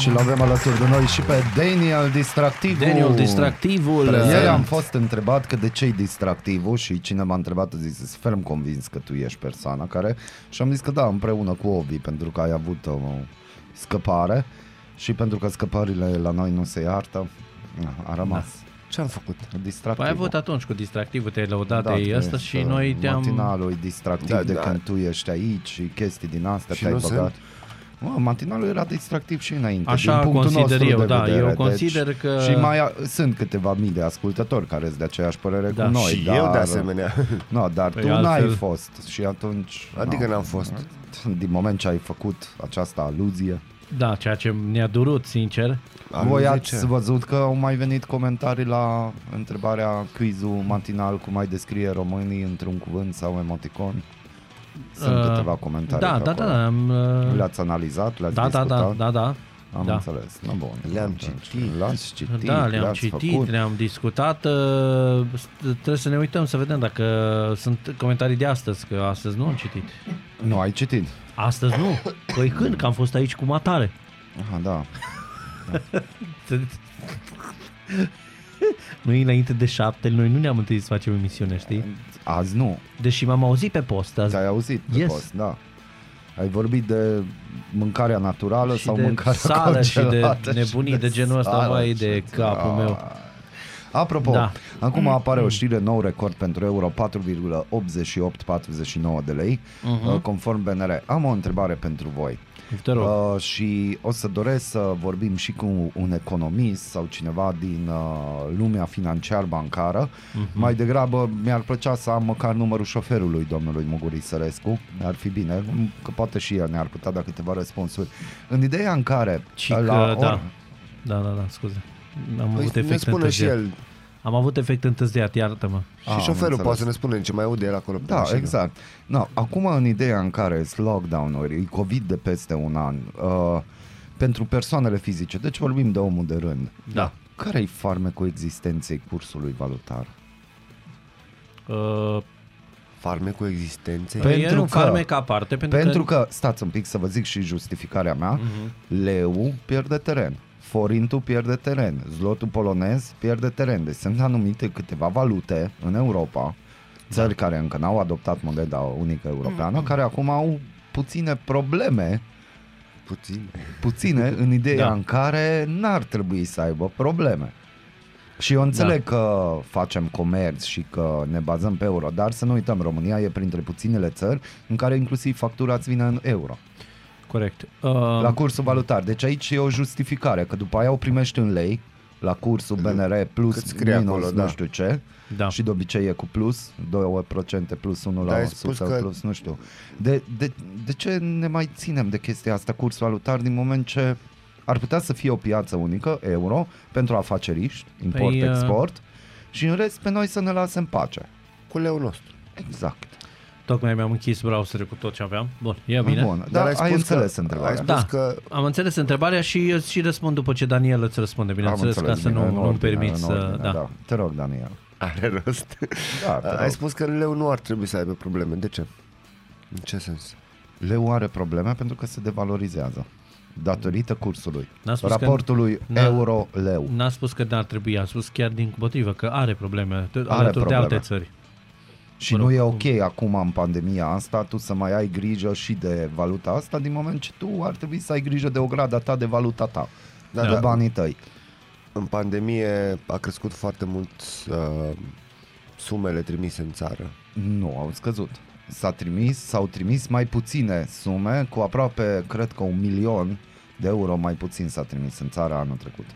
Speaker 2: Și l-avem alături de noi și pe Daniel Distractivul.
Speaker 1: Daniel Distractivul.
Speaker 2: Ieri am fost întrebat că de ce-i distractivul și cine m-a întrebat a zis, ferm convins că tu ești persoana care... Și am zis că da, împreună cu Ovi, pentru că ai avut o scăpare și pentru că scăpările la noi nu se iartă, a rămas.
Speaker 3: Ce-am făcut?
Speaker 2: Da. Distractivul.
Speaker 1: Păi ai avut atunci cu distractivul, te-ai lăudat
Speaker 2: Da,
Speaker 1: da, de
Speaker 2: tu
Speaker 1: asta
Speaker 2: ești,
Speaker 1: și
Speaker 2: uh,
Speaker 1: noi te-am...
Speaker 2: Matinalul e distractiv da,
Speaker 3: Da,
Speaker 2: de
Speaker 3: da.
Speaker 2: când tu ești aici și chestii din astea
Speaker 3: Și
Speaker 2: te-ai
Speaker 3: nu
Speaker 2: băgat. Mă, matinalul era distractiv și înainte,
Speaker 1: Așa
Speaker 2: din punctul
Speaker 1: consider
Speaker 2: nostru
Speaker 1: eu,
Speaker 2: de
Speaker 1: da,
Speaker 2: vedere. deci
Speaker 1: eu consider că-
Speaker 2: Și mai a, sunt câteva mii de ascultători care sunt de aceeași părere
Speaker 1: Da.
Speaker 2: cu noi.
Speaker 3: Și
Speaker 2: dar,
Speaker 3: eu de asemenea.
Speaker 2: No, dar
Speaker 1: Păi
Speaker 2: tu n-ai
Speaker 1: altfel-
Speaker 2: fost și atunci...
Speaker 3: Adică
Speaker 2: no.
Speaker 3: n-am fost.
Speaker 2: Din moment ce ai făcut această aluzie,
Speaker 1: Da, ceea ce ne-a durut, sincer.
Speaker 3: Aluzie
Speaker 2: voi ați
Speaker 3: ce?
Speaker 2: văzut că au mai venit comentarii la întrebarea quizul matinal cum mai descrie românii într-un cuvânt sau emoticon? Sunt
Speaker 1: Uh,
Speaker 2: câteva comentarii
Speaker 1: Da,
Speaker 2: pe
Speaker 1: da,
Speaker 2: acolo.
Speaker 1: da, am... uh,
Speaker 2: Le-ați analizat, le-ați
Speaker 1: Da, da,
Speaker 2: discutat?
Speaker 1: da, da, da.
Speaker 2: Am
Speaker 1: da.
Speaker 2: înțeles. No, bun.
Speaker 3: Le-am
Speaker 2: Atunci,
Speaker 3: citit.
Speaker 2: Le-ați citit,
Speaker 1: Da, le-am
Speaker 2: le-ați
Speaker 1: citit,
Speaker 2: făcut.
Speaker 1: le-am discutat. uh, s- Trebuie să ne uităm să vedem dacă sunt comentarii de astăzi, că astăzi nu am citit.
Speaker 2: Nu, ai citit.
Speaker 1: Astăzi nu. Păi când? Că am fost aici cu matare.
Speaker 2: Aha, da.
Speaker 1: Noi înainte de șapte, noi nu ne-am întâlnit să facem emisiune, știi?
Speaker 2: Azi nu.
Speaker 1: Deși m-am auzit pe post azi.
Speaker 2: Ți-ai auzit pe
Speaker 1: Yes.
Speaker 2: post, da. Ai vorbit de mâncarea naturală
Speaker 1: și
Speaker 2: sau
Speaker 1: de
Speaker 2: mâncarea
Speaker 1: sală și de
Speaker 2: congelată
Speaker 1: nebunii de genul ăsta,
Speaker 2: sală
Speaker 1: vai
Speaker 2: și
Speaker 1: de capul
Speaker 2: Da.
Speaker 1: meu.
Speaker 2: Apropo, da.
Speaker 1: Da.
Speaker 2: acum apare o știre nou record pentru euro 4,8849 de lei,
Speaker 1: Mhm.
Speaker 2: uh-huh. conform BNR. Am o întrebare pentru voi.
Speaker 1: Te rog.
Speaker 2: Uh, și o să doresc să vorbim și cu un economist sau cineva din uh, lumea financiar-bancară.
Speaker 1: Mhm.
Speaker 2: Uh-huh. Mai degrabă mi-ar plăcea să am măcar numărul șoferului domnului Muguri Sărescu. Ar fi bine, că poate și el ne-ar putea da câteva răspunsuri. În ideea în care...
Speaker 1: Ci că,
Speaker 2: la
Speaker 1: da. Da, da, da, scuze. Am avut
Speaker 3: Păi ne
Speaker 1: efect
Speaker 3: spune și
Speaker 1: întârziat.
Speaker 3: el.
Speaker 1: Am avut efect întârziat, iartă-mă.
Speaker 2: Ah,
Speaker 3: Și
Speaker 2: am
Speaker 3: șoferul
Speaker 2: înțeles.
Speaker 3: poate să ne spune ce mai aude el acolo. pe
Speaker 2: Da,
Speaker 3: mașină.
Speaker 2: exact. No, acum, în ideea în care sunt lockdown-uri, e COVID de peste un an, uh, pentru persoanele fizice, deci vorbim de omul de rând,
Speaker 1: Da.
Speaker 2: care-i farmecul existenței cursului valutar?
Speaker 1: Uh,
Speaker 3: Farmecul existenței.
Speaker 2: Pe-
Speaker 1: pentru
Speaker 2: Pentru
Speaker 1: e un
Speaker 2: că-
Speaker 1: farmec aparte, pentru,
Speaker 2: Pentru că, stați un pic să vă zic și justificarea mea, uh-huh. leu pierde teren, forintul pierde teren, zlotul polonez pierde teren. Deci sunt anumite câteva valute în Europa, țări care încă n-au adoptat moneda unică europeană, care acum au puține probleme
Speaker 3: Puțin.
Speaker 2: puține în ideea da.
Speaker 1: Da.
Speaker 2: în care n-ar trebui să aibă probleme. Și eu înțeleg da. că facem comerț și că ne bazăm pe euro, dar să nu uităm, România e printre puținele țări în care inclusiv factura îți vine în euro,
Speaker 1: Corect. Uh,
Speaker 2: la cursul valutar. Deci aici e o justificare, că după aia o primești în lei, la cursul BNR
Speaker 3: Cât
Speaker 2: plus,
Speaker 3: scrie
Speaker 2: minus,
Speaker 3: acolo,
Speaker 2: nu
Speaker 3: da.
Speaker 2: știu ce,
Speaker 1: Da.
Speaker 2: și de obicei e cu plus, 2% plus 1
Speaker 3: Dar
Speaker 2: la
Speaker 3: ai spus
Speaker 2: 100
Speaker 3: că-
Speaker 2: plus, nu știu. De, de, de ce ne mai ținem de chestia asta, curs valutar, din moment ce ar putea să fie o piață unică, euro, pentru afaceriști,
Speaker 1: Păi, uh,
Speaker 2: import-export, și în rest pe noi să ne lase în pace.
Speaker 3: Cu leul nostru.
Speaker 2: Exact.
Speaker 1: Tocmai mi-am închis browserul cu tot ce aveam. Bun, e bine.
Speaker 2: Ah, Bun, dar, ai,
Speaker 3: ai
Speaker 2: ai
Speaker 3: spus că-
Speaker 2: înțeles
Speaker 3: ai
Speaker 2: întrebarea.
Speaker 3: spus-
Speaker 1: Da,
Speaker 3: că-
Speaker 1: am înțeles întrebarea și eu și răspund după ce Daniel îți răspunde,
Speaker 2: Am
Speaker 1: bineînțeles, ca să
Speaker 2: bine,
Speaker 1: nu,
Speaker 2: în
Speaker 1: nu-mi
Speaker 2: ordine, da.
Speaker 1: permit
Speaker 2: în
Speaker 1: să... da.
Speaker 2: ordine, da. Te rog, Daniel.
Speaker 3: Are rost.
Speaker 2: Da, te rog.
Speaker 3: Ai spus că leu nu ar trebui să aibă probleme. De ce? În ce sens?
Speaker 2: Leu are probleme pentru că se devalorizează datorită cursului,
Speaker 5: N-a spus că-
Speaker 2: raportului
Speaker 5: n-a-
Speaker 2: euro-leu.
Speaker 5: N-a spus că n-ar trebui, a spus chiar din potrivă, că are probleme are alături de
Speaker 2: probleme.
Speaker 5: alte țări.
Speaker 2: Și nu e ok acum în pandemia asta tu să mai ai grijă și de valuta asta din moment ce tu ar trebui să ai grijă de ograda ta, de valuta ta,
Speaker 3: Da,
Speaker 2: da, de da.
Speaker 3: da.
Speaker 2: banii tăi.
Speaker 3: În pandemie a crescut foarte mult uh, sumele trimise în țară.
Speaker 2: Nu, au scăzut. S-a trimis, s-au trimis mai puține sume, cu aproape, cred că un milion de euro mai puțin s-a trimis în țara anul trecut,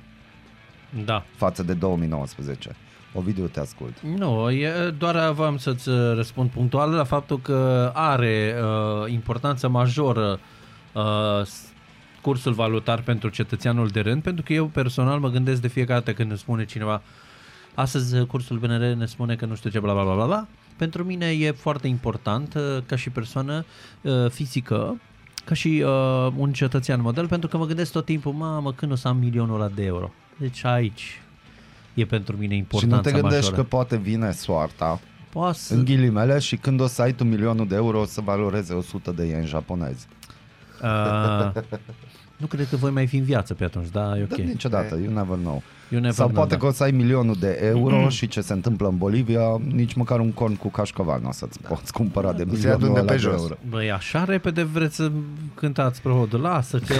Speaker 5: Da.
Speaker 2: față de 2019. Ovidiu, te ascult.
Speaker 1: Nu, e, doar v-am să-ți uh, răspund punctual la faptul că are uh, importanță majoră uh, s- cursul valutar pentru cetățeanul de rând, pentru că eu personal mă gândesc de fiecare dată când îmi spune cineva astăzi uh, cursul BNR ne spune că nu știu ce, bla bla bla bla, bla. Pentru mine e foarte important uh, ca și persoană uh, fizică, ca și uh, un cetățean model, pentru că mă gândesc tot timpul, mamă, când o să am milionul ăla de euro? Deci aici e pentru
Speaker 2: Și
Speaker 1: mine
Speaker 2: nu
Speaker 1: importanța
Speaker 2: te gândești
Speaker 1: majoră.
Speaker 2: că poate vine soarta,
Speaker 1: Poate să...
Speaker 2: în ghilimele, și când o să ai tu milionul de euro, o să valoreze 100 de ieni japonezi.
Speaker 1: A, Ah. nu cred că voi mai fi în viață pe atunci, da, e ok.
Speaker 2: Okay. Dar niciodată, you never know.
Speaker 1: You never
Speaker 2: Sau
Speaker 1: know,
Speaker 2: poate
Speaker 1: da. Mm.
Speaker 2: că o să ai milionul de euro și ce se întâmplă în Bolivia, nici măcar un corn cu cașcaval nu o să-ți poți cumpăra de
Speaker 3: Se adun
Speaker 2: milionul
Speaker 3: de
Speaker 2: ăla
Speaker 3: pe
Speaker 2: de
Speaker 3: jos.
Speaker 2: euro.
Speaker 1: Băi, așa repede vreți să cântați prohodul. Lasă că...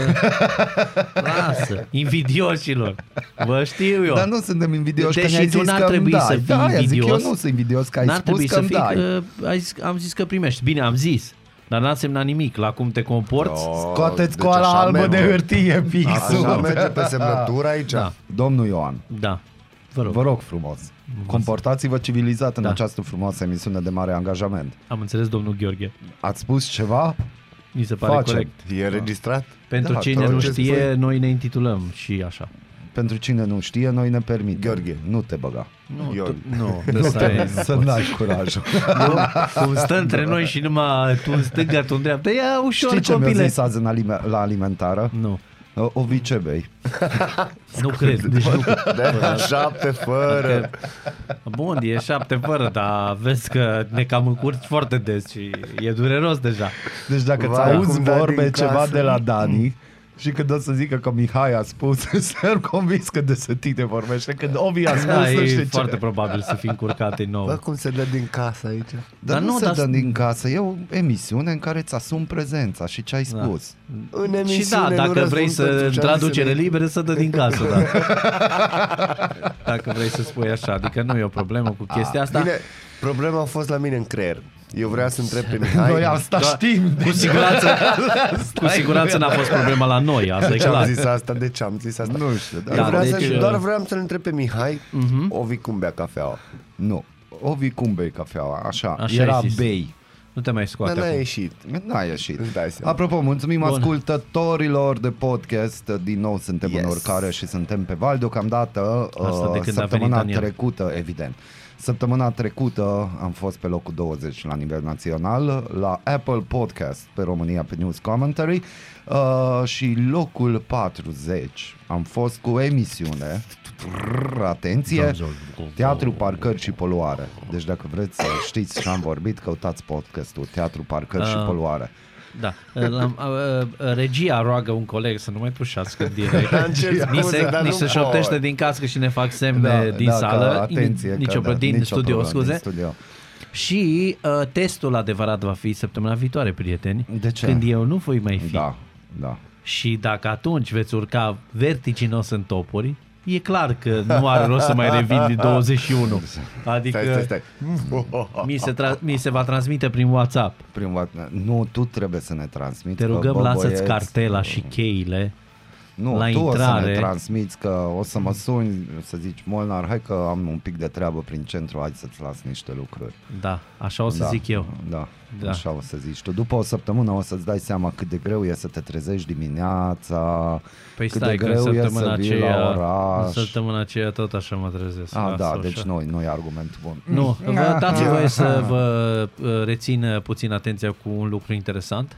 Speaker 1: Lasă. Invidioșilor. Vă știu eu.
Speaker 2: Dar nu suntem invidioși
Speaker 1: Deși
Speaker 2: că ne-ai
Speaker 1: tu
Speaker 2: zis
Speaker 1: n-ar
Speaker 2: că
Speaker 1: trebui
Speaker 2: îmi dai.
Speaker 1: să fii
Speaker 2: da, aia zic, eu
Speaker 1: invidios.
Speaker 2: nu sunt invidios că ai
Speaker 1: N-ar
Speaker 2: spus
Speaker 1: trebui
Speaker 2: că
Speaker 1: să
Speaker 2: îmi
Speaker 1: fii,
Speaker 2: dai.
Speaker 1: că, ai zis, am zis că primești. Bine, am zis. Dar n-a semnat nimic la cum te comporți.
Speaker 2: Scoateți
Speaker 3: deci
Speaker 2: coala
Speaker 3: așa
Speaker 2: albă
Speaker 3: merge.
Speaker 2: de hârtie pixul.
Speaker 3: Așa merge pe semnătură aici?
Speaker 1: Da,
Speaker 2: Domnul Ioan,
Speaker 1: da. Vă rog. Da.
Speaker 2: vă rog frumos, comportați-vă civilizat în această frumoasă emisiune de mare angajament.
Speaker 1: Am înțeles, domnul Gheorghe.
Speaker 2: Ați spus ceva?
Speaker 1: Mi se pare
Speaker 2: Facem.
Speaker 1: corect.
Speaker 3: E înregistrat?
Speaker 1: Pentru
Speaker 2: Da,
Speaker 1: cine
Speaker 2: tot
Speaker 1: nu
Speaker 2: ce
Speaker 1: știe, noi ne intitulăm și așa.
Speaker 2: Pentru cine nu știe, noi ne permitem.
Speaker 3: Gheorghe.
Speaker 2: Nu te băga.
Speaker 1: Nu,
Speaker 3: Eu-
Speaker 1: tu, nu, de stai,
Speaker 2: Să n-ai curajul.
Speaker 1: nu, cum stă între noi și numai tu în stânga, tu în dreapta, ia ușor,
Speaker 2: Știi ce mi-a
Speaker 1: copile. Mm.
Speaker 2: zis azi în alime- la alimentară?
Speaker 1: Nu,
Speaker 2: O, o vicebei.
Speaker 1: nu cred, deci nu.
Speaker 3: Da, șapte fără.
Speaker 1: Că, bun, e șapte fără, dar vezi că ne cam încurci foarte des și e dureros deja.
Speaker 2: Deci dacă ți
Speaker 3: Vai,
Speaker 2: auzi
Speaker 3: cum dai
Speaker 2: vorbe
Speaker 3: din
Speaker 2: ceva
Speaker 3: casă.
Speaker 2: de la
Speaker 1: Mm.
Speaker 2: Dani și când o să zică că Mihai a spus, sunt convins că de tine vorbește, când Ovi a spus,
Speaker 1: Da,
Speaker 2: nu știu
Speaker 1: e
Speaker 2: ce.
Speaker 1: foarte probabil să fim încurcat din nou.
Speaker 3: Bă, cum se dă din casă aici?
Speaker 2: Dar,
Speaker 1: Dar
Speaker 2: nu,
Speaker 1: nu,
Speaker 2: se
Speaker 1: dar-
Speaker 2: dă din casă, e o emisiune în care îți asumi prezența și ce ai
Speaker 1: Da.
Speaker 2: spus.
Speaker 3: În
Speaker 1: Și da,
Speaker 3: emisiune nu
Speaker 1: dacă
Speaker 3: răspund
Speaker 1: vrei
Speaker 3: pentru ce
Speaker 1: să
Speaker 3: am zis
Speaker 1: traducere
Speaker 3: înainte.
Speaker 1: liberă, să dă din casă, da. Dacă vrei să spui așa, adică nu e o problemă cu chestia asta.
Speaker 3: Ah, Bine, problema a fost la mine în creier. Eu vreau să întreb pe
Speaker 2: Da.
Speaker 3: Mihai.
Speaker 2: Noi asta
Speaker 1: Doar-
Speaker 2: știm.
Speaker 1: Cu siguranță, cu siguranță n-a fost problema la noi, asta e
Speaker 3: De ce am
Speaker 1: clar.
Speaker 3: zis asta? De ce am zis asta?
Speaker 2: Nu știu, da.
Speaker 3: Eu
Speaker 1: Da,
Speaker 3: vreau
Speaker 1: deci,
Speaker 3: să,
Speaker 1: uh, Mhm.
Speaker 3: doar vreau să-l întreb pe Mihai uh-huh. Ovi cum bea cafeaua.
Speaker 2: Nu. Ovi cum bei cafeaua? Așa,
Speaker 1: Așa
Speaker 2: Așa era
Speaker 1: ai zis.
Speaker 2: bei.
Speaker 1: Nu te mai
Speaker 3: Dar
Speaker 1: scoate
Speaker 3: n-a
Speaker 1: acum. Adică
Speaker 3: ieșit.
Speaker 2: N-a ieșit.
Speaker 3: Îți dai seama.
Speaker 2: Apropo, mulțumim Bun.
Speaker 1: Bun.
Speaker 2: ascultătorilor de podcast. Din nou suntem yes.
Speaker 3: Yes.
Speaker 2: în urcare și suntem pe val. Deocamdată,
Speaker 1: Asta de
Speaker 2: uh,
Speaker 1: când a
Speaker 2: săptămâna
Speaker 1: venit Daniel.
Speaker 2: trecută, evident. Săptămâna trecută am fost pe locul 20 la nivel național la Apple Podcast pe România pe News Commentary uh, și locul 40 am fost cu emisiune Trrr,
Speaker 1: Da,
Speaker 2: atenție Teatru, parcări și poluare. Deci dacă vreți să știți ce am vorbit, căutați podcastul Teatru, parcări și
Speaker 1: Ah.
Speaker 2: poluare.
Speaker 1: Da. L-am- a- a- a- Regia roagă un coleg să nu mai tușească în direct.
Speaker 3: Dar încerc
Speaker 1: Ni
Speaker 3: scuze,
Speaker 1: se,
Speaker 3: dar
Speaker 1: ni
Speaker 3: nu
Speaker 1: se
Speaker 3: pot.
Speaker 1: șoptește din cască și ne fac semne
Speaker 2: Da,
Speaker 1: din
Speaker 2: da, că
Speaker 1: sală.
Speaker 2: atenție,
Speaker 1: Nici
Speaker 2: că
Speaker 1: o
Speaker 2: da,
Speaker 1: din
Speaker 2: nicio
Speaker 1: studio,
Speaker 2: problemă,
Speaker 1: scuze.
Speaker 2: Din studio.
Speaker 1: Și uh, testul adevărat va fi săptămâna viitoare, prieteni.
Speaker 2: De ce?
Speaker 1: Când eu nu voi mai fi.
Speaker 2: Da, da.
Speaker 1: Și dacă atunci veți urca vertiginos în topuri, e clar că nu are rost să mai revin din 21. Adică
Speaker 3: Stai, stai, stai.
Speaker 1: Mi, se tra- mi se va transmite prin WhatsApp.
Speaker 2: Prin va- nu, tu trebuie să ne transmiți.
Speaker 1: Te
Speaker 2: că,
Speaker 1: rugăm,
Speaker 2: bă,
Speaker 1: lasă-ți
Speaker 2: băieți, uh,
Speaker 1: cartela și cheile.
Speaker 2: Nu,
Speaker 1: la
Speaker 2: tu o să
Speaker 1: intrare.
Speaker 2: ne transmiți că o să mă suni, să zici, Molnar, hai că am un pic de treabă prin centru, hai să-ți las niște lucruri.
Speaker 1: Da, așa o să
Speaker 2: da,
Speaker 1: zic eu.
Speaker 2: Da, da,
Speaker 1: Da.
Speaker 2: așa o să zici tu. După o săptămână o să-ți dai seama cât de greu e să te trezești dimineața,
Speaker 1: Păi
Speaker 2: cât
Speaker 1: stai
Speaker 2: de
Speaker 1: că în
Speaker 2: greu e să
Speaker 1: săptămâna
Speaker 2: vii
Speaker 1: aceea,
Speaker 2: la
Speaker 1: în
Speaker 2: oraș.
Speaker 1: săptămâna aceea tot așa mă trezesc.
Speaker 2: A,
Speaker 1: las-o
Speaker 2: da,
Speaker 1: așa.
Speaker 2: deci noi, noi argument bun.
Speaker 1: Nu, vă dați voie să vă uh, rețin uh, puțin atenția cu un lucru interesant.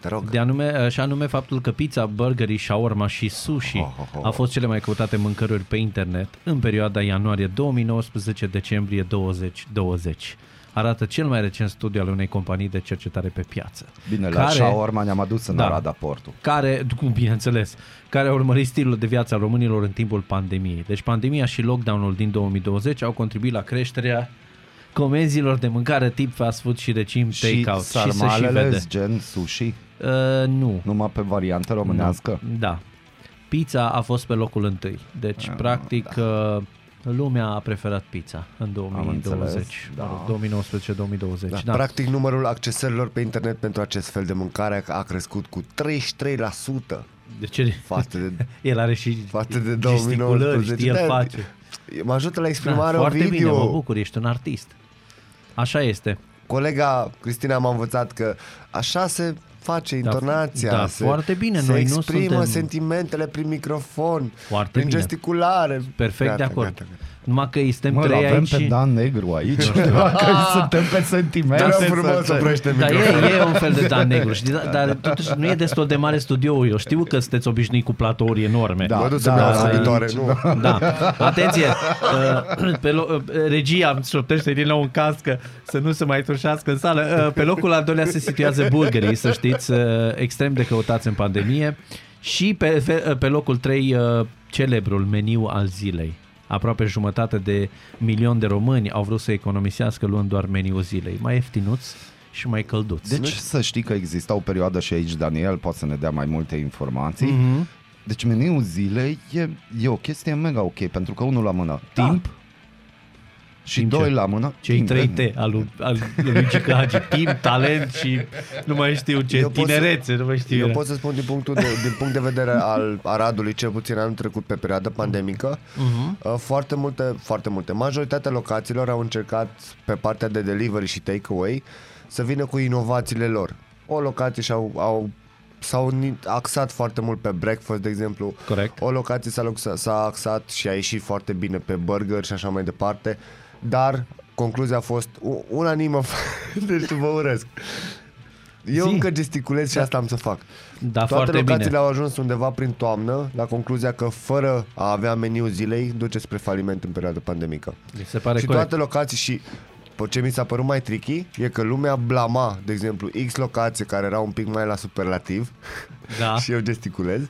Speaker 3: Te rog.
Speaker 1: De anume, și anume faptul că pizza, burgerii, shawarma și sushi
Speaker 2: Oh,
Speaker 3: Ho, ho, ho.
Speaker 1: a fost cele mai căutate mâncăruri pe internet în perioada ianuarie 2019-decembrie 2020. Arată cel mai recent studiu al unei companii de cercetare pe piață.
Speaker 2: Bine, la shawarma ne-am adus în
Speaker 1: Da.
Speaker 2: Arada portul.
Speaker 1: care, cum bineînțeles, care a urmărit stilul de viață al românilor în timpul pandemiei. Deci pandemia și lockdown-ul din 2020 au contribuit la creșterea comenzilor de mâncare tip fast food și regim
Speaker 2: Și
Speaker 1: take-out. Și, se și
Speaker 2: sarmalele
Speaker 1: vede.
Speaker 2: gen sushi,
Speaker 1: Uh, nu.
Speaker 2: numai pe variantă românească.
Speaker 1: Da. Pizza a fost pe locul întâi. Deci, practic, da. lumea a preferat pizza în 2020.
Speaker 2: înțeles,
Speaker 1: Da. 2019-2020. Da,
Speaker 3: Da. Practic numărul accesărilor pe internet pentru acest fel de mâncare a crescut cu 33%
Speaker 1: De ce?
Speaker 3: față de
Speaker 1: El are și
Speaker 3: față de
Speaker 1: gesticulări,
Speaker 3: 2019.
Speaker 1: știi, el
Speaker 3: Da,
Speaker 1: face.
Speaker 3: Mă ajută la
Speaker 1: Da,
Speaker 3: exprimare o
Speaker 1: foarte
Speaker 3: video.
Speaker 1: bine, mă bucur, ești un artist. Așa este.
Speaker 3: Colega Cristina m-a învățat că așa se face intonația.
Speaker 1: da,
Speaker 3: se,
Speaker 1: foarte bine,
Speaker 3: se
Speaker 1: noi nu
Speaker 3: exprimă
Speaker 1: suntem-
Speaker 3: sentimentele prin microfon,
Speaker 1: Foarte
Speaker 3: prin
Speaker 1: bine.
Speaker 3: gesticulare.
Speaker 1: Perfect
Speaker 3: Gata,
Speaker 1: de acord.
Speaker 3: gata, gata.
Speaker 1: Numai că suntem
Speaker 2: Mă,
Speaker 1: trei
Speaker 2: avem
Speaker 1: aici.
Speaker 2: pe
Speaker 1: și-
Speaker 2: Dan Negru aici, dacă suntem pe sentimente.
Speaker 3: Te rog
Speaker 2: să-
Speaker 3: frumos,
Speaker 2: să-
Speaker 3: oprește
Speaker 1: Dar
Speaker 3: microfonul.
Speaker 1: e, e un fel de Dan Negru, știi? Dar, dar totuși nu e destul de mare studioul. Eu știu că sunteți obișnuit cu platouri enorme.
Speaker 3: Mă duc să-mi
Speaker 2: Da,
Speaker 3: iau
Speaker 2: da,
Speaker 3: sărbitoare, nu?
Speaker 1: Da, atenție, uh, pe lo- uh, regia îmi șoptește din nou în cască să nu se mai tușească în sală. Uh, Pe locul al doilea se situează burgerii, să știți, uh, extrem de căutați în pandemie. Și pe, fe- uh, pe locul 3, celebrul meniu al zilei. Aproape jumătate de milion de români au vrut să economisească luând doar meniul zilei. Mai ieftinuț și mai călduț.
Speaker 2: Deci să știi că exista o perioadă și aici Daniel poate să ne dea mai multe informații.
Speaker 1: Mhm.
Speaker 2: Deci meniul zilei e, e o chestie mega ok, pentru că unul la mână timp și
Speaker 1: Timp
Speaker 2: doi
Speaker 1: Da. ce-
Speaker 2: la mână
Speaker 1: Cei
Speaker 2: timp.
Speaker 1: trei T al lui, al lui Gică Hagi, timp, talent și nu mai știu ce,
Speaker 3: Eu pot să-
Speaker 1: tinerețe, nu mai știu.
Speaker 3: Eu
Speaker 1: era.
Speaker 3: pot să spun din, punctul de, din punct de vedere al Aradului, cel puțin anul trecut pe perioada pandemică, uh-huh. foarte multe, foarte multe, majoritatea locațiilor au încercat pe partea de delivery și takeaway să vină cu inovațiile lor. O locație și-au au, s-au ni- axat foarte mult pe breakfast, de exemplu.
Speaker 1: Corect.
Speaker 3: O locație s-a, luxa- s-a axat și a ieșit foarte bine pe burger și așa mai departe, dar concluzia a fost u- unanimă, deci vă urăsc. Eu
Speaker 1: Zi.
Speaker 3: încă gesticulez și asta am să fac.
Speaker 1: Da,
Speaker 3: Toate
Speaker 1: foarte
Speaker 3: locațiile
Speaker 1: bine.
Speaker 3: au ajuns undeva prin toamnă la concluzia că fără a avea meniu zilei duce spre faliment în perioada pandemică.
Speaker 1: Mi se pare
Speaker 3: și
Speaker 1: corect.
Speaker 3: toate locații și pe ce mi s-a părut mai tricky e că lumea blama, de exemplu, X locație care era un pic mai la superlativ
Speaker 1: Da.
Speaker 3: și eu gesticulez,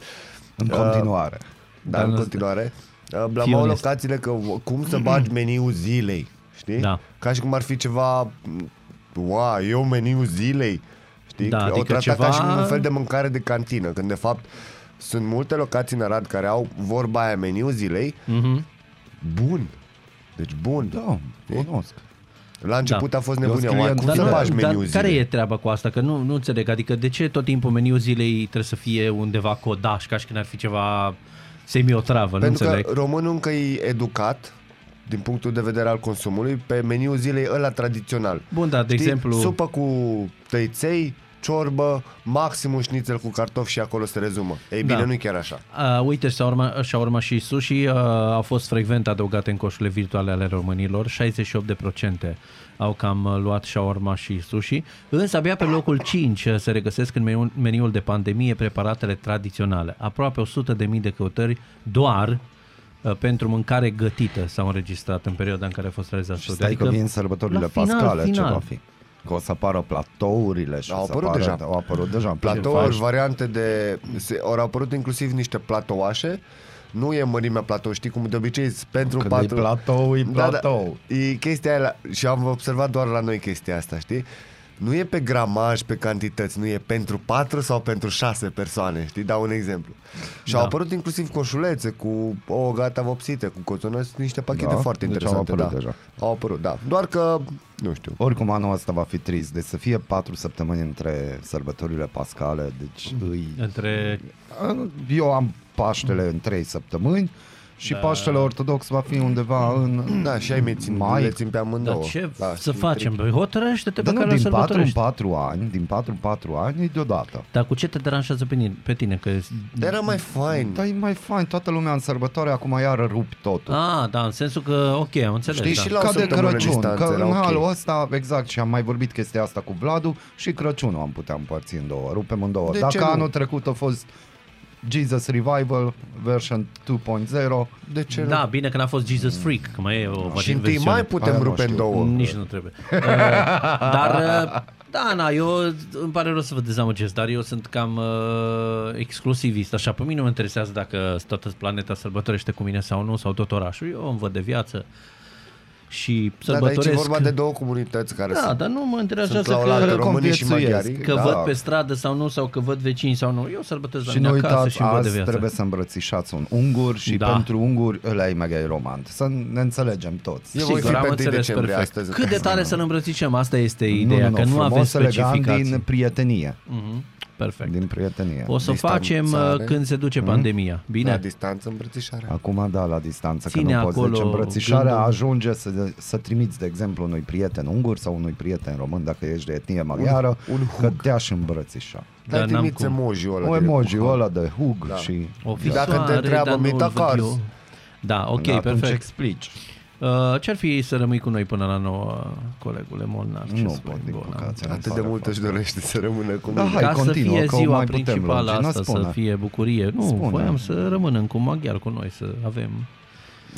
Speaker 2: În
Speaker 1: Uh,
Speaker 2: continuare.
Speaker 3: dar în continuare, uh, blamau
Speaker 1: onest.
Speaker 3: locațiile că "O, cum să bagi meniu zilei, știi?
Speaker 1: Da.
Speaker 3: Ca și cum ar fi ceva, wow, eu meniu zilei, știi?
Speaker 1: Da,
Speaker 3: Că o
Speaker 1: adică
Speaker 3: trata ca
Speaker 1: ceva-
Speaker 3: și un fel de mâncare de cantină, când de fapt sunt multe locații în Arad care au vorba aia meniu zilei,
Speaker 1: Mhm.
Speaker 3: bun, deci bun.
Speaker 2: Da, cunosc.
Speaker 3: La început
Speaker 1: Da.
Speaker 3: a fost
Speaker 2: Eu
Speaker 3: nebunia,
Speaker 2: scriu
Speaker 3: mai
Speaker 2: în-
Speaker 3: cum
Speaker 2: Dar
Speaker 3: să
Speaker 2: nu-
Speaker 3: bagi meniu
Speaker 1: dar
Speaker 3: zilei?
Speaker 1: care e treaba cu asta? Că nu, nu înțeleg. Adică de ce tot timpul meniul zilei trebuie să fie undeva codaș, ca și când ar fi ceva semi-otravă, nu
Speaker 3: Pentru
Speaker 1: înțeleg.
Speaker 3: că uh, românul încă e educat din punctul de vedere al consumului pe meniul zilei ăla tradițional.
Speaker 1: Bun, da, de exemplu-
Speaker 3: Supă cu tăiței, ciorbă, maxim un șnițel cu cartofi și acolo se rezumă. Ei bine,
Speaker 1: Da.
Speaker 3: nu-i chiar așa.
Speaker 1: Uh, uite, shawarma, shawarma și sushi uh, au fost frecvent adăugate în coșurile virtuale ale românilor. 68% au cam uh, luat shawarma și sushi. Însă abia pe locul 5 se regăsesc în meniul, meniul de pandemie preparatele tradiționale. Aproape 100.000 de căutări doar uh, pentru mâncare gătită s-au înregistrat în perioada în care a fost realizat
Speaker 2: Și
Speaker 1: studiul.
Speaker 2: stai că vin sărbătorile
Speaker 1: la final,
Speaker 2: pascale,
Speaker 1: final.
Speaker 2: ce va fi? Că o să apară platourile și
Speaker 3: Au
Speaker 2: o să
Speaker 3: apărut
Speaker 2: apară,
Speaker 3: deja.
Speaker 2: Au apărut deja. în
Speaker 3: Platouri,
Speaker 2: faci?
Speaker 3: variante de... Se, au apărut inclusiv niște platouașe. Nu e mărimea platou, știi cum de obicei sunt pentru
Speaker 2: Când
Speaker 3: patru...
Speaker 2: e platou, e platou.
Speaker 3: Da, da, e chestia aia la, și am observat doar la noi chestia asta, știi? Nu e pe gramaj, pe cantități, nu e pentru patru sau pentru șase persoane, știi? Dau un exemplu. Și da. au apărut inclusiv coșulețe cu o gata vopsite, cu coțonăți, niște pachete
Speaker 2: Da,
Speaker 3: foarte
Speaker 2: deci au
Speaker 3: interesante.
Speaker 2: apărut
Speaker 3: da.
Speaker 2: deja.
Speaker 3: Au apărut, da. Doar că, nu știu,
Speaker 2: Oricum anul ăsta va fi trist, deci să fie patru săptămâni între sărbătorile pascale, deci îi...
Speaker 1: Între...
Speaker 2: Eu am Paștele în trei săptămâni, Și da. Paștele Ortodox va fi undeva
Speaker 1: Mm.
Speaker 2: în...
Speaker 3: Da, și ai mi țin,
Speaker 2: Mai.
Speaker 3: le țin pe amândouă.
Speaker 1: Dar ce
Speaker 3: da,
Speaker 1: să
Speaker 3: și
Speaker 1: facem? Păi hotărăște-te
Speaker 2: Dar
Speaker 1: pe
Speaker 2: nu,
Speaker 1: care o
Speaker 2: din 4 în
Speaker 1: sărbătorești.
Speaker 2: 4 ani, din 4 în 4 ani, e deodată.
Speaker 1: Dar cu ce te deranjează pe tine? Pe tine că...
Speaker 3: Dar era mai fain.
Speaker 2: Dar e mai fain, toată lumea în sărbătoare, acum iară rup totul.
Speaker 1: Ah, da, în sensul că, ok, am înțeles.
Speaker 3: Știi,
Speaker 1: da.
Speaker 3: și la o
Speaker 2: ca de
Speaker 3: săptămână
Speaker 2: Crăciun,
Speaker 3: distanță
Speaker 2: că
Speaker 3: era
Speaker 2: în halul
Speaker 3: ok.
Speaker 2: ăsta, exact, și am mai vorbit chestia asta cu Vladu, și Crăciunul am putea împărți în două, rupem în două.
Speaker 3: De
Speaker 2: Dacă
Speaker 3: ce nu?
Speaker 2: anul trecut a fost Jesus Revival version 2.0,
Speaker 3: De ce nu?
Speaker 1: Da, bine că n-a fost Jesus Freak, că mai e o
Speaker 3: Și
Speaker 1: variantă
Speaker 3: întâi
Speaker 1: versiune.
Speaker 3: mai putem
Speaker 2: Aia nu
Speaker 3: rupe în
Speaker 2: știu.
Speaker 3: două.
Speaker 1: Nici nu trebuie. Uh, dar, uh, da, na, eu îmi pare rău să vă dezamăgesc, dar eu sunt cam uh, exclusivist, așa, pe mine mă interesează dacă toată planeta sărbătorește cu mine sau nu, sau tot orașul, eu îmi văd de viață și
Speaker 3: Da, dar aici e
Speaker 1: sărbătoresc.
Speaker 3: vorba de două comunități care
Speaker 1: da,
Speaker 3: sunt.
Speaker 1: dar nu mă interesează
Speaker 3: la
Speaker 1: că,
Speaker 3: oaltă,
Speaker 2: care
Speaker 3: românii și
Speaker 2: conviețuiesc,
Speaker 3: maghiarii.
Speaker 1: că
Speaker 2: da.
Speaker 1: văd pe stradă sau nu, sau că văd vecini sau nu. Eu sărbătoresc la
Speaker 2: Și
Speaker 1: mine
Speaker 2: nu
Speaker 1: acasă
Speaker 2: uitați,
Speaker 1: și îmi văd de
Speaker 2: azi
Speaker 1: viață.
Speaker 2: trebuie să îmbrățișați un ungur și
Speaker 1: Da.
Speaker 2: da. pentru unguri ăla e mega romant. Să ne înțelegem toți.
Speaker 3: Eu voi
Speaker 1: Sigur,
Speaker 3: fi
Speaker 1: am
Speaker 3: pe 1
Speaker 1: înțeles
Speaker 3: decembrie
Speaker 1: perfect.
Speaker 3: astăzi.
Speaker 1: Cât de tare să-l îmbrățișăm, asta este ideea, că nu avem
Speaker 2: frumos,
Speaker 1: specificații. Mm.
Speaker 2: elegant din prietenie.
Speaker 1: Perfect.
Speaker 2: Din Hmm? prietenie.
Speaker 1: O să o facem
Speaker 3: Distanțare.
Speaker 1: uh, când se duce
Speaker 2: Da,
Speaker 1: pandemia.
Speaker 3: La
Speaker 1: Bine?
Speaker 3: distanță îmbrățișare.
Speaker 2: Acum da, la distanță,
Speaker 1: Ține
Speaker 2: că nu poți.
Speaker 1: acolo
Speaker 2: Deci îmbrățișarea
Speaker 1: gândul.
Speaker 2: ajunge să, să trimiți, de exemplu, unui prieten ungur sau unui prieten român, dacă ești de etnie maghiară,
Speaker 3: Un-
Speaker 2: un,
Speaker 3: un
Speaker 2: un că te-aș îmbrățișa.
Speaker 3: Dar
Speaker 1: Dar n-am
Speaker 3: trimiți
Speaker 1: cum.
Speaker 3: emoji-ul ăla.
Speaker 2: O
Speaker 3: direct.
Speaker 2: emoji ăla de hug da. și...
Speaker 1: O
Speaker 3: te
Speaker 1: fisoare,
Speaker 3: întreabă,
Speaker 1: dar nu-l
Speaker 3: Mita
Speaker 1: văd
Speaker 3: Cars.
Speaker 1: eu. Da, ok,
Speaker 2: atunci
Speaker 1: perfect.
Speaker 2: explici.
Speaker 1: Uh, ce-ar fi să rămâi cu noi până la nouă, colegule Molnar? Ce
Speaker 2: nu
Speaker 1: spui,
Speaker 2: pot, din
Speaker 1: bună?
Speaker 2: păcate.
Speaker 3: Atât
Speaker 2: îmi
Speaker 3: de
Speaker 2: pare
Speaker 3: mult își dorește să rămână cu
Speaker 2: Da,
Speaker 3: mine.
Speaker 2: hai.
Speaker 1: Ca să
Speaker 2: continuă,
Speaker 1: fie
Speaker 2: că
Speaker 1: ziua
Speaker 2: mai putem
Speaker 1: principală
Speaker 2: lungi, n-a
Speaker 1: asta, să
Speaker 2: spune.
Speaker 1: fie bucurie. Nu,
Speaker 2: Spune.
Speaker 1: voiam să rămânem cu maghiar cu noi, să avem...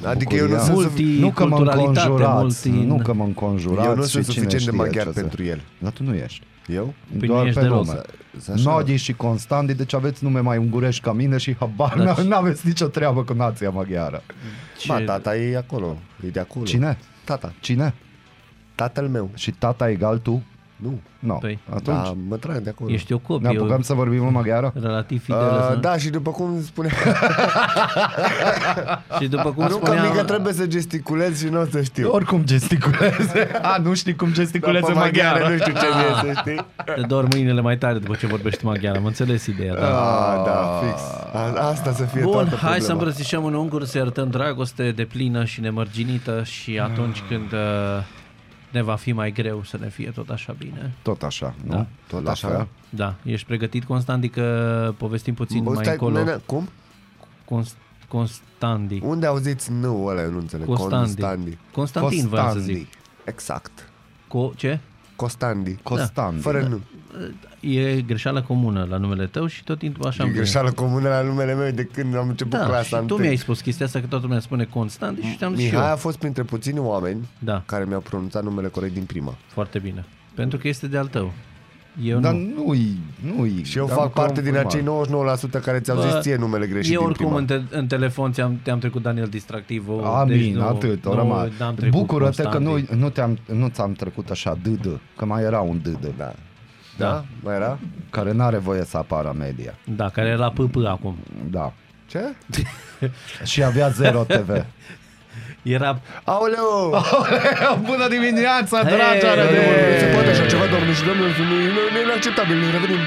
Speaker 3: Adică eu nu
Speaker 2: Bucuria.
Speaker 3: sunt sufi-
Speaker 1: Multi-
Speaker 2: Nu că mă
Speaker 1: culturalitate,
Speaker 2: înconjurați,
Speaker 1: multi-
Speaker 2: nu că mă înconjurați
Speaker 3: eu nu
Speaker 2: și
Speaker 3: sunt
Speaker 2: cine
Speaker 3: suficient de
Speaker 2: știe
Speaker 3: maghiar
Speaker 2: ce să-
Speaker 3: pentru el.
Speaker 2: Dar tu nu ești.
Speaker 3: Eu?
Speaker 1: Păi
Speaker 2: Doar
Speaker 1: nu ești
Speaker 2: pe
Speaker 1: deloc.
Speaker 2: nume.
Speaker 3: Să- așa.
Speaker 2: Nodi și Constandi, deci aveți nume mai ungurești ca mine și habar
Speaker 1: Dar ce-
Speaker 2: n- n-aveți nicio treabă cu nația maghiară.
Speaker 1: Ce...
Speaker 3: Ba,
Speaker 2: da,
Speaker 3: tata e acolo. E de acolo.
Speaker 2: Cine?
Speaker 3: Tata.
Speaker 2: Cine?
Speaker 3: Tatăl meu.
Speaker 2: Și tata egal tu?
Speaker 3: Nu.
Speaker 2: Nu.
Speaker 1: Păi,
Speaker 2: Atunci
Speaker 3: Da, mă trag de acolo.
Speaker 1: Ești o
Speaker 2: ne
Speaker 1: copie
Speaker 2: apucăm să vorbim în maghiară?
Speaker 1: relativ fidelă.
Speaker 3: Uh,
Speaker 1: să-
Speaker 3: da, și după cum spunea,
Speaker 1: Și după cum
Speaker 3: nu că mică
Speaker 1: spuneam,
Speaker 3: trebuie să gesticulez și nu o să știu.
Speaker 2: Oricum gesticuleze. A, nu știi cum gesticuleze
Speaker 3: După Da, maghiară,
Speaker 2: maghiară.
Speaker 3: nu știu ce mi să știi.
Speaker 1: te dor mâinile mai tare după ce vorbești maghiară. Am înțeles ideea, da.
Speaker 3: Ah, da, fix. A, asta să fie
Speaker 1: Bun,
Speaker 3: toată
Speaker 1: hai
Speaker 3: problema.
Speaker 1: să îmbrățișăm un ungur, să iertăm dragoste de plină și nemărginită și atunci când uh, ne va fi mai greu să ne fie tot așa bine.
Speaker 2: Tot așa, nu?
Speaker 1: Da.
Speaker 2: Tot
Speaker 3: La
Speaker 2: așa.
Speaker 3: fel.
Speaker 1: Da, ești pregătit, Constandi, că povestim puțin
Speaker 3: Bă,
Speaker 1: mai
Speaker 3: stai,
Speaker 1: încolo.
Speaker 3: nene, cum?
Speaker 1: Const- Constandi.
Speaker 3: Unde auziți nu ăla, eu nu înțeleg.
Speaker 1: Constandi.
Speaker 3: Constandi.
Speaker 1: Constantin, vreau să
Speaker 2: Costandi.
Speaker 1: zic.
Speaker 3: Exact.
Speaker 1: Co- ce? Da.
Speaker 3: Costandi.
Speaker 2: Costandi.
Speaker 3: Fără nu.
Speaker 1: E greșeală comună la numele tău și tot timpul așa
Speaker 3: E
Speaker 1: îmi vine.
Speaker 3: greșeală comună la numele meu de când am început
Speaker 1: Da,
Speaker 3: clasa
Speaker 1: și tu
Speaker 3: întâi.
Speaker 1: mi-ai spus chestia asta că toată lumea spune Constandi și te-am zis și
Speaker 3: Mihai a
Speaker 1: eu.
Speaker 3: fost printre puțini oameni
Speaker 1: Da,
Speaker 3: care mi-au pronunțat numele corect din prima.
Speaker 1: foarte bine. Pentru că este de al tău. Eu
Speaker 2: Dar
Speaker 1: nu.
Speaker 2: nu-i, nu-i.
Speaker 3: Și eu
Speaker 2: dar
Speaker 3: fac
Speaker 2: încă
Speaker 3: parte din
Speaker 2: un
Speaker 3: acei 99% care ți-au
Speaker 1: Bă,
Speaker 3: zis ție numele greșit
Speaker 1: Eu
Speaker 3: din
Speaker 1: oricum
Speaker 3: prima.
Speaker 1: în, te- în telefon ți-am, te-am trecut Daniel distractiv. o-
Speaker 2: Amin,
Speaker 1: deci nu-
Speaker 2: atât,
Speaker 1: nu-
Speaker 2: o rămas.
Speaker 1: n-am trecut
Speaker 2: Bucură-te că
Speaker 1: Constantin.
Speaker 2: nu, nu, te-am, nu ți-am trecut așa dâdă, că mai era un dâdă, da.
Speaker 3: Da? Mai era?
Speaker 2: care n-are voie să apară media.
Speaker 1: Da, care e la PP acum.
Speaker 2: Da.
Speaker 3: Ce?
Speaker 2: Și avea 0 TV.
Speaker 1: Era...
Speaker 6: Da,
Speaker 3: Aoleu!
Speaker 2: Bună dimineața,
Speaker 1: dragi Hey!
Speaker 3: Domnule, Nu se poate așa
Speaker 2: arăde!
Speaker 3: ceva, domnule și domnule, nu, nu, nu e acceptabil, ne revenim.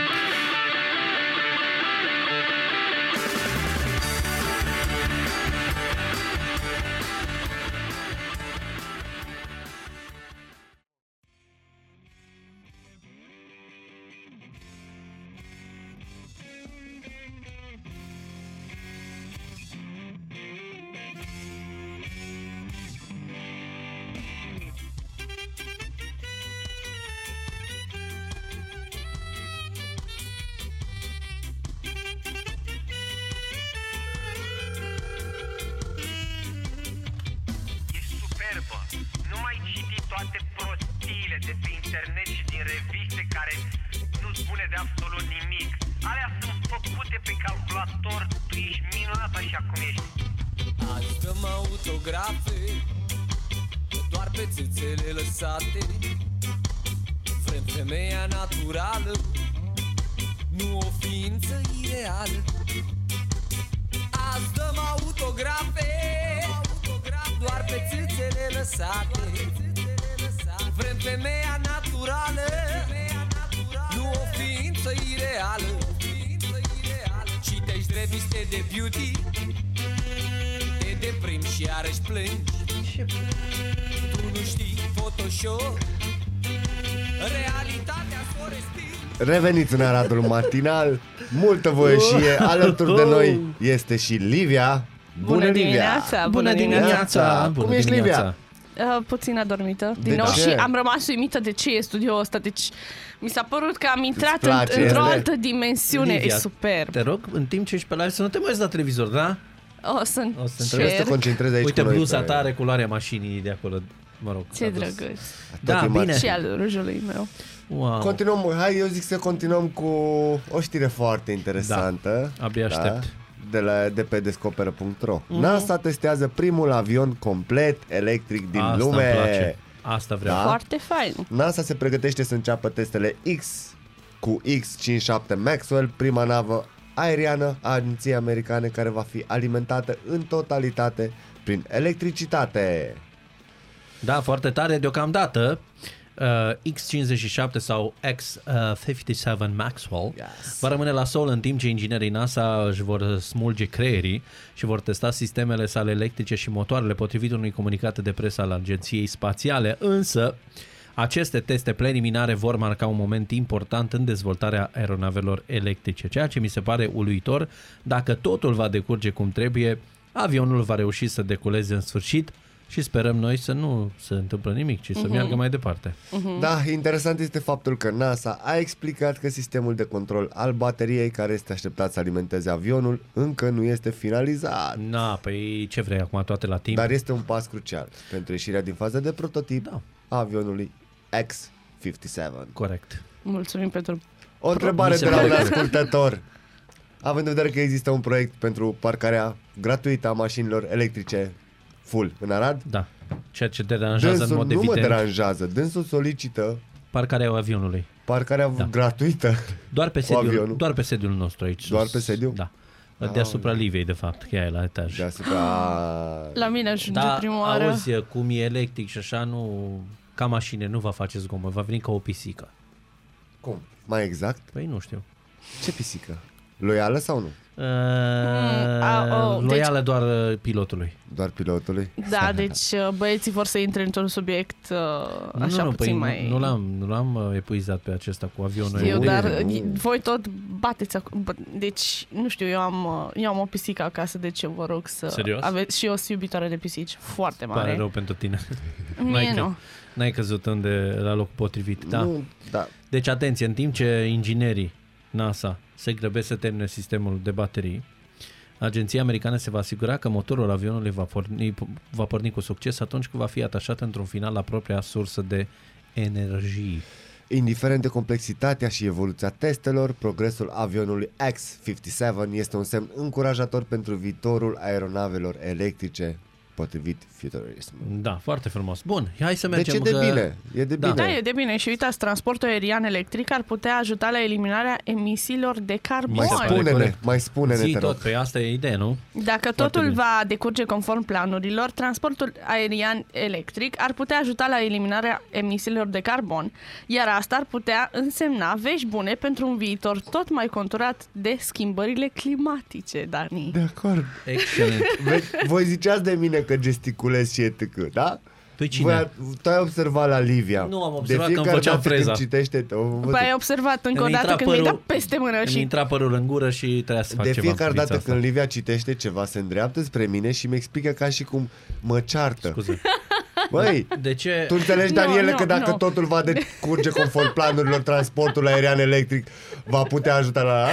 Speaker 7: Ești superbă. Nu mai citi toate prostiile de pe internet și din reviste care nu spune de absolut nimic. Alea sunt făcute pe calculator. Tu ești minunat așa cum ești.
Speaker 8: Azi dăm autografe Doar pe țețele lăsate Vrem femeia naturală Nu o ființă ireală Azi dăm autografe Doar pe țâțele lăsate Vrem femeia naturală Nu o ființă ireală Citești reviste de beauty te Și iarăși plângi Tu nu știi Photoshop Realitatea s-o respiri
Speaker 3: Reveniți în Aradul Matinal Multă voie și e Alături
Speaker 1: Oh.
Speaker 3: de noi este și Livia Bună,
Speaker 6: dimineața!
Speaker 1: Bună dimineața!
Speaker 3: Cum ești, Livia?
Speaker 6: Uh, puțin adormită, din
Speaker 3: De
Speaker 6: nou,
Speaker 3: ce?
Speaker 6: și am rămas uimită de ce e studioul ăsta, deci mi s-a părut că am intrat în,
Speaker 3: place,
Speaker 6: într-o
Speaker 3: este?
Speaker 6: altă dimensiune,
Speaker 1: Livia,
Speaker 6: e superb.
Speaker 1: Te rog, în timp ce ești pe live, să nu te mai uiți la televizor, da?
Speaker 6: O să
Speaker 1: O să
Speaker 3: Trebuie să te
Speaker 6: cer.
Speaker 3: concentrezi aici
Speaker 1: Uite
Speaker 3: cu noi,
Speaker 1: bluza
Speaker 3: pe-
Speaker 1: ta are culoarea mașinii de acolo. Mă rog.
Speaker 6: Ce
Speaker 1: a dus.
Speaker 6: drăguț.
Speaker 1: Da,
Speaker 3: Tot e
Speaker 1: bine.
Speaker 6: Și al rujului meu.
Speaker 1: Wow.
Speaker 3: Continuăm, hai eu zic să continuăm cu o știre foarte interesantă.
Speaker 1: Da, abia aștept. Mhm.
Speaker 3: De, la, de pe descoperă.ro mm-hmm. NASA testează primul avion complet electric din
Speaker 1: Asta îmi
Speaker 3: lume.
Speaker 1: place. Asta vreau.
Speaker 3: Da.
Speaker 6: Foarte fain.
Speaker 3: NASA se pregătește să înceapă testele X cu X-57 Maxwell, prima navă aeriană a agenției americane care va fi alimentată în totalitate prin electricitate.
Speaker 1: Da, foarte tare deocamdată. Uh, X-57 sau X-57 Maxwell
Speaker 3: Yes.
Speaker 1: va rămâne la sol în timp ce inginerii NASA își vor smulge creierii și vor testa sistemele sale electrice și motoarele potrivit unui comunicat de presă al agenției spațiale, însă aceste teste preliminare vor marca un moment important în dezvoltarea aeronavelor electrice, ceea ce mi se pare uluitor. Dacă totul va decurge cum trebuie, avionul va reuși să decoleze în sfârșit și sperăm noi să nu se întâmplă nimic, ci să uh-huh. meargă mai departe.
Speaker 3: Da, interesant este faptul că NASA a explicat că sistemul de control al bateriei care este așteptat să alimenteze avionul încă nu este finalizat.
Speaker 1: Na, păi ce vrei acum toate la timp?
Speaker 3: Dar este un pas crucial pentru ieșirea din faza de prototip
Speaker 1: Da.
Speaker 3: a avionului X-57.
Speaker 1: Corect.
Speaker 6: Mulțumim pentru...
Speaker 3: O întrebare
Speaker 1: Mi se
Speaker 3: de la
Speaker 1: pare
Speaker 3: un
Speaker 1: că-
Speaker 3: ascultător. Având în vedere că există un proiect pentru parcarea gratuită a mașinilor electrice full în Arad,
Speaker 1: Da. Ceea ce deranjează în
Speaker 3: dânsul
Speaker 1: mod
Speaker 3: nu mă
Speaker 1: evident
Speaker 3: deranjează, dânsul solicită
Speaker 1: parcarea avionului.
Speaker 3: parcarea
Speaker 1: Da.
Speaker 3: gratuită.
Speaker 1: Doar pe,
Speaker 3: Cu
Speaker 1: sediul,
Speaker 3: avionul.
Speaker 1: doar pe sediul nostru aici.
Speaker 3: Doar
Speaker 1: sus.
Speaker 3: pe sediu? Da.
Speaker 1: Da. Deasupra Liviei, de fapt, că ea e la etaj.
Speaker 3: Deasupra...
Speaker 6: La mine ajunge
Speaker 1: Da,
Speaker 6: prima oară.
Speaker 1: auzi, cum e electric și așa, nu... Ca mașină nu va face zgomot, va veni ca o pisică.
Speaker 3: Cum? Mai exact?
Speaker 1: Păi nu știu.
Speaker 3: Ce pisică? Loială sau nu?
Speaker 1: Uh,
Speaker 6: a,
Speaker 1: mm,
Speaker 6: oh,
Speaker 1: loială doar uh, pilotului.
Speaker 3: Doar pilotului?
Speaker 1: Exact.
Speaker 6: Da, deci uh, băieții vor să intre într-un subiect uh,
Speaker 1: nu,
Speaker 6: așa
Speaker 1: nu, păi
Speaker 6: puțin mai... da.
Speaker 1: nu, nu, l-am, nu l-am uh, epuizat pe acesta cu avionul.
Speaker 6: Eu,
Speaker 3: Ui,
Speaker 6: dar uh,
Speaker 3: ui.
Speaker 6: voi tot bateți acum. Bă, Deci, nu știu, eu am, uh, eu am o pisică acasă, deci eu vă rog să
Speaker 1: Serios?
Speaker 6: aveți și eu sunt iubitoare de pisici, foarte
Speaker 1: Pare
Speaker 6: mare.
Speaker 1: rău pentru tine. N-ai
Speaker 6: Mie
Speaker 1: cre-
Speaker 6: nu.
Speaker 1: N-ai căzut unde la locul potrivit. Da.
Speaker 3: Nu, da.
Speaker 1: Deci atenție, în timp ce inginerii NASA se grăbesc să termine sistemul de baterii, agenția americană se va asigura că motorul avionului va porni, va porni cu succes atunci când va fi atașat într-un final la propria sursă de energie.
Speaker 3: Indiferent de complexitatea și evoluția testelor, progresul avionului X-57 este un semn încurajator pentru viitorul aeronavelor electrice, potrivit Futurism.
Speaker 1: Da, foarte frumos. Bun, hai să
Speaker 3: De
Speaker 1: mergem.
Speaker 3: ce de
Speaker 1: că...
Speaker 3: bine? Deci E de
Speaker 1: Da.
Speaker 3: bine.
Speaker 6: Da, e de bine. Și uitați, transportul aerian electric ar putea ajuta la eliminarea emisiilor de
Speaker 1: Mi
Speaker 6: carbon.
Speaker 3: Mai
Speaker 1: se pare
Speaker 3: spune-ne,
Speaker 1: Da. corect.
Speaker 3: mai spune-ne,
Speaker 1: Zi
Speaker 3: te rog.
Speaker 1: tot, pe asta e ideea, nu?
Speaker 6: Dacă totul va decurge conform planurilor, transportul aerian electric ar putea ajuta la eliminarea emisiilor de carbon, iar asta ar putea însemna vești bune pentru un viitor tot mai conturat de schimbările climatice, Dani.
Speaker 3: De acord.
Speaker 1: Excelent.
Speaker 3: Ve- Voi ziceați de mine că gesticulez și etc, da?
Speaker 1: Păi cine?
Speaker 3: Voi, tu ai observat la Livia.
Speaker 1: Nu am observat
Speaker 3: de
Speaker 1: că îmi
Speaker 3: fiecare
Speaker 1: făceam
Speaker 3: dată când
Speaker 1: freza.
Speaker 3: citește, o văd-
Speaker 6: Păi ai observat încă o
Speaker 1: Îmi
Speaker 6: dată
Speaker 1: intra
Speaker 6: când mi-ai dat
Speaker 1: părul-
Speaker 6: peste mână
Speaker 1: Îmi
Speaker 6: și...
Speaker 1: intra părul în gură și trebuia să fac
Speaker 3: De
Speaker 1: ceva
Speaker 3: fiecare
Speaker 1: în
Speaker 3: dată
Speaker 1: privința
Speaker 3: când
Speaker 1: asta.
Speaker 3: Livia citește ceva, se îndreaptă spre mine și mi explică ca și cum mă ceartă.
Speaker 1: Scuze.
Speaker 3: Băi,
Speaker 1: De ce?
Speaker 3: tu înțelegi,
Speaker 6: Nu,
Speaker 3: Daniele,
Speaker 6: nu,
Speaker 3: că dacă
Speaker 6: nu.
Speaker 3: totul va decurge conform planurilor, transportul aerian electric va putea ajuta la...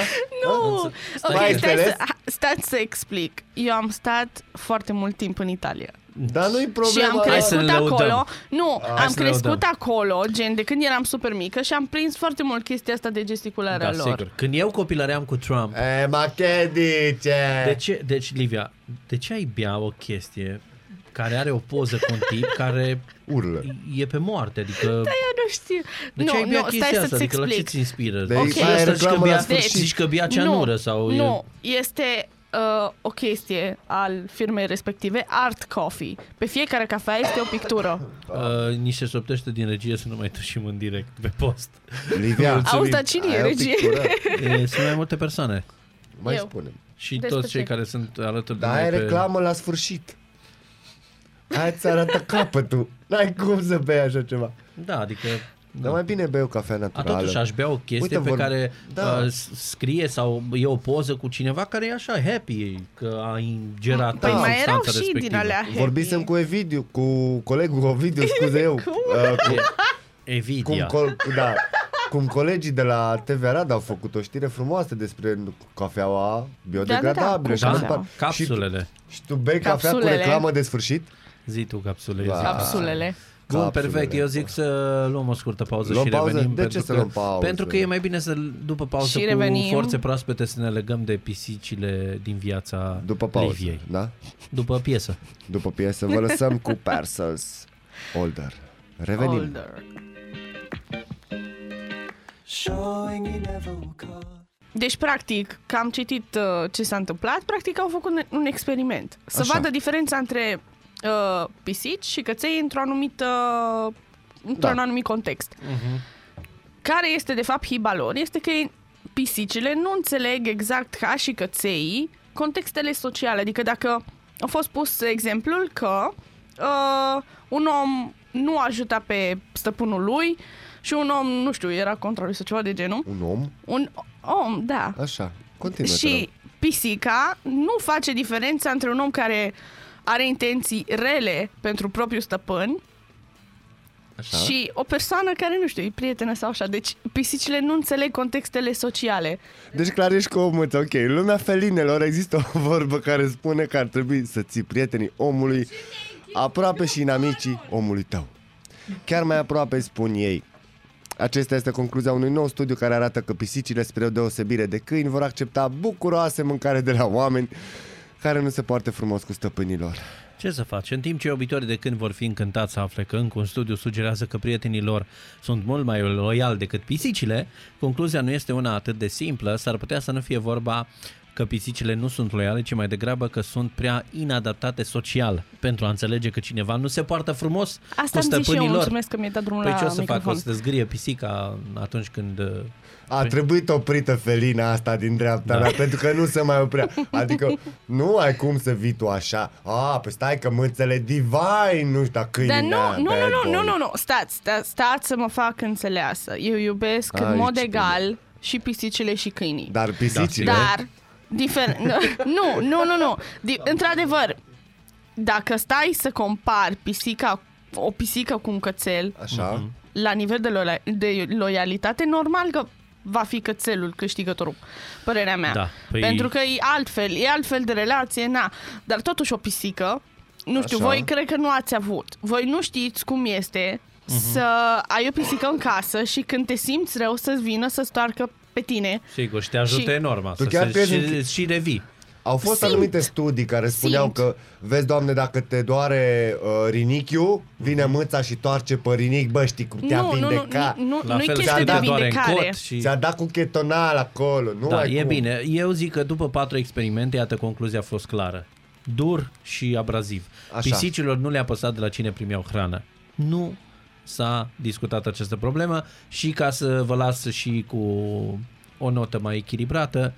Speaker 6: Nu!
Speaker 1: Stai
Speaker 6: Ok,
Speaker 3: că-
Speaker 6: stai să,
Speaker 3: înțeles?
Speaker 6: ha- stați să explic. Eu am stat foarte mult timp în Italia.
Speaker 3: Dar nu-i
Speaker 6: Și
Speaker 3: problema.
Speaker 6: am
Speaker 1: Hai să
Speaker 6: crescut
Speaker 1: ne lăudăm.
Speaker 6: acolo. Nu, am
Speaker 1: să ne lăudăm.
Speaker 6: crescut acolo, gen de când eram super mică și am prins foarte mult chestia asta de gesticularea
Speaker 1: Da,
Speaker 6: lor.
Speaker 1: sigur. Când eu copilăream cu Trump,
Speaker 3: E, ma che dice?
Speaker 1: De ce, deci, Livia, de ce ai bea o chestie care are o poză cu un tip care
Speaker 3: Urlă.
Speaker 1: e pe moarte? Adică,
Speaker 6: Eu nu știu.
Speaker 1: de ce
Speaker 6: Da, nu,
Speaker 1: ai bea
Speaker 6: nu,
Speaker 1: chestia
Speaker 6: stai
Speaker 1: asta?
Speaker 6: să-ți
Speaker 1: Adică la ce
Speaker 6: explic.
Speaker 1: ți inspiră?
Speaker 3: Deci,
Speaker 1: Zici că
Speaker 3: aia e
Speaker 1: asta zici că
Speaker 3: reclamă la
Speaker 1: bea,
Speaker 3: sfârșit.
Speaker 1: zici că bea ceanură
Speaker 6: nu,
Speaker 1: sau... e-
Speaker 6: Nu, este uh, o chestie al firmei respective, Art Coffee. Pe fiecare cafea este o pictură.
Speaker 1: Uh, ni se soptește din regie să nu mai tușim în direct pe post.
Speaker 3: Livia,
Speaker 6: Auzi, dar cine e
Speaker 3: ai o
Speaker 6: regie?
Speaker 3: pictură?
Speaker 1: E, sunt mai multe persoane.
Speaker 3: Mai
Speaker 6: Eu.
Speaker 3: spune
Speaker 1: Și
Speaker 6: Despre
Speaker 1: toți cei
Speaker 6: ce?
Speaker 1: care sunt alături
Speaker 3: Dar
Speaker 1: de
Speaker 3: ai
Speaker 1: noi pe...
Speaker 3: reclamă la sfârșit. Hai ți arată capătul. N-ai cum să bei așa ceva.
Speaker 1: Da, adică...
Speaker 3: Dar mai bine bei o cafea
Speaker 1: A,
Speaker 3: naturală.
Speaker 1: totuși aș bea o chestie
Speaker 3: Uite,
Speaker 1: Uite, pe
Speaker 3: vor-
Speaker 1: care da.
Speaker 3: Da.
Speaker 1: uh, s- scrie sau e o poză cu cineva care e așa happy că a ingerat
Speaker 6: Păi mai erau
Speaker 1: Da, substanța
Speaker 6: și
Speaker 1: respectivă.
Speaker 6: din alea happy.
Speaker 3: Vorbisem cu Evidiu, cu colegul Ovidiu, scuze eu. uh, cu, cum,
Speaker 1: Evidia.
Speaker 3: col, da, cum colegii de la TV Arad au făcut o știre frumoasă despre cafeaua biodegradabilă.
Speaker 6: Da,
Speaker 3: și așa
Speaker 6: da,
Speaker 3: mai
Speaker 6: da.
Speaker 3: departe.
Speaker 1: Capsulele.
Speaker 3: Și, și tu bei cafea cu
Speaker 6: Capsulele.
Speaker 3: reclamă de sfârșit?
Speaker 1: Zi tu capsule.
Speaker 3: Da.
Speaker 1: Da.
Speaker 6: Capsulele.
Speaker 1: Bun,
Speaker 3: Capsulele.
Speaker 1: perfect. Eu zic să luăm o scurtă pauză
Speaker 3: Luăm
Speaker 1: și
Speaker 3: pauză?
Speaker 1: revenim.
Speaker 3: De ce
Speaker 1: pentru
Speaker 3: să
Speaker 1: că-
Speaker 3: luăm pauză?
Speaker 1: Pentru că e mai bine să după pauză
Speaker 6: Și
Speaker 1: cu
Speaker 6: revenim.
Speaker 1: forțe proaspete să ne legăm de pisicile din viața
Speaker 3: După pauză,
Speaker 1: Liviei.
Speaker 3: da?
Speaker 1: După piesă.
Speaker 3: După piesă vă lăsăm cu Parcels Older. Revenim. Older.
Speaker 6: Older.
Speaker 9: Showing you never will come.
Speaker 6: Deci, practic, că am citit uh, ce s-a întâmplat, practic au făcut un, un experiment. Să
Speaker 3: Așa.
Speaker 6: vadă diferența între uh, pisici și căței într-o anumită, într-un
Speaker 3: Da.
Speaker 6: anumit context. Care este, de fapt, hiba lor? Este că pisicile nu înțeleg exact ca și căței contextele sociale. Adică dacă a fost pus exemplul că uh, un om nu ajuta pe stăpânul lui și un om, nu știu, era contra lui sau ceva de genul,
Speaker 3: Un om?
Speaker 6: un om, da.
Speaker 3: Așa. Continuă. te rog.
Speaker 6: și pisica nu face diferența între un om care are intenții rele pentru propriul stăpân
Speaker 3: Așa.
Speaker 6: și o persoană care, nu știu, e prietenă sau așa. Deci pisicile nu înțeleg contextele sociale.
Speaker 3: Deci clar ești cu omul, ok. În lumea felinelor există o vorbă care spune că ar trebui să ții prietenii omului aproape și inamicii omului tău. Chiar mai aproape spun ei. Acesta este concluzia unui nou studiu care arată că pisicile, spre o deosebire de câini, vor accepta bucuroase mâncare de la oameni care nu se poartă frumos cu stăpânilor.
Speaker 1: Ce să faci? În timp ce iubitorii de când vor fi încântați să afle că încă un studiu sugerează că prietenii lor sunt mult mai loiali decât pisicile, concluzia nu este una atât de simplă, s-ar putea să nu fie vorba că pisicile nu sunt loiale, ci mai degrabă că sunt prea inadaptate social pentru a înțelege că cineva nu se poartă frumos
Speaker 6: Asta
Speaker 1: cu
Speaker 6: îmi zic și eu,
Speaker 1: stăpânii lor.
Speaker 6: mulțumesc că mi-ai dat drumul
Speaker 1: Păi
Speaker 6: la
Speaker 1: ce o să
Speaker 6: microfon.
Speaker 1: fac? O să te zgârie pisica atunci când... uh,
Speaker 3: A trebuit oprită felina asta din dreapta da. mea, pentru că nu se mai oprea. Adică nu ai cum să vii tu așa. A, pe stai că mâțele divine, nu știu, dar câinii
Speaker 6: Dar nu,
Speaker 3: mea,
Speaker 6: nu,
Speaker 3: Păi bad
Speaker 6: nu, nu, nu,
Speaker 3: boy.
Speaker 6: nu, nu, stați, stați, stați să mă fac înțeleasă. Eu iubesc în
Speaker 3: Ai,
Speaker 6: mod
Speaker 3: ce
Speaker 6: egal și pisicile și câinii.
Speaker 3: Dar pisicile,
Speaker 6: Dar, difer- nu, nu, nu, nu. Di- într-adevăr, dacă stai să compari pisica, o pisică cu un cățel,
Speaker 3: așa,
Speaker 1: Mhm.
Speaker 6: la nivel de, loia- de loialitate, normal că va fi cățelul câștigătorul, părerea mea.
Speaker 1: Da, păi-
Speaker 6: Pentru că e altfel, e altfel de relație, na. Dar totuși o pisică, nu știu,
Speaker 3: Așa.
Speaker 6: voi cred că nu ați avut. Voi nu știți cum este să ai o pisică în casă și când te simți rău să-ți vină să stoarcă pe tine.
Speaker 1: Sigur, și te ajută
Speaker 6: Și-
Speaker 1: enorm asta.
Speaker 3: chiar
Speaker 1: să,
Speaker 3: crezi
Speaker 1: și,
Speaker 3: în-
Speaker 1: și revii.
Speaker 3: au fost
Speaker 6: Simt.
Speaker 3: anumite studii care spuneau
Speaker 6: Simt.
Speaker 3: că, vezi, doamne, dacă te doare uh, rinichiul,
Speaker 1: Mhm.
Speaker 3: vine mâța și toarce pe rinic, bă, știi cum te-a
Speaker 6: nu, nu, nu,
Speaker 3: vindecat.
Speaker 6: nu, nu,
Speaker 1: La
Speaker 6: nu e
Speaker 1: fel
Speaker 6: chestie de
Speaker 1: te doare în
Speaker 6: vindecare.
Speaker 1: cot și...
Speaker 3: Ți-a dat cu chetonal acolo, nu
Speaker 1: Da,
Speaker 3: ai
Speaker 1: e
Speaker 3: cum.
Speaker 1: bine. Eu zic că după patru experimente, iată, concluzia a fost clară. Dur și abraziv.
Speaker 3: Așa.
Speaker 1: Pisicilor nu le-a păsat de la cine primeau hrană. Nu s-a discutat această problemă și ca să vă las și cu o notă mai echilibrată,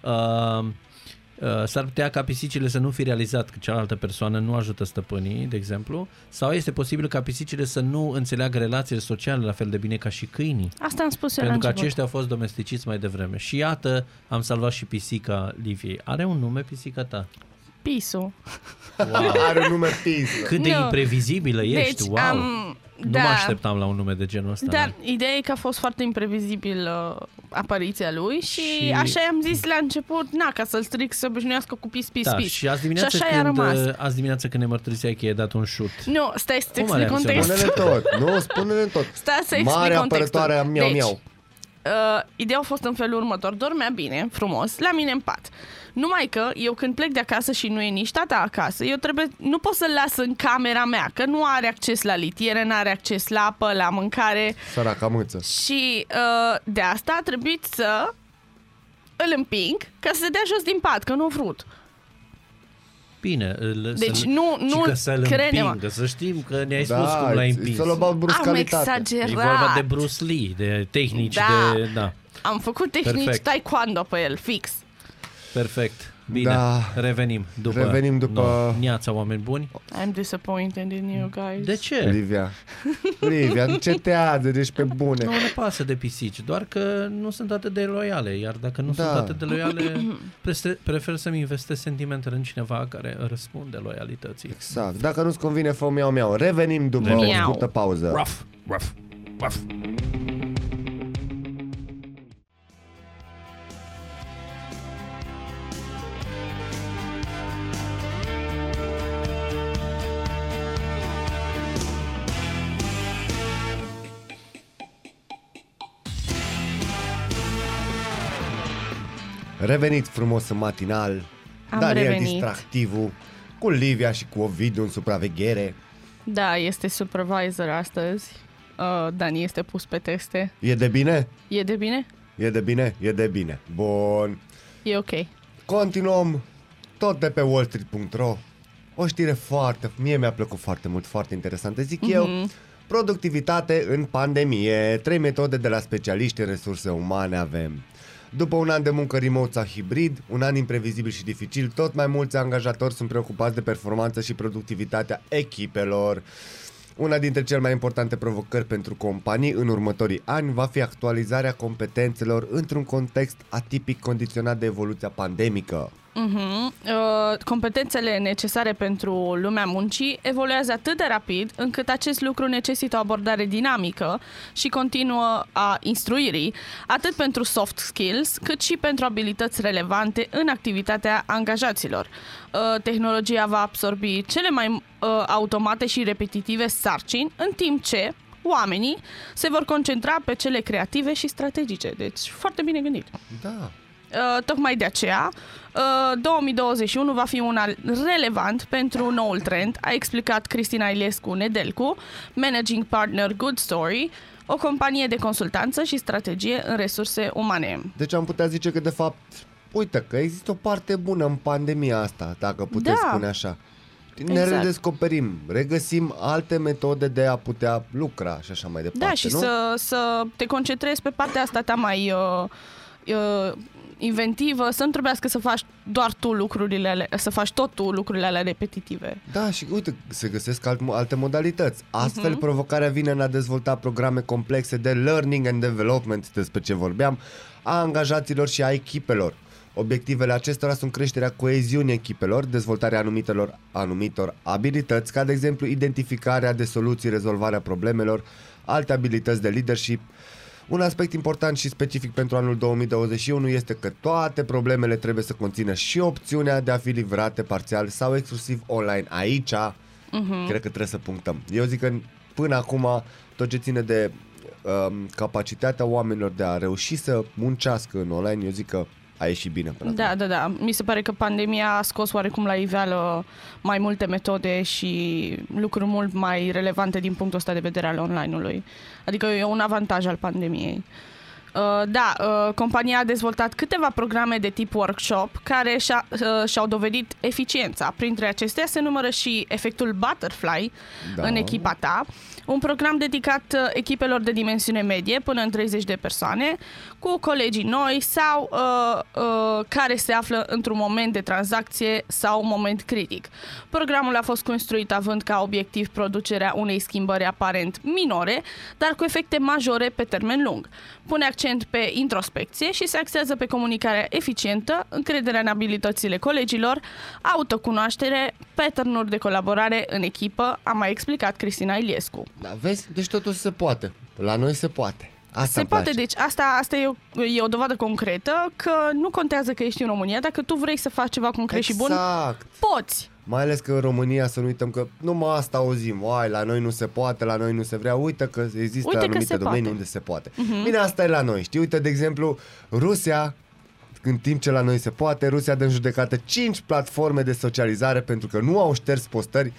Speaker 1: uh, uh, s-ar putea ca pisicile să nu fi realizat că cealaltă persoană nu ajută stăpânii, de exemplu, sau este posibil ca pisicile să nu înțeleagă relațiile sociale la fel de bine ca și câinii.
Speaker 6: Asta am spus eu la
Speaker 1: Pentru că
Speaker 6: început.
Speaker 1: aceștia au fost domesticiți mai devreme. Și iată, am salvat și pisica Liviei. Are un nume pisica ta.
Speaker 6: Pisul.
Speaker 3: Are un nume pisă.
Speaker 1: Cât de
Speaker 6: Nu.
Speaker 1: imprevizibilă ești,
Speaker 6: deci,
Speaker 1: wow!
Speaker 6: am...
Speaker 1: Nu
Speaker 6: da.
Speaker 1: mă așteptam la un nume de genul ăsta.
Speaker 6: Dar ideea e că a fost foarte imprevizibil uh, apariția lui și,
Speaker 1: Și-
Speaker 6: și așa i-am zis la început, na, ca să-l stric să obișnuiască cu pis, pis,
Speaker 1: da,
Speaker 6: pis.
Speaker 1: și azi dimineață,
Speaker 6: și așa i-a
Speaker 1: când, uh,
Speaker 6: rămas.
Speaker 1: azi dimineață când ne mărturiseai că i-ai dat un șut.
Speaker 6: Nu, stai să-ți
Speaker 1: Cum
Speaker 6: explic
Speaker 1: alea nu se
Speaker 6: contextul.
Speaker 3: Spune-ne tot, nu, spune-ne tot.
Speaker 6: Păi Stai să explic
Speaker 3: Mare
Speaker 6: contextul.
Speaker 3: apărătoare a miau
Speaker 6: Deci,
Speaker 3: miau.
Speaker 6: Uh, ideea a fost în felul următor. Dormea bine, frumos, la mine în pat. Numai că eu când plec de acasă și nu e nici tata acasă, eu trebuie, nu pot să-l las în camera mea, că nu are acces la litiere, nu are acces la apă, la mâncare.
Speaker 3: Săraca mâță.
Speaker 6: Și uh, de asta a trebuit să îl împing ca să se dea jos din pat, că nu a vrut.
Speaker 1: Bine, îl,
Speaker 6: Deci
Speaker 1: să-l-
Speaker 6: nu-
Speaker 1: și
Speaker 6: nu-
Speaker 1: că să-l
Speaker 6: crede-mă.
Speaker 1: împingă, să știm că ne-ai
Speaker 3: Da,
Speaker 1: spus cum l-ai împins.
Speaker 3: Să luăm
Speaker 6: Am
Speaker 3: bruscalitate.
Speaker 1: E
Speaker 6: exagerat.
Speaker 1: vorba de Bruce Lee, de tehnici,
Speaker 6: Da.
Speaker 1: de... Da,
Speaker 6: Am făcut tehnici
Speaker 1: Perfect.
Speaker 6: taekwondo pe el, fix.
Speaker 1: perfect.
Speaker 5: Bine,
Speaker 3: Da.
Speaker 5: revenim după...
Speaker 3: Revenim după-
Speaker 5: No, neața, oameni buni.
Speaker 6: I'm disappointed in you guys.
Speaker 1: Deci,
Speaker 5: De ce?
Speaker 3: Livia. Livia, încetează, deci pe bune.
Speaker 5: Nu ne pasă de pisici, doar că nu sunt atât de loiale, iar dacă nu
Speaker 3: Da.
Speaker 5: sunt atât de loiale, preste- prefer să-mi investesc sentimentele în cineva care răspunde loialității.
Speaker 3: Exact. Dacă nu-ți convine, fă miau miau. Revenim după o
Speaker 6: Revenim.
Speaker 3: scurtă pauză.
Speaker 5: Rough, rough, rough.
Speaker 3: Revenit frumos în matinal.
Speaker 6: Am
Speaker 3: Daniel
Speaker 6: revenit.
Speaker 3: Distractivul, cu Livia și cu Ovidiu în supraveghere.
Speaker 6: Da, este supervisor astăzi. Uh, Dani este pus pe teste.
Speaker 3: E de bine?
Speaker 6: E de bine?
Speaker 3: E de bine? E de bine. Bun.
Speaker 6: E ok.
Speaker 3: Continuăm tot de pe wallstreet.ro O știre foarte, mie mi-a plăcut foarte mult, foarte interesantă, zic mm-hmm. eu Productivitate în pandemie Trei metode de la specialiști în resurse umane avem după un an de muncă remote sau hibrid, un an imprevizibil și dificil, tot mai mulți angajatori sunt preocupați de performanță și productivitatea echipelor. Una dintre cele mai importante provocări pentru companii în următorii ani va fi actualizarea competențelor într-un context atipic condiționat de evoluția pandemică.
Speaker 6: Uh-huh. Uh, competențele necesare pentru lumea muncii evoluează atât de rapid încât acest lucru necesită o abordare dinamică și continuă a instruirii, atât pentru soft skills, cât și pentru abilități relevante în activitatea angajaților. Uh, tehnologia va absorbi cele mai uh, automate și repetitive sarcini, în timp ce oamenii se vor concentra pe cele creative și strategice. Deci, foarte bine gândit.
Speaker 3: Da.
Speaker 6: Uh, tocmai de aceea, uh, 2021 va fi un an relevant pentru noul trend, a explicat Cristina Ilescu Nedelcu, managing partner Good Story, o companie de consultanță și strategie în resurse umane.
Speaker 3: Deci am putea zice că de fapt, uite că există o parte bună în pandemia asta, dacă puteți
Speaker 6: Da.
Speaker 3: spune așa. Ne
Speaker 6: Exact.
Speaker 3: redescoperim, regăsim alte metode de a putea lucra și așa mai departe,
Speaker 6: Da, și
Speaker 3: nu?
Speaker 6: să, să te concentrezi pe partea asta ta mai uh, uh, inventivă, să nu trebuiască să faci doar tu lucrurile, ale, să faci tot tu lucrurile alea repetitive.
Speaker 3: Da, și uite, se găsesc alt, alte modalități. Astfel, uh-huh. provocarea vine în a dezvolta programe complexe de learning and development, despre ce vorbeam, a angajaților și a echipelor. Obiectivele acestora sunt creșterea coeziunii echipelor, dezvoltarea anumitelor, anumitor abilități, ca de exemplu identificarea de soluții, rezolvarea problemelor, alte abilități de leadership. Un aspect important și specific pentru anul 2021 este că toate problemele trebuie să conțină și opțiunea de a fi livrate parțial sau exclusiv online. Aici
Speaker 6: Mhm.
Speaker 3: uh-huh. cred că trebuie să punctăm. Eu zic că până acum tot ce ține de um, capacitatea oamenilor de a reuși să muncească în online, eu zic că a ieșit bine până acum.
Speaker 6: Da, da, da. Mi se pare că pandemia a scos oarecum la iveală mai multe metode și lucruri mult mai relevante din punctul ăsta de vedere al online-ului. Adică e un avantaj al pandemiei. Uh, Da, uh, compania a dezvoltat câteva programe de tip workshop care și-a, uh, și-au dovedit eficiența. Printre acestea se numără și efectul Butterfly
Speaker 3: Da.
Speaker 6: da. în echipa ta, un program dedicat uh, echipelor de dimensiune medie până în 30 de persoane, cu colegii noi sau uh, uh, care se află într-un moment de tranzacție sau un moment critic. Programul a fost construit având ca obiectiv producerea unei schimbări aparent minore, dar cu efecte majore pe termen lung. Pune accent pe introspecție și se axează pe comunicarea eficientă, încrederea în abilitățile colegilor, autocunoaștere, pattern-uri de colaborare în echipă, a mai explicat Cristina Iliescu.
Speaker 3: da. Vezi? Deci totul se poate. La noi se poate. Asta
Speaker 6: Se
Speaker 3: îmi
Speaker 6: poate,
Speaker 3: place.
Speaker 6: deci asta, asta e, o, e o dovadă concretă că nu contează că ești în România, dacă tu vrei să faci ceva concret și bun,
Speaker 3: Exact.
Speaker 6: poți.
Speaker 3: Mai ales că în România să nu uităm că numai asta auzim, oai, la noi nu se poate, la noi nu se vrea, uite că există
Speaker 6: Uite că
Speaker 3: anumite
Speaker 6: se
Speaker 3: domenii
Speaker 6: poate. Mhm.
Speaker 3: unde se poate. Uh-huh. Bine, asta e la noi, știi? Uite, de exemplu, Rusia, în timp ce la noi se poate, Rusia dă în judecată 5 platforme de socializare pentru că nu au șters postări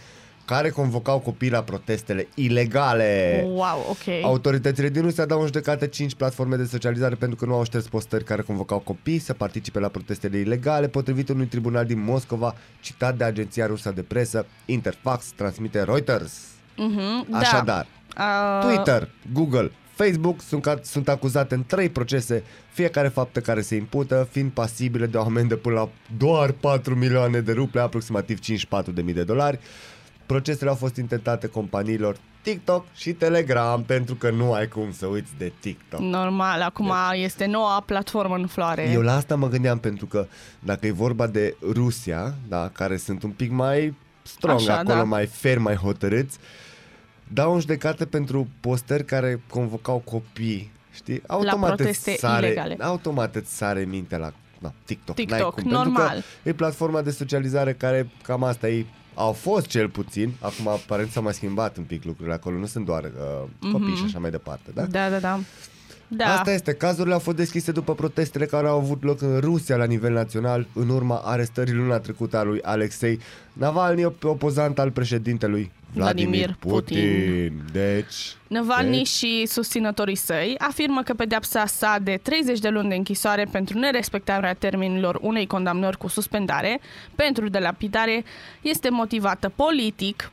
Speaker 3: care convocau copii la protestele ilegale.
Speaker 6: Wow, ok.
Speaker 3: Autoritățile din Rusia dau în judecată 5 platforme de socializare pentru că nu au șters postări care convocau copii să participe la protestele ilegale, potrivit unui tribunal din Moscova, citat de agenția rusă de presă Interfax, transmite Reuters.
Speaker 6: Mhm, da.
Speaker 3: Așadar,
Speaker 6: A,
Speaker 3: Twitter, Google, Facebook sunt, ca, sunt acuzate în trei procese, fiecare faptă care se impută fiind pasibile de o amendă până la doar 4 milioane de ruble, aproximativ 54.000 de dolari. Procesele au fost intentate companiilor TikTok și Telegram pentru că nu ai cum să uiți de TikTok.
Speaker 6: Normal, acum este noua platformă în floare.
Speaker 3: Eu la asta mă gândeam pentru că dacă e vorba de Rusia, da, care sunt un pic mai strong
Speaker 6: Așa,
Speaker 3: Așa, acolo,
Speaker 6: da.
Speaker 3: da. mai ferm, mai hotărâți, dau în judecată pentru postări care convocau copii, știi?
Speaker 6: proteste
Speaker 3: îți sare,
Speaker 6: ilegale.
Speaker 3: Automat îți sare mintea la na, TikTok.
Speaker 6: TikTok,
Speaker 3: n-ai cum,
Speaker 6: normal.
Speaker 3: Pentru că e platforma de socializare care cam asta e au fost cel puțin, acum aparent s-au mai schimbat un pic lucrurile acolo, nu sunt doar uh,
Speaker 6: Mhm.
Speaker 3: copii mm-hmm. și așa mai departe, da?
Speaker 6: Da, da, da. Da.
Speaker 3: Asta este. Cazurile au fost deschise după protestele care au avut loc în Rusia la nivel național, în urma arestării luna trecută a lui Alexei Navalny, op- opozant al președintelui Vladimir
Speaker 6: Vladimir
Speaker 3: Putin. Deci,
Speaker 6: Navalny
Speaker 3: Deci-
Speaker 6: și susținătorii săi afirmă că pedepsa sa de 30 de luni de închisoare pentru nerespectarea termenilor unei condamnări cu suspendare pentru delapidare este motivată politic,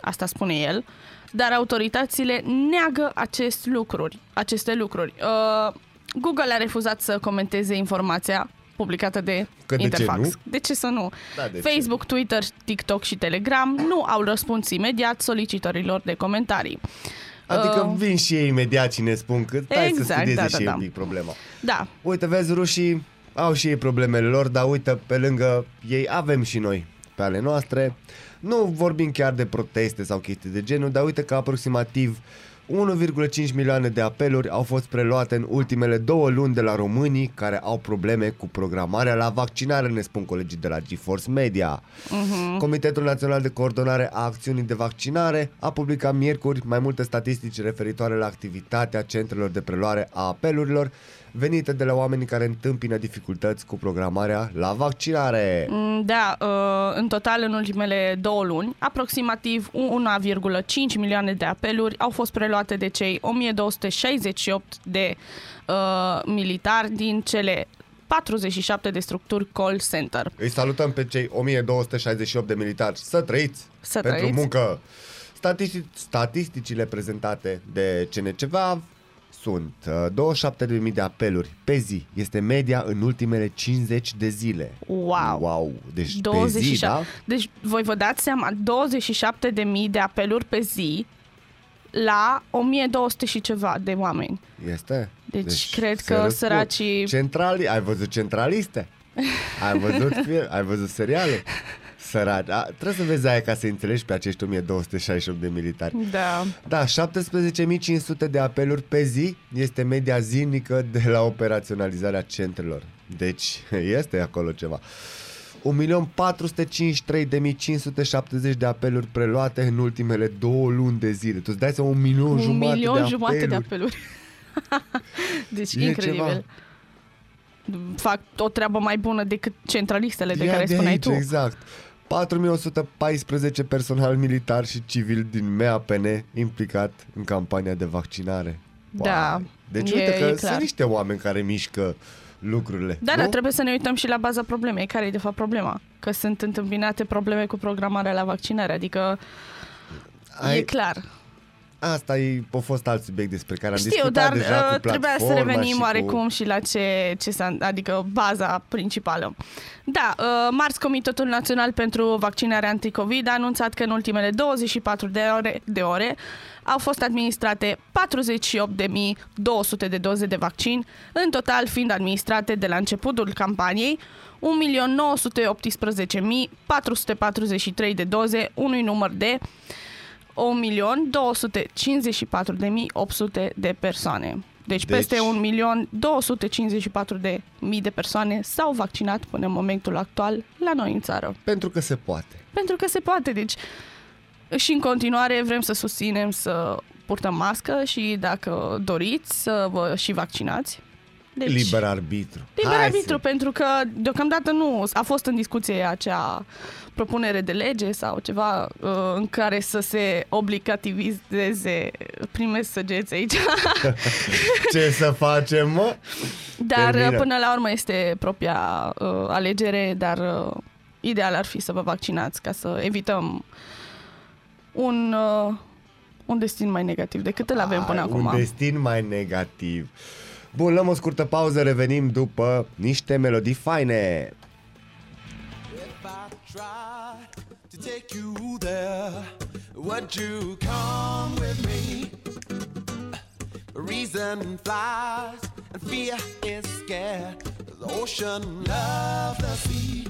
Speaker 6: asta spune el, dar autoritățile neagă acest lucruri, aceste lucruri. Uh, Google a refuzat să comenteze informația publicată de
Speaker 3: Că de ce
Speaker 6: Interfax.
Speaker 3: nu?
Speaker 6: De ce să nu?
Speaker 3: Da, de ce?
Speaker 6: Facebook, Twitter, TikTok și Telegram nu au răspuns imediat solicitărilor de comentarii.
Speaker 3: adică
Speaker 6: Uh.
Speaker 3: vin și ei imediat și ne spun cât, stai să
Speaker 6: Exact,
Speaker 3: studieze
Speaker 6: da, da,
Speaker 3: și ei
Speaker 6: da.
Speaker 3: un pic problema.
Speaker 6: Da,
Speaker 3: Uite, vezi, rușii au și ei problemele lor, dar uite, pe lângă ei avem și noi pe ale noastre. Nu vorbim chiar de proteste sau chestii de genul, dar uite că aproximativ 1,5 milioane de apeluri au fost preluate în ultimele două luni de la românii care au probleme cu programarea la vaccinare, ne spun colegii de la GeForce Media.
Speaker 6: uh-huh.
Speaker 3: Comitetul Național de Coordonare a Acțiunii de Vaccinare a publicat miercuri mai multe statistici referitoare la activitatea centrelor de preluare a apelurilor venite de la oamenii care întâmpină dificultăți cu programarea la vaccinare.
Speaker 6: Mm, Da, uh, în total în ultimele două luni, aproximativ 1,5 milioane de apeluri au fost preluate de cei 1268 de uh, militari din cele 47 de structuri call center.
Speaker 3: Îi salutăm pe cei 1268 de militari. Să trăiți!
Speaker 6: Să
Speaker 3: pentru
Speaker 6: trăiți.
Speaker 3: muncă! Statistici, statisticile prezentate de CNCVA sunt uh, 27.000 de apeluri pe zi. Este media în ultimele 50 de zile.
Speaker 6: Wow.
Speaker 3: Wow! Deci
Speaker 6: 27.
Speaker 3: pe zi, da?
Speaker 6: Deci voi vă dați seama, 27.000 de apeluri pe zi la 1200 și ceva de oameni.
Speaker 3: Este.
Speaker 6: Deci cred
Speaker 3: se
Speaker 6: că
Speaker 3: răscurg.
Speaker 6: săracii-
Speaker 3: Centrali, ai văzut centraliste? Ai văzut, fir- ai văzut seriale? Săraci. A, trebuie să vezi aia ca să înțelegi pe acești 1268 de militari.
Speaker 6: Da.
Speaker 3: Da, 17.500 de apeluri pe zi este media zilnică de la operaționalizarea centrelor. Deci este acolo ceva. 1.453.570 de apeluri preluate în ultimele două luni de zile. Tu îți dai seama, un milion,
Speaker 6: Un
Speaker 3: jumate,
Speaker 6: milion
Speaker 3: de
Speaker 6: jumate de
Speaker 3: apeluri.
Speaker 6: apeluri. deci
Speaker 3: E
Speaker 6: incredibil. Fac o treabă mai bună decât centralistele de
Speaker 3: Ia
Speaker 6: care spuneai
Speaker 3: aici,
Speaker 6: tu.
Speaker 3: Exact. 4114 personal militar și civil din MAPN implicat în campania de vaccinare.
Speaker 6: Da,
Speaker 3: Deci
Speaker 6: e-
Speaker 3: uite că
Speaker 6: e clar.
Speaker 3: sunt niște oameni care mișcă lucrurile.
Speaker 6: Dar
Speaker 3: nu?
Speaker 6: da, trebuie să ne uităm și la baza problemei. Care e de fapt problema? Că sunt întâmpinate probleme cu programarea la vaccinare, adică Ai... e clar.
Speaker 3: Asta e, a fost alt subiect despre care am
Speaker 6: Știu,
Speaker 3: discutat
Speaker 6: dar
Speaker 3: deja
Speaker 6: uh,
Speaker 3: cu
Speaker 6: trebuia să
Speaker 3: platforma
Speaker 6: revenim
Speaker 3: și
Speaker 6: oarecum
Speaker 3: Cu...
Speaker 6: și la ce, ce s-a, adică baza principală. Da, uh, marți Comitetul Național pentru Vaccinarea Anticovid a anunțat că în ultimele 24 de ore, de ore au fost administrate 48.200 de doze de vaccin, în total fiind administrate de la începutul campaniei 1.918.443 de doze, unui număr de 1.254.800 de persoane. Deci,
Speaker 3: Deci-
Speaker 6: deci peste 1.254.000 de persoane s-au vaccinat până în momentul actual la noi în țară.
Speaker 3: Pentru că se poate.
Speaker 6: Pentru că se poate, deci și în continuare vrem să susținem să purtăm mască și dacă doriți să vă și vaccinați. Deci,
Speaker 3: Liber arbitru.
Speaker 6: Liber
Speaker 3: Hai
Speaker 6: arbitru,
Speaker 3: să-
Speaker 6: pentru că deocamdată nu a fost în discuție acea propunere de lege sau ceva uh, în care să se obligativizeze primesc săgeți aici.
Speaker 3: Ce să facem, mă?
Speaker 6: Dar
Speaker 3: Termină.
Speaker 6: Termină. până la urmă este propria uh, alegere, dar uh, ideal ar fi să vă vaccinați ca să evităm un, uh, un destin mai negativ decât îl avem până
Speaker 3: Ai,
Speaker 6: acum.
Speaker 3: Un destin mai negativ. Bun, luăm o scurtă pauză, revenim după niște melodii faine.
Speaker 8: If I tried to take you there, would you come with me? Reason flies and fear is scared. The ocean of the sea.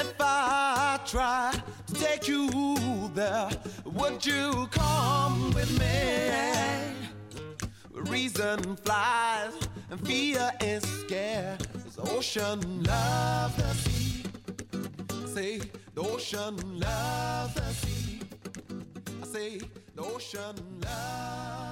Speaker 8: If I tried to take you there, would you come with me? Reason flies and fear is scared. There's the ocean love the sea. Say the ocean love the sea. I say the ocean love.